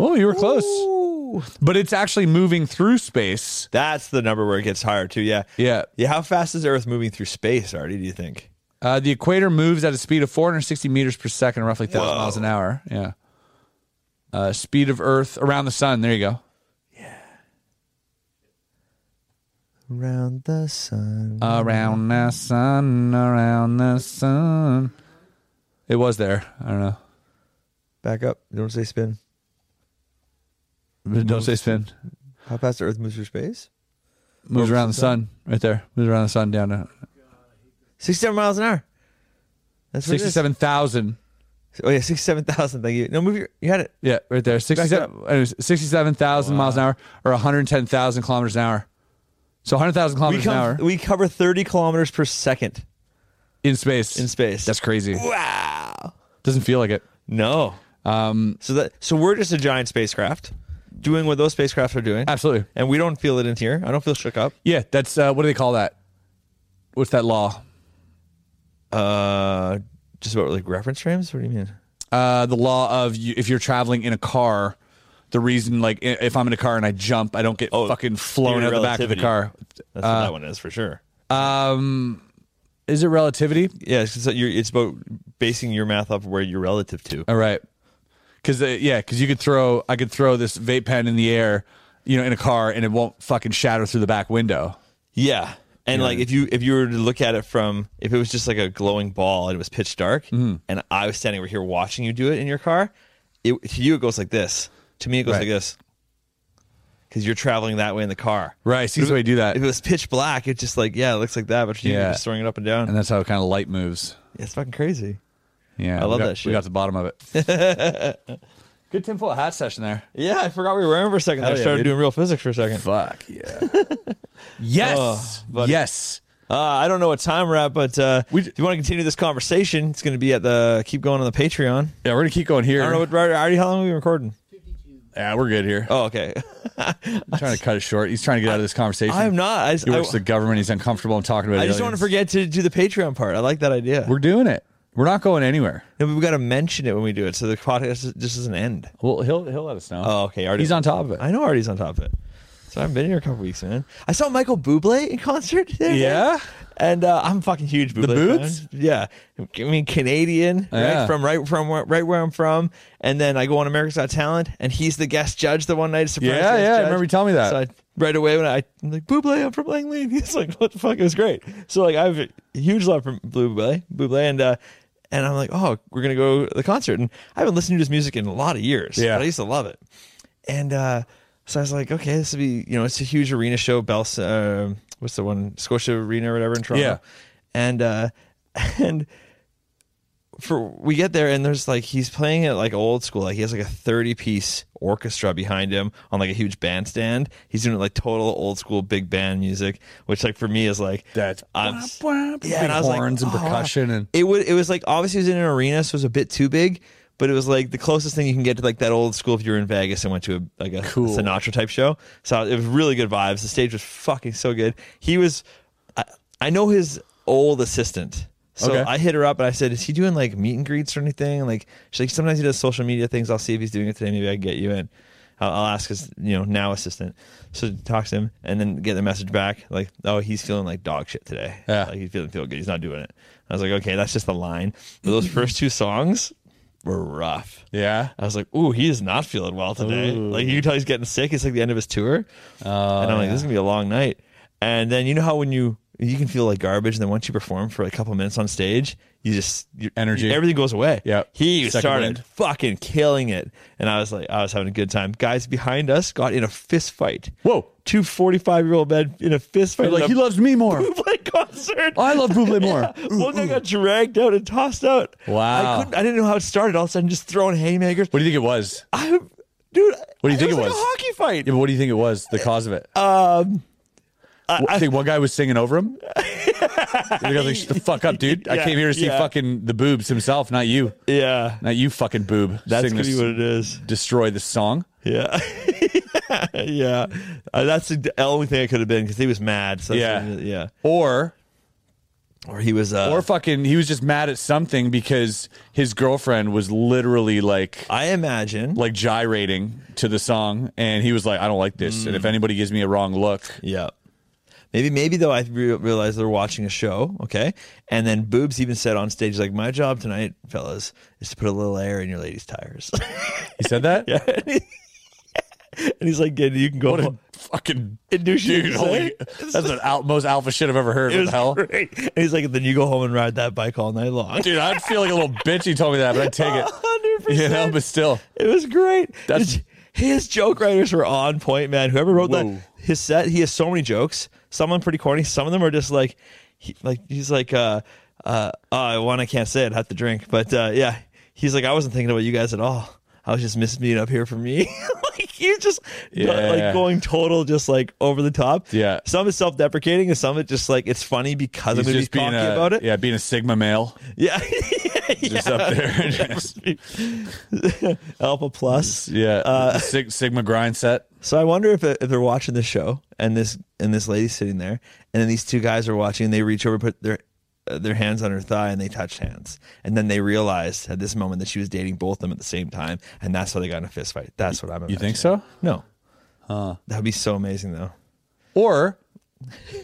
[SPEAKER 3] Oh, you were close. But it's actually moving through space.
[SPEAKER 2] that's the number where it gets higher too. Yeah.
[SPEAKER 3] Yeah.
[SPEAKER 2] Yeah. How fast is Earth moving through space already? Do you think?
[SPEAKER 3] Uh, the equator moves at a speed of 460 meters per second, roughly 1,000 miles an hour. Yeah. Uh, speed of Earth around the sun. There you go.
[SPEAKER 2] Around the sun.
[SPEAKER 3] Around the sun, around the sun. It was there. I don't know.
[SPEAKER 2] Back up. Don't say spin.
[SPEAKER 3] But Don't say spin.
[SPEAKER 2] How fast the Earth moves through space?
[SPEAKER 3] Moves around the sun right there. Moves around the sun down to
[SPEAKER 2] 67 miles an hour. That's what it is.
[SPEAKER 3] 67,000.
[SPEAKER 2] Oh yeah, 67,000. Thank you. No, move your. You had it.
[SPEAKER 3] Yeah, right there. 67 anyways, 67,000 miles an hour or 110,000 kilometers an hour. So 100,000
[SPEAKER 2] We,
[SPEAKER 3] kilometers an hour
[SPEAKER 2] come, we cover 30 kilometers per second
[SPEAKER 3] in space.
[SPEAKER 2] in space.
[SPEAKER 3] That's crazy.
[SPEAKER 2] wow.
[SPEAKER 3] Doesn't feel like it.
[SPEAKER 2] No.
[SPEAKER 3] Um,
[SPEAKER 2] So that so we're just a giant spacecraft doing what those spacecraft are doing.
[SPEAKER 3] absolutely.
[SPEAKER 2] and we don't feel it in here. I don't feel shook up.
[SPEAKER 3] Yeah, that's uh, what do they call that? What's that law?
[SPEAKER 2] Uh, just about like reference frames. What do you mean?
[SPEAKER 3] Uh, the law of you, if you're traveling in a car, the reason like i- if I'm in a car and I jump, I don't get
[SPEAKER 2] Oh,
[SPEAKER 3] fucking flown
[SPEAKER 2] theory
[SPEAKER 3] out
[SPEAKER 2] of
[SPEAKER 3] the back of the
[SPEAKER 2] relativity.
[SPEAKER 3] car.
[SPEAKER 2] That's
[SPEAKER 3] Uh,
[SPEAKER 2] what that one is for sure.
[SPEAKER 3] Um, is it relativity?
[SPEAKER 2] Yeah, it's, just that you're, it's about basing your math off of where you're relative to.
[SPEAKER 3] All right. Because uh, yeah, because you could throw, I could throw this vape pen in the air. you know, in a car and it won't fucking shatter through the back window.
[SPEAKER 2] Yeah. And like if you if you were to look at it from if it was just like a glowing ball and it was pitch dark
[SPEAKER 3] Mm-hmm.
[SPEAKER 2] and I was standing over here watching you do it in your car, it to you it goes like this. To me it goes
[SPEAKER 3] Right.
[SPEAKER 2] like this. Cuz you're traveling that way in the car.
[SPEAKER 3] Right. See the way you do that.
[SPEAKER 2] If it was pitch black, it's just like yeah, it looks like that, but you're
[SPEAKER 3] Yeah.
[SPEAKER 2] just throwing it up and down.
[SPEAKER 3] And that's how kind of light moves.
[SPEAKER 2] it's fucking crazy.
[SPEAKER 3] Yeah.
[SPEAKER 2] I love
[SPEAKER 3] we got,
[SPEAKER 2] that shit.
[SPEAKER 3] We got to the bottom of it. Good tinfoil hat session there.
[SPEAKER 2] Yeah, I forgot we were in for a second.
[SPEAKER 3] Hell
[SPEAKER 2] I
[SPEAKER 3] yeah,
[SPEAKER 2] started
[SPEAKER 3] dude.
[SPEAKER 2] doing real physics for a second.
[SPEAKER 3] Fuck yeah. yes.
[SPEAKER 2] Oh, buddy.
[SPEAKER 3] yes.
[SPEAKER 2] Uh, I don't know what time we're at, but uh,
[SPEAKER 3] We-
[SPEAKER 2] if you want to continue this conversation, it's going to be at the keep going on the Patreon.
[SPEAKER 3] Yeah, we're gonna keep going here.
[SPEAKER 2] I don't know what already how long we been recording.
[SPEAKER 3] yeah, we're good here.
[SPEAKER 2] Oh, okay.
[SPEAKER 3] I'm trying to cut it short. He's trying to get out of this conversation.
[SPEAKER 2] I am not. I,
[SPEAKER 3] He
[SPEAKER 2] I-
[SPEAKER 3] works for the government. He's uncomfortable. I'm talking about.
[SPEAKER 2] I just don't want to
[SPEAKER 3] aliens.
[SPEAKER 2] forget to do the Patreon part. I like that idea.
[SPEAKER 3] We're doing it. We're not going anywhere.
[SPEAKER 2] No, but we've got to mention it when we do it, so the podcast just doesn't end.
[SPEAKER 3] Well, he'll he'll let us know.
[SPEAKER 2] Oh, okay. Artie,
[SPEAKER 3] He's on top of it.
[SPEAKER 2] I know Artie's on top of it. So I've been here a couple weeks, man. I saw Michael Bublé in concert. the other day.
[SPEAKER 3] Yeah?
[SPEAKER 2] and uh, I'm a fucking huge Bublé
[SPEAKER 3] Boots?
[SPEAKER 2] fan. Yeah, I mean Canadian,
[SPEAKER 3] Yeah.
[SPEAKER 2] right from right from where, right where I'm from. And then I go on America's Got Talent, and he's the guest judge the one night. Surprise
[SPEAKER 3] Yeah,
[SPEAKER 2] guest
[SPEAKER 3] yeah, I
[SPEAKER 2] judge.
[SPEAKER 3] remember you telling me that.
[SPEAKER 2] So I, right away when I, I'm like Bublé, I'm from Langley. And he's like, what the fuck? It was great. So like I have a huge love for Bublé, Bublé, and. uh and I'm like, oh, we're gonna go to the concert, and I haven't listened to his music in a lot of years.
[SPEAKER 3] Yeah.
[SPEAKER 2] but I used to love it. And uh, so I was like, okay, this would be, you know, it's a huge arena show, Bell, uh, what's the one, Scotia Arena or whatever in Toronto.
[SPEAKER 3] Yeah.
[SPEAKER 2] And, uh, and for, we get there and there's like, he's playing it like old school. Like he has like a 30 piece orchestra behind him on like a huge bandstand. He's doing like total old school big band music, which like for me is like,
[SPEAKER 3] That's
[SPEAKER 2] I'm-
[SPEAKER 3] yeah,
[SPEAKER 2] and I was like,
[SPEAKER 3] horns
[SPEAKER 2] "Oh,
[SPEAKER 3] and
[SPEAKER 2] wow."
[SPEAKER 3] percussion and
[SPEAKER 2] it was it was like obviously it was in an arena, so it was a bit too big, but it was like the closest thing you can get to like that old school if you were in Vegas and went to a like a
[SPEAKER 3] Cool.
[SPEAKER 2] Sinatra type show. So it was really good vibes. The stage was fucking so good. He was, I, I know his old assistant. So
[SPEAKER 3] Okay.
[SPEAKER 2] I hit her up and I said, "Is he doing like meet and greets or anything?" And like she's like, "Sometimes he does social media things. I'll see if he's doing it today. Maybe I can get you in." I'll, I'll ask his you know now assistant. So talk to him and then get the message back like, "Oh, he's feeling like dog shit today.
[SPEAKER 3] Yeah.
[SPEAKER 2] Like, he doesn't feel good. He's not doing it." I was like, "Okay, that's just the line." But those first two songs were rough.
[SPEAKER 3] yeah.
[SPEAKER 2] I was like, "Ooh, he is not feeling well today. Like you can tell he's getting sick. It's like the end of his tour."
[SPEAKER 3] Oh,
[SPEAKER 2] and I'm like, "This is gonna be a long night." And then you know how when you you can feel like garbage, and then once you perform for a couple minutes on stage, you just your
[SPEAKER 3] Energy.
[SPEAKER 2] everything goes away.
[SPEAKER 3] Yep.
[SPEAKER 2] he
[SPEAKER 3] Second
[SPEAKER 2] started
[SPEAKER 3] wind.
[SPEAKER 2] fucking killing it, and I was like, I was having a good time. Guys behind us got in a fist fight.
[SPEAKER 3] Whoa.
[SPEAKER 2] Two 45 year old men in a fist fight.
[SPEAKER 3] like
[SPEAKER 2] at
[SPEAKER 3] he
[SPEAKER 2] a
[SPEAKER 3] loves me more.
[SPEAKER 2] Buble concert.
[SPEAKER 3] I love Buble more.
[SPEAKER 2] One guy got dragged out and tossed out.
[SPEAKER 3] Wow.
[SPEAKER 2] I, couldn't, I didn't know how it started. All of a sudden, just throwing haymakers.
[SPEAKER 3] What do you think it was?
[SPEAKER 2] I, dude.
[SPEAKER 3] What do you think it
[SPEAKER 2] like
[SPEAKER 3] was?
[SPEAKER 2] a hockey fight. Um,
[SPEAKER 3] Yeah, but what do you think it was? The cause of it?
[SPEAKER 2] I-
[SPEAKER 3] I
[SPEAKER 2] I-
[SPEAKER 3] think one guy was singing over him. the guy's like, "Shut the fuck up, dude! I
[SPEAKER 2] Yeah,
[SPEAKER 3] came here to see
[SPEAKER 2] yeah.
[SPEAKER 3] fucking the boobs himself, not you,
[SPEAKER 2] yeah,
[SPEAKER 3] not you fucking boob."
[SPEAKER 2] that's
[SPEAKER 3] Sing
[SPEAKER 2] gonna
[SPEAKER 3] this-
[SPEAKER 2] be what it is.
[SPEAKER 3] destroy this song.
[SPEAKER 2] Yeah, yeah. Uh, that's the only thing I could have been because he was mad. So that's-
[SPEAKER 3] Yeah.
[SPEAKER 2] yeah.
[SPEAKER 3] Or
[SPEAKER 2] Or he was. Uh,
[SPEAKER 3] or fucking he was just mad at something because his girlfriend was literally like
[SPEAKER 2] I imagine.
[SPEAKER 3] like gyrating to the song and he was like I don't like this and if
[SPEAKER 2] Mm.
[SPEAKER 3] anybody gives me a wrong look
[SPEAKER 2] Yeah. Maybe, maybe though, I re- realized they're watching a show, okay? And then Boobs even said on stage, like, my job tonight, fellas, is to put a little air in your lady's tires.
[SPEAKER 3] he said that yeah
[SPEAKER 2] and he's like, "Kid, you can go.
[SPEAKER 3] what a
[SPEAKER 2] home."
[SPEAKER 3] fucking
[SPEAKER 2] It knew she
[SPEAKER 3] dude
[SPEAKER 2] didn't
[SPEAKER 3] holy
[SPEAKER 2] say.
[SPEAKER 3] that's the al- most alpha shit I've ever heard
[SPEAKER 2] It
[SPEAKER 3] what
[SPEAKER 2] was
[SPEAKER 3] the hell
[SPEAKER 2] great. And he's like, then you go home and ride that bike all night long.
[SPEAKER 3] dude I'd feel like a little bitch he told me that but I'd take it
[SPEAKER 2] 100%.
[SPEAKER 3] you know but still
[SPEAKER 2] It was great.
[SPEAKER 3] That's-
[SPEAKER 2] His- his joke writers were on point, man. Whoever wrote
[SPEAKER 3] Whoa.
[SPEAKER 2] that his set, he has so many jokes. Some of them pretty corny. Some of them are just like, he, like he's like, uh, uh, oh, one I can't say it. I have to drink, but uh, yeah, he's like, I wasn't thinking about you guys at all. I was just missing being up here for me. like he's just
[SPEAKER 3] Yeah.
[SPEAKER 2] like going total, just like over the top.
[SPEAKER 3] Yeah.
[SPEAKER 2] Some is self deprecating, and some it just like it's funny because I'm
[SPEAKER 3] he's
[SPEAKER 2] gonna be
[SPEAKER 3] just being
[SPEAKER 2] cocky
[SPEAKER 3] a,
[SPEAKER 2] about it.
[SPEAKER 3] yeah being a sigma male
[SPEAKER 2] Yeah.
[SPEAKER 3] just up there just,
[SPEAKER 2] Alpha plus.
[SPEAKER 3] yeah
[SPEAKER 2] Uh,
[SPEAKER 3] the sig- sigma grind set
[SPEAKER 2] So I wonder if, if they're watching the show and this and this lady's sitting there, and then these two guys are watching. And they reach over, put their uh, their hands on her thigh, and they touched hands. And then they realized at this moment that she was dating both of them at the same time, and that's how they got in a fist fight. That's what I'm.
[SPEAKER 3] you think
[SPEAKER 2] imagining.
[SPEAKER 3] so
[SPEAKER 2] No. That'd be so amazing, though.
[SPEAKER 3] Or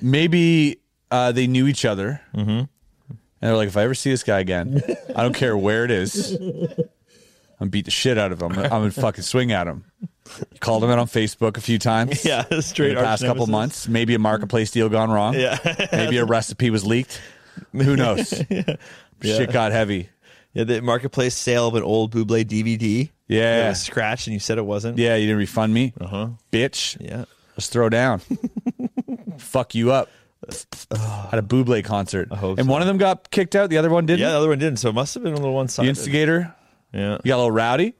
[SPEAKER 3] maybe uh, they knew each other. Mm-hmm. And they're like, if I ever see this guy again, I don't care where it is. I'm beat the shit out of him. I'm gonna fucking swing at him. Called him out on Facebook a few times.
[SPEAKER 2] Yeah, straight
[SPEAKER 3] in the past
[SPEAKER 2] arch
[SPEAKER 3] couple
[SPEAKER 2] nemesis.
[SPEAKER 3] months. Maybe a marketplace deal gone wrong.
[SPEAKER 2] Yeah.
[SPEAKER 3] maybe a recipe was leaked. Who knows? Shit got heavy.
[SPEAKER 2] Yeah, the marketplace sale of an old Buble DVD.
[SPEAKER 3] Yeah.
[SPEAKER 2] that was scratched, and you said it wasn't.
[SPEAKER 3] Yeah, you didn't refund me, uh-huh. bitch.
[SPEAKER 2] yeah.
[SPEAKER 3] Let's throw down. Fuck you up. At a Buble concert,
[SPEAKER 2] hope
[SPEAKER 3] and
[SPEAKER 2] so.
[SPEAKER 3] one of them got kicked out. The other one didn't.
[SPEAKER 2] Yeah, the other one didn't. So it must have been a little one
[SPEAKER 3] the
[SPEAKER 2] sided.
[SPEAKER 3] instigator.
[SPEAKER 2] yeah,
[SPEAKER 3] You got a little rowdy.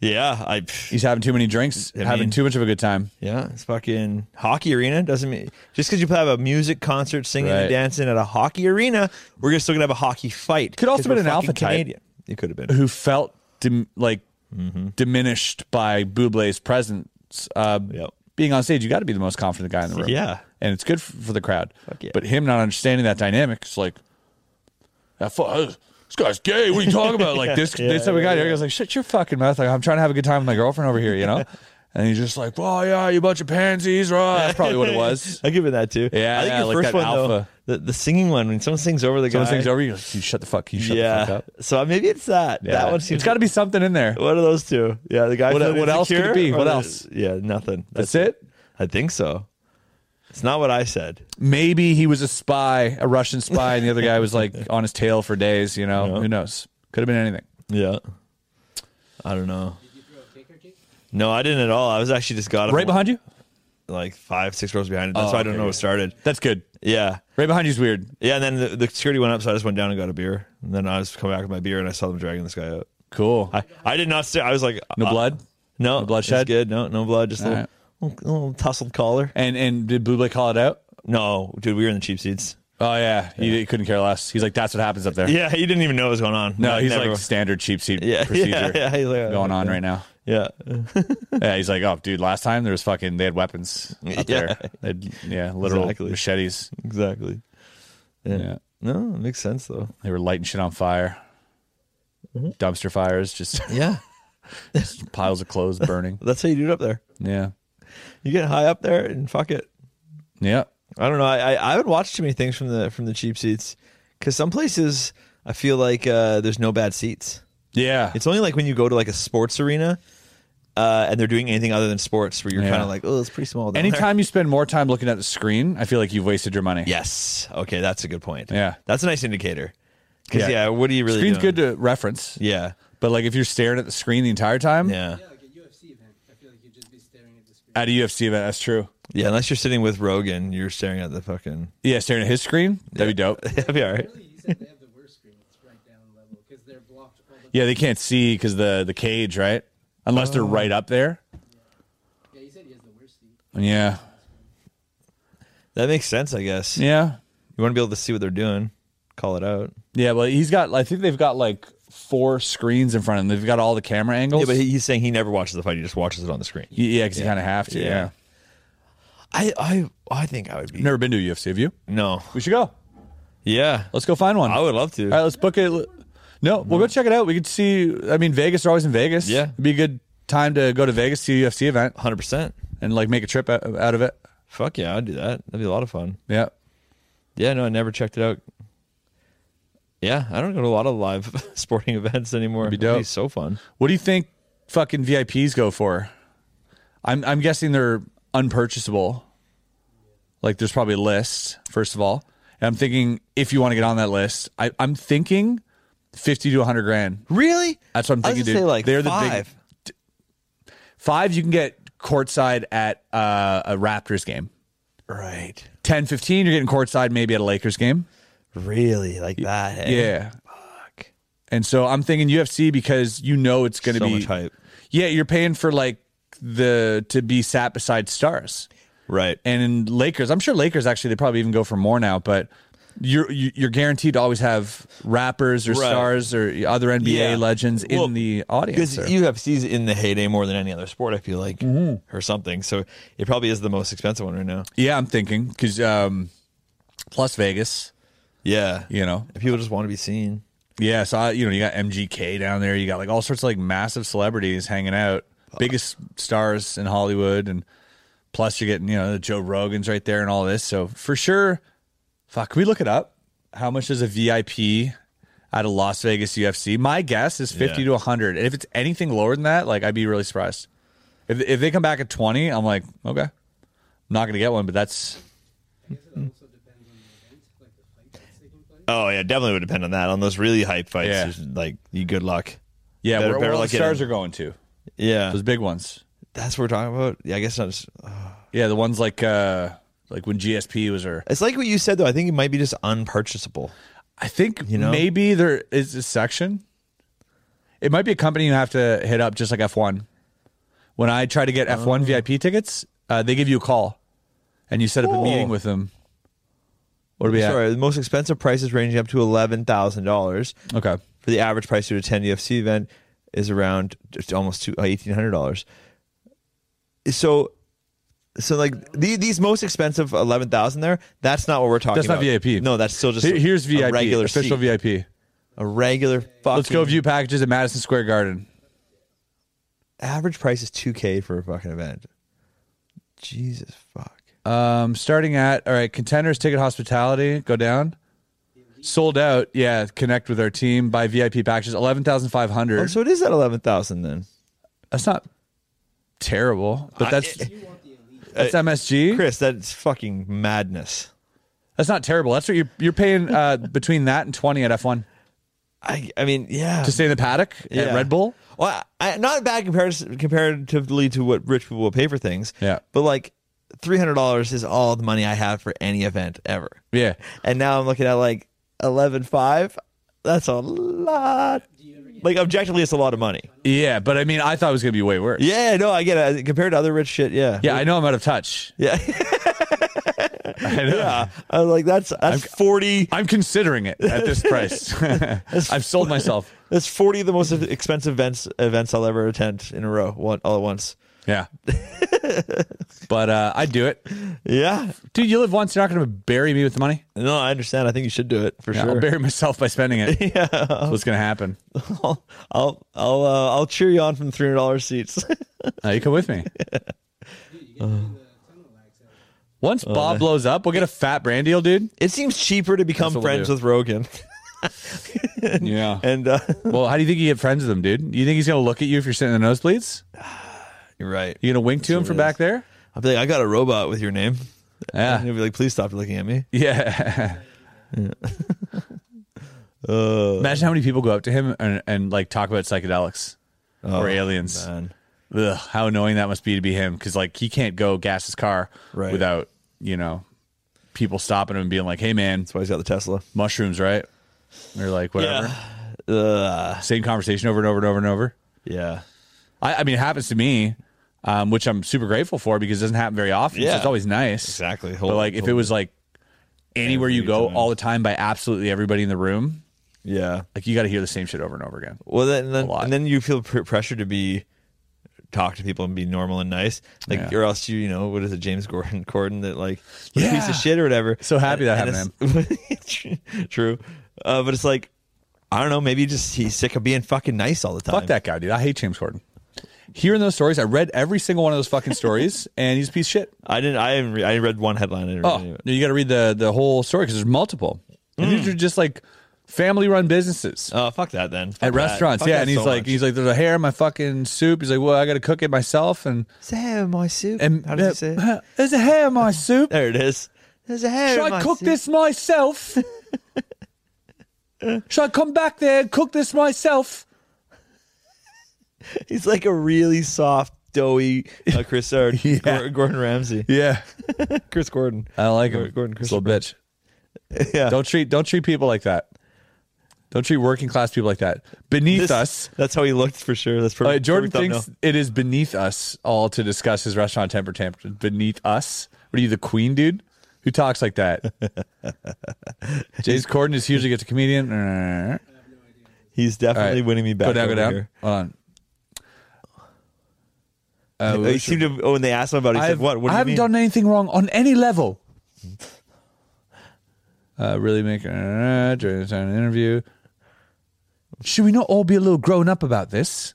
[SPEAKER 2] yeah. I
[SPEAKER 3] He's having too many drinks,
[SPEAKER 2] I
[SPEAKER 3] having
[SPEAKER 2] mean-
[SPEAKER 3] too much of a good time.
[SPEAKER 2] yeah. It's fucking hockey arena doesn't mean just because you have a music concert, singing
[SPEAKER 3] Right.
[SPEAKER 2] and dancing at a hockey arena, we're just still gonna have a hockey fight.
[SPEAKER 3] Could also
[SPEAKER 2] 'Cause
[SPEAKER 3] been
[SPEAKER 2] we're
[SPEAKER 3] an alpha
[SPEAKER 2] fucking
[SPEAKER 3] type.
[SPEAKER 2] Canadian. It could have been.
[SPEAKER 3] who felt dim- like
[SPEAKER 2] Mm-hmm.
[SPEAKER 3] diminished by Bublé's presence uh,
[SPEAKER 2] Yep.
[SPEAKER 3] being on stage. You got to be the most confident guy in the room.
[SPEAKER 2] Yeah.
[SPEAKER 3] and it's good f- for the crowd.
[SPEAKER 2] yeah.
[SPEAKER 3] But him not understanding that dynamic, it's like that. Fu- uh, this guy's gay. What are you talking about? Like this, this type of guy. here goes like, shut your fucking mouth. Like I'm trying to have a good time with my girlfriend over here, you know. and he's just like, well, yeah, you bunch of pansies, right? That's probably what it was.
[SPEAKER 2] I give it that too.
[SPEAKER 3] Yeah,
[SPEAKER 2] I think
[SPEAKER 3] yeah,
[SPEAKER 2] the
[SPEAKER 3] like
[SPEAKER 2] first
[SPEAKER 3] that
[SPEAKER 2] one
[SPEAKER 3] alpha.
[SPEAKER 2] though, the, the singing one when someone sings over the
[SPEAKER 3] Someone
[SPEAKER 2] guy.
[SPEAKER 3] sings over you. goes, You shut the fuck. You shut the fuck
[SPEAKER 2] yeah.
[SPEAKER 3] up.
[SPEAKER 2] So uh, maybe it's that.
[SPEAKER 3] Yeah.
[SPEAKER 2] That one seems.
[SPEAKER 3] it's got to be something in there.
[SPEAKER 2] One of those two. Yeah, the guy.
[SPEAKER 3] What-
[SPEAKER 2] feeling
[SPEAKER 3] what else could it
[SPEAKER 2] insecure
[SPEAKER 3] be?
[SPEAKER 2] or
[SPEAKER 3] What
[SPEAKER 2] the-
[SPEAKER 3] else?
[SPEAKER 2] Yeah, nothing.
[SPEAKER 3] That's it.
[SPEAKER 2] I think so. It's not what I said.
[SPEAKER 3] maybe he was a spy, a Russian spy, and the other guy was like on his tail for days. You know, who knows? Could have been anything.
[SPEAKER 2] Yeah. I don't know.
[SPEAKER 5] You throw a cake or cake?
[SPEAKER 2] No, I didn't at all. I was actually just got him
[SPEAKER 3] Right behind you?
[SPEAKER 2] like five, six rows behind it. That's why I don't
[SPEAKER 3] Oh, okay,
[SPEAKER 2] know
[SPEAKER 3] yeah.
[SPEAKER 2] what started.
[SPEAKER 3] That's good.
[SPEAKER 2] Yeah.
[SPEAKER 3] Right behind you is weird.
[SPEAKER 2] Yeah, and then the, the security went up, so I just went down and got a beer. And then I was coming back with my beer, and I saw them dragging this guy out.
[SPEAKER 3] Cool.
[SPEAKER 2] I, I did not stay. I was like,
[SPEAKER 3] No
[SPEAKER 2] uh,
[SPEAKER 3] blood.
[SPEAKER 2] No,
[SPEAKER 3] No bloodshed?
[SPEAKER 2] It's good. No, no blood. Just a little,
[SPEAKER 3] right.
[SPEAKER 2] little, little tousled collar.
[SPEAKER 3] And and did Buble call it out?
[SPEAKER 2] No, dude, we were in the cheap seats.
[SPEAKER 3] Oh yeah, he, he couldn't care less. He's like, that's what happens up there.
[SPEAKER 2] Yeah, he didn't even know what was going on.
[SPEAKER 3] No,
[SPEAKER 2] I
[SPEAKER 3] he's
[SPEAKER 2] never-
[SPEAKER 3] like standard cheap seat
[SPEAKER 2] yeah,
[SPEAKER 3] procedure
[SPEAKER 2] yeah, yeah, he's like, oh,
[SPEAKER 3] going on
[SPEAKER 2] yeah.
[SPEAKER 3] right now.
[SPEAKER 2] Yeah,
[SPEAKER 3] Yeah, he's like, oh dude, last time there was fucking they had weapons up
[SPEAKER 2] Yeah.
[SPEAKER 3] there. They'd, yeah, literal
[SPEAKER 2] Exactly.
[SPEAKER 3] machetes.
[SPEAKER 2] exactly. Yeah.
[SPEAKER 3] Yeah.
[SPEAKER 2] No, it makes sense though.
[SPEAKER 3] They were lighting shit on fire. Dumpster fires, just
[SPEAKER 2] Yeah,
[SPEAKER 3] piles of clothes burning.
[SPEAKER 2] that's how you do it up there.
[SPEAKER 3] Yeah.
[SPEAKER 2] You get high up there and fuck it.
[SPEAKER 3] Yeah.
[SPEAKER 2] I don't know. I I, I would watch too many things from the from the cheap seats because some places I feel like uh, there's no bad seats.
[SPEAKER 3] Yeah.
[SPEAKER 2] It's only like when you go to like a sports arena. Uh, and they're doing anything other than sports, where you're
[SPEAKER 3] Yeah.
[SPEAKER 2] kind of like, oh, it's pretty small. down there."
[SPEAKER 3] Anytime you spend more time looking at the screen, I feel like you've wasted your money.
[SPEAKER 2] Yes. Okay, that's a good point.
[SPEAKER 3] Yeah.
[SPEAKER 2] That's a nice indicator. Because
[SPEAKER 3] Yeah.
[SPEAKER 2] yeah. what are you really?
[SPEAKER 3] Screen's
[SPEAKER 2] doing?
[SPEAKER 3] good to reference,
[SPEAKER 2] Yeah.
[SPEAKER 3] but like if you're staring at the screen the entire time
[SPEAKER 2] Yeah.
[SPEAKER 5] Yeah, like a UFC event. I feel like you'd just be staring at the screen.
[SPEAKER 3] at a UFC event, that's true.
[SPEAKER 2] Yeah. Unless you're sitting with Rogan, you're staring at the fucking.
[SPEAKER 3] Yeah, staring at his screen, that'd be dope.
[SPEAKER 2] That'd be all right.
[SPEAKER 5] Really, he said they have the worst screen. It's right down level because they're blocked all the
[SPEAKER 3] Yeah, they can't see because the the cage, right? Unless they're
[SPEAKER 2] Oh.
[SPEAKER 3] right up there.
[SPEAKER 5] Yeah, he said he has the worst seat.
[SPEAKER 3] Yeah,
[SPEAKER 2] That makes sense, I guess.
[SPEAKER 3] yeah,
[SPEAKER 2] You want to be able to see what they're doing, call it out.
[SPEAKER 3] yeah. But he's got. I think they've got like four screens in front of them. They've got all the camera angles.
[SPEAKER 2] Yeah, but he- he's saying he never watches the fight; he just watches it on the screen.
[SPEAKER 3] yeah, because you kind of have to. Yeah.
[SPEAKER 2] Yeah. I, I, I think I would be.
[SPEAKER 3] Never been to a UFC, have you?
[SPEAKER 2] No.
[SPEAKER 3] We should go.
[SPEAKER 2] Yeah.
[SPEAKER 3] Let's go find one.
[SPEAKER 2] I would love to.
[SPEAKER 3] All right, let's book it. No, we'll go check it out. We could see. I mean, Vegas. They're always in Vegas.
[SPEAKER 2] Yeah.
[SPEAKER 3] it'd be a good time to go to Vegas, see a UFC event,
[SPEAKER 2] Hundred percent.
[SPEAKER 3] and like make a trip out, out of it.
[SPEAKER 2] Fuck yeah, I'd do that. That'd be a lot of fun.
[SPEAKER 3] Yeah,
[SPEAKER 2] Yeah. No, I never checked it out. Yeah, I don't go to a lot of live sporting events anymore.
[SPEAKER 3] That'd be
[SPEAKER 2] That'd
[SPEAKER 3] dope.
[SPEAKER 2] so fun.
[SPEAKER 3] What do you think? Fucking VIPs go for. I'm I'm guessing they're unpurchasable. Like, there's probably a list first of all. And I'm thinking if you want to get on that list, I, I'm thinking fifty to hundred grand.
[SPEAKER 2] Really?
[SPEAKER 3] That's what I'm
[SPEAKER 2] I was
[SPEAKER 3] thinking.
[SPEAKER 2] gonna
[SPEAKER 3] dude.
[SPEAKER 2] say, like,
[SPEAKER 3] they're the
[SPEAKER 2] five.
[SPEAKER 3] big five. You can get courtside at uh, a Raptors game.
[SPEAKER 2] Right.
[SPEAKER 3] 10 15 you're getting courtside maybe at a lakers game
[SPEAKER 2] Really? Like that? eh?
[SPEAKER 3] yeah and so i'm thinking ufc because you know it's going to
[SPEAKER 2] So
[SPEAKER 3] be
[SPEAKER 2] much hype.
[SPEAKER 3] yeah you're paying for like the to be sat beside stars
[SPEAKER 2] Right.
[SPEAKER 3] and in lakers i'm sure lakers actually they probably even go for more now but you're you- you're guaranteed to always have rappers or
[SPEAKER 2] Right.
[SPEAKER 3] stars or other nba
[SPEAKER 2] Yeah.
[SPEAKER 3] legends
[SPEAKER 2] Well,
[SPEAKER 3] in the
[SPEAKER 2] Because
[SPEAKER 3] audience there.
[SPEAKER 2] UFC's in the heyday more than any other sport, I feel like, or something. So it probably is the most expensive one right now.
[SPEAKER 3] yeah i'm thinking because um plus vegas
[SPEAKER 2] Yeah.
[SPEAKER 3] you know
[SPEAKER 2] People just want to be seen.
[SPEAKER 3] Yeah, so I, you know you got MGK down there. You got like all sorts of like massive celebrities hanging out, biggest stars in Hollywood, and plus you're getting you know the Joe Rogan's right there and all this. So for sure, fuck, can we look it up? How much is a VIP at a Las Vegas UFC? My guess is fifty
[SPEAKER 2] Yeah.
[SPEAKER 3] to hundred. And if it's anything lower than that, like I'd be really surprised. If If if they come back at twenty, I'm like, okay, I'm not gonna get one. But that's
[SPEAKER 2] Oh yeah, definitely would depend on that. On those really hype fights,
[SPEAKER 3] Yeah.
[SPEAKER 2] there's, like you good luck.
[SPEAKER 3] yeah,
[SPEAKER 2] Better- better
[SPEAKER 3] where, where all the
[SPEAKER 2] luck
[SPEAKER 3] stars
[SPEAKER 2] getting-
[SPEAKER 3] are going to
[SPEAKER 2] Yeah,
[SPEAKER 3] those big ones.
[SPEAKER 2] that's what we're talking about. Yeah, I guess not. Just,
[SPEAKER 3] Yeah, the ones like uh like when GSP was her.
[SPEAKER 2] it's like what you said though. I think it might be just unpurchasable.
[SPEAKER 3] I think
[SPEAKER 2] know?
[SPEAKER 3] maybe there is a section. It might be a company you have to hit up, just like F1. When I try to get
[SPEAKER 2] Oh.
[SPEAKER 3] F1 VIP tickets, uh, they give you a call, and you set up a meeting
[SPEAKER 2] Oh.
[SPEAKER 3] with them. What do we
[SPEAKER 2] Sorry,
[SPEAKER 3] have?
[SPEAKER 2] the most expensive prices ranging up to eleven thousand dollars.
[SPEAKER 3] Okay,
[SPEAKER 2] For the average price to attend a UFC event is around just almost two uh, eighteen hundred dollars. So, so like the, these most expensive eleven thousand there. That's not what we're talking.
[SPEAKER 3] that's not
[SPEAKER 2] about.
[SPEAKER 3] VIP.
[SPEAKER 2] No, that's still just
[SPEAKER 3] Here- here's
[SPEAKER 2] a
[SPEAKER 3] VIP,
[SPEAKER 2] regular
[SPEAKER 3] official
[SPEAKER 2] seat.
[SPEAKER 3] VIP.
[SPEAKER 2] a regular fucking.
[SPEAKER 3] Let's go view packages at Madison Square Garden.
[SPEAKER 2] average price is 2k for a fucking event jesus fuck
[SPEAKER 3] Um, starting at all right, contenders ticket hospitality go down, sold out. Yeah, connect with our team. Buy VIP packages eleven thousand five
[SPEAKER 2] oh,
[SPEAKER 3] hundred.
[SPEAKER 2] so it is at 11000 then
[SPEAKER 3] That's not terrible, but that's that's MSG.
[SPEAKER 2] chris that's fucking madness
[SPEAKER 3] That's not terrible. That's what you're you're paying uh, between that and twenty at F one
[SPEAKER 2] i i mean yeah
[SPEAKER 3] to stay in the paddock at
[SPEAKER 2] Yeah.
[SPEAKER 3] Red Bull.
[SPEAKER 2] well I, not a bad comparison comparatively to what rich people will pay for things
[SPEAKER 3] Yeah.
[SPEAKER 2] but like $300 is all the money i have for any event ever
[SPEAKER 3] Yeah,
[SPEAKER 2] and now i'm looking at like 115 that's a lot like objectively it's a lot of money
[SPEAKER 3] yeah, but I mean, I thought it was gonna be way worse.
[SPEAKER 2] yeah no i get it compared to other rich shit yeah
[SPEAKER 3] yeah. I know I'm out of touch.
[SPEAKER 2] yeah
[SPEAKER 3] I know.
[SPEAKER 2] Yeah, I was like, that's that's forty.
[SPEAKER 3] I'm considering it at this price. I've sold myself.
[SPEAKER 2] That's forty of the most expensive events events I'll ever attend in a row, one, all at once.
[SPEAKER 3] Yeah, but uh, I'd do it,
[SPEAKER 2] Yeah,
[SPEAKER 3] dude. You live once. You're not gonna bury me with the money.
[SPEAKER 2] no, I understand. I think you should do it for
[SPEAKER 3] Yeah,
[SPEAKER 2] sure.
[SPEAKER 3] I'll bury myself by spending it. yeah, that's what's gonna happen.
[SPEAKER 2] I'll I'll I'll, uh, I'll cheer you on from three hundred dollars seats.
[SPEAKER 3] Uh, you come with me. Uh. Once
[SPEAKER 2] Oh,
[SPEAKER 3] Bob blows up, we'll get a fat brand deal, dude.
[SPEAKER 2] it seems cheaper to become
[SPEAKER 3] That's what we'll
[SPEAKER 2] friends
[SPEAKER 3] do.
[SPEAKER 2] with Rogan,
[SPEAKER 3] Yeah.
[SPEAKER 2] and uh,
[SPEAKER 3] Well, how do you think you get friends with him, dude? You think he's gonna look at you if you're sitting in the nosebleeds?
[SPEAKER 2] you're right.
[SPEAKER 3] You gonna wink to him
[SPEAKER 2] what
[SPEAKER 3] from
[SPEAKER 2] it
[SPEAKER 3] back
[SPEAKER 2] is.
[SPEAKER 3] there?
[SPEAKER 2] I'll be like, I got a robot with your name. And
[SPEAKER 3] Yeah.
[SPEAKER 2] he'll be like, please stop looking at me.
[SPEAKER 3] Yeah.
[SPEAKER 2] Uh.
[SPEAKER 3] Imagine how many people go up to him and, and like talk about psychedelics or aliens.
[SPEAKER 2] Oh, man.
[SPEAKER 3] Ugh, how annoying that must be to be him because like he can't go gas his car
[SPEAKER 2] Right.
[SPEAKER 3] without you know people stopping him and being like, "Hey man,
[SPEAKER 2] That's why he's got the Tesla.
[SPEAKER 3] mushrooms, right?" Or like whatever.
[SPEAKER 2] Ugh.
[SPEAKER 3] Same conversation over and over and over and over.
[SPEAKER 2] Yeah.
[SPEAKER 3] I, I mean, it happens to me, um, which I'm super grateful for because it doesn't happen very often. So
[SPEAKER 2] Yeah.
[SPEAKER 3] it's always nice.
[SPEAKER 2] Exactly.
[SPEAKER 3] but
[SPEAKER 2] Whole-
[SPEAKER 3] like, if it was like anywhere you go all the time by absolutely everybody in the room,
[SPEAKER 2] Yeah.
[SPEAKER 3] like you got to hear the same shit over and over again.
[SPEAKER 2] Well, then, then
[SPEAKER 3] lot.
[SPEAKER 2] and then you feel pr- pressure to be talk to people and be normal and nice, like
[SPEAKER 3] Yeah.
[SPEAKER 2] or else you you know what is it, James Gordon Gordon that like was a piece
[SPEAKER 3] Yeah.
[SPEAKER 2] of shit or whatever.
[SPEAKER 3] So happy that
[SPEAKER 2] happened. true, uh, but it's like I don't know. Maybe just he's sick of being fucking nice all the time.
[SPEAKER 3] Fuck that guy, dude. I hate James Corden. Hearing those stories, I read every single one of those fucking stories, and he's a piece of shit.
[SPEAKER 2] I didn't. I haven't re- I read one headline. I didn't read
[SPEAKER 3] Oh,
[SPEAKER 2] any of
[SPEAKER 3] no,
[SPEAKER 2] it. Mm.
[SPEAKER 3] you got to read the the whole story because there's multiple. And these are just like family run businesses.
[SPEAKER 2] Oh, fuck that then. Fuck
[SPEAKER 3] at
[SPEAKER 2] that.
[SPEAKER 3] restaurants,
[SPEAKER 2] Fuck
[SPEAKER 3] yeah,
[SPEAKER 2] that
[SPEAKER 3] and he's
[SPEAKER 2] so
[SPEAKER 3] like,
[SPEAKER 2] much.
[SPEAKER 3] he's like, there's a hair in my fucking soup. He's like, well, I got to cook it myself, and
[SPEAKER 4] Sam, my soup.
[SPEAKER 3] And
[SPEAKER 4] How does he say? it?
[SPEAKER 3] There's a hair in my soup.
[SPEAKER 2] there it is.
[SPEAKER 4] There's a hair.
[SPEAKER 3] Should
[SPEAKER 4] in
[SPEAKER 3] I
[SPEAKER 4] my
[SPEAKER 3] cook
[SPEAKER 4] soup.
[SPEAKER 3] this myself? Should I come back there and cook this myself?
[SPEAKER 2] He's like a really soft, doughy uh, Chris or Gor- Gordon Ramsay,
[SPEAKER 3] Yeah,
[SPEAKER 2] Chris Gordon.
[SPEAKER 3] I like him.
[SPEAKER 2] Gordon- Gordon
[SPEAKER 3] He's a little bitch.
[SPEAKER 2] Yeah.
[SPEAKER 3] Don't treat don't treat people like that. Don't treat working class people like that. Beneath
[SPEAKER 2] This-
[SPEAKER 3] us.
[SPEAKER 2] That's how he looked for sure. That's
[SPEAKER 3] All
[SPEAKER 2] perfect.
[SPEAKER 3] right, Jordan
[SPEAKER 2] perfect
[SPEAKER 3] thinks it is beneath us all to discuss his restaurant temper tantrum. Beneath us? What are you, the queen, dude? Who talks like that? James Corden is hugely gets a comedian.
[SPEAKER 2] thumbnail. He's definitely
[SPEAKER 3] All right.
[SPEAKER 2] winning me back.
[SPEAKER 3] Go down, go
[SPEAKER 2] over
[SPEAKER 3] down.
[SPEAKER 2] here.
[SPEAKER 3] Hold on. Uh,
[SPEAKER 2] He seemed to. Oh, when they asked him about it, he said,
[SPEAKER 3] I've-
[SPEAKER 2] "What? What do
[SPEAKER 3] I
[SPEAKER 2] you
[SPEAKER 3] haven't
[SPEAKER 2] mean?"
[SPEAKER 3] done anything wrong on any level. uh, really make uh, during the time of the interview. Should we not all be a little grown up about this?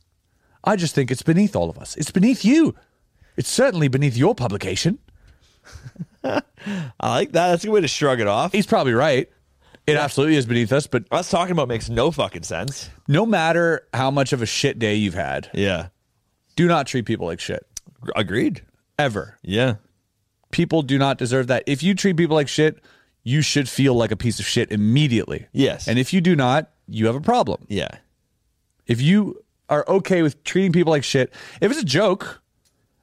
[SPEAKER 3] I just think it's beneath all of us. It's beneath you. It's certainly beneath your publication.
[SPEAKER 2] I like that. That's a good way to shrug it off.
[SPEAKER 3] He's probably right. It absolutely is beneath us, but
[SPEAKER 2] Us talking about makes no fucking sense.
[SPEAKER 3] no matter how much of a shit day you've had,
[SPEAKER 2] Yeah.
[SPEAKER 3] do not treat people like shit.
[SPEAKER 2] Agreed.
[SPEAKER 3] ever.
[SPEAKER 2] Yeah.
[SPEAKER 3] People do not deserve that. If you treat people like shit, you should feel like a piece of shit immediately.
[SPEAKER 2] Yes.
[SPEAKER 3] And if you do not, you have a problem.
[SPEAKER 2] Yeah.
[SPEAKER 3] If you are okay with treating people like shit, if it's a joke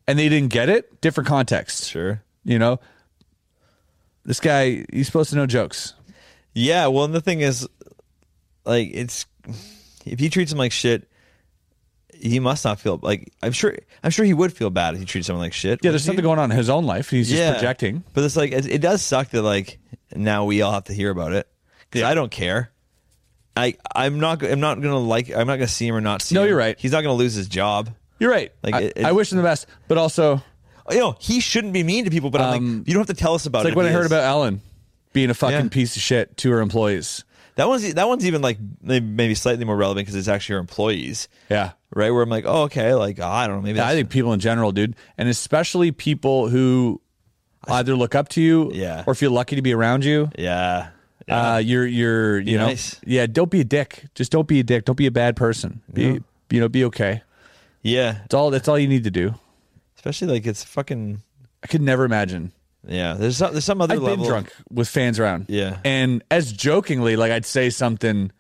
[SPEAKER 3] and they didn't get it, different context.
[SPEAKER 2] Sure.
[SPEAKER 3] You know, this guy, he's supposed to know jokes.
[SPEAKER 2] Yeah. Well, and the thing is, like, it's if he treats him like shit, he must not feel like I'm sure. I'm sure he would feel bad if he treated someone like shit.
[SPEAKER 3] Yeah, there's something going on in his own life. He's just projecting.
[SPEAKER 2] But it's like it, it does suck that like now we all have to hear about it because I don't care. I I'm not I'm not gonna like I'm not gonna see him or not see.
[SPEAKER 3] No,
[SPEAKER 2] him.
[SPEAKER 3] you're right.
[SPEAKER 2] He's not gonna lose his job.
[SPEAKER 3] You're right.
[SPEAKER 2] Like,
[SPEAKER 3] I,
[SPEAKER 2] it-
[SPEAKER 3] I wish him the best, but also
[SPEAKER 2] You know he shouldn't be mean to people, but I'm like you don't have to tell us about
[SPEAKER 3] Um, it's
[SPEAKER 2] it.
[SPEAKER 3] like when
[SPEAKER 2] if
[SPEAKER 3] I
[SPEAKER 2] he
[SPEAKER 3] heard
[SPEAKER 2] is.
[SPEAKER 3] about Ellen being a fucking
[SPEAKER 2] Yeah.
[SPEAKER 3] piece of shit to her employees.
[SPEAKER 2] that one's e, that one's even like may- maybe slightly more relevant because it's actually her employees,
[SPEAKER 3] Yeah.
[SPEAKER 2] right? Where I'm like, oh okay, like oh, I don't know, maybe
[SPEAKER 3] Yeah, I
[SPEAKER 2] that's-
[SPEAKER 3] think people in general, dude, and especially people who either look up to you,
[SPEAKER 2] Yeah.
[SPEAKER 3] or feel lucky to be around you.
[SPEAKER 2] yeah,
[SPEAKER 3] Uh, you're you're you know,
[SPEAKER 2] nice.
[SPEAKER 3] yeah. Don't be a dick. Just don't be a dick. Don't be a bad person. Be you know, be okay.
[SPEAKER 2] yeah,
[SPEAKER 3] It's all that's all you need to do.
[SPEAKER 2] especially like it's fucking
[SPEAKER 3] I could never imagine.
[SPEAKER 2] yeah. There's some there's some other
[SPEAKER 3] I've
[SPEAKER 2] level.
[SPEAKER 3] been drunk with fans around.
[SPEAKER 2] Yeah.
[SPEAKER 3] and as jokingly, like I'd say something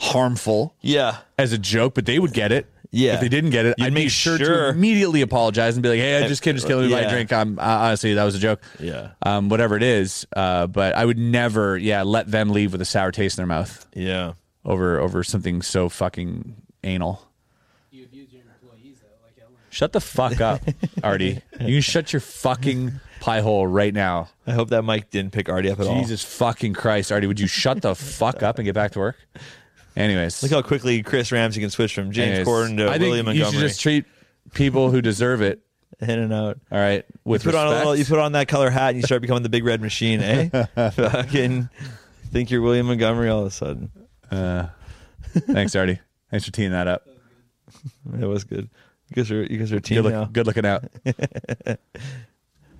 [SPEAKER 3] harmful.
[SPEAKER 2] Yeah,
[SPEAKER 3] as a joke, but they would get it.
[SPEAKER 2] Yeah.
[SPEAKER 3] If they didn't get it,
[SPEAKER 2] You'd
[SPEAKER 3] I'd
[SPEAKER 2] make
[SPEAKER 3] make sure,
[SPEAKER 2] sure.
[SPEAKER 3] to immediately apologize and be like, "Hey, I just kid, just kidding. Yeah.
[SPEAKER 2] Yeah.
[SPEAKER 3] My drink. I'm I, honestly that was a joke.
[SPEAKER 2] Yeah.
[SPEAKER 3] Um, whatever it is. Uh, but I would never, yeah, let them leave with a sour taste in their mouth
[SPEAKER 2] yeah.
[SPEAKER 3] over over something so fucking anal.
[SPEAKER 5] You abuse your employees though, like Ellen.
[SPEAKER 3] Shut the fuck up, Artie. You can shut your fucking pie hole right now.
[SPEAKER 2] I hope that Mike didn't pick Artie up at all.
[SPEAKER 3] Jesus fucking Christ, Artie. Would you shut the fuck up and get back to work? Anyways,
[SPEAKER 2] Look how quickly Chris Ramsey can switch from James
[SPEAKER 3] anyways,
[SPEAKER 2] Corden to
[SPEAKER 3] I think
[SPEAKER 2] William
[SPEAKER 3] you
[SPEAKER 2] Montgomery.
[SPEAKER 3] should just treat people who deserve it
[SPEAKER 2] in and out.
[SPEAKER 3] All right. With
[SPEAKER 2] you put
[SPEAKER 3] respect,
[SPEAKER 2] on a little, you put on that color hat, and you start becoming the big red machine, eh? Fucking think you're William Montgomery all of a sudden.
[SPEAKER 3] thanks, Artie. Thanks for teeing that up.
[SPEAKER 2] That was good. You guys are you guys are a team
[SPEAKER 3] Good,
[SPEAKER 2] now.
[SPEAKER 3] look, good looking out.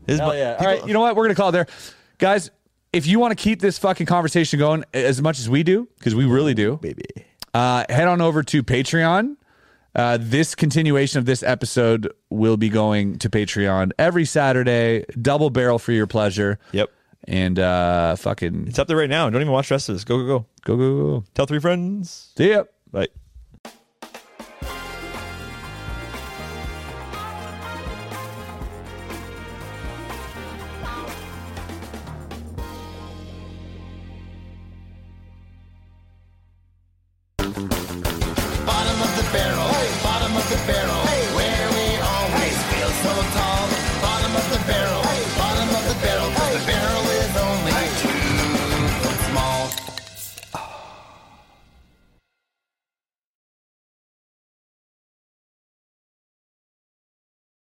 [SPEAKER 2] His mo-
[SPEAKER 3] Oh, All
[SPEAKER 2] people-
[SPEAKER 3] right. You know what? We're going to call it there. Guys, if you want to keep this fucking conversation going as much as we do, because we really do,
[SPEAKER 2] baby.
[SPEAKER 3] uh, head on over to Patreon. Uh, this continuation of this episode will be going to Patreon every Saturday, double barrel for your pleasure.
[SPEAKER 2] Yep.
[SPEAKER 3] And uh, fucking
[SPEAKER 2] It's up there right now. Don't even watch the rest of this. Go go go.
[SPEAKER 3] go, go, go.
[SPEAKER 2] Tell three friends.
[SPEAKER 3] See ya.
[SPEAKER 2] Bye.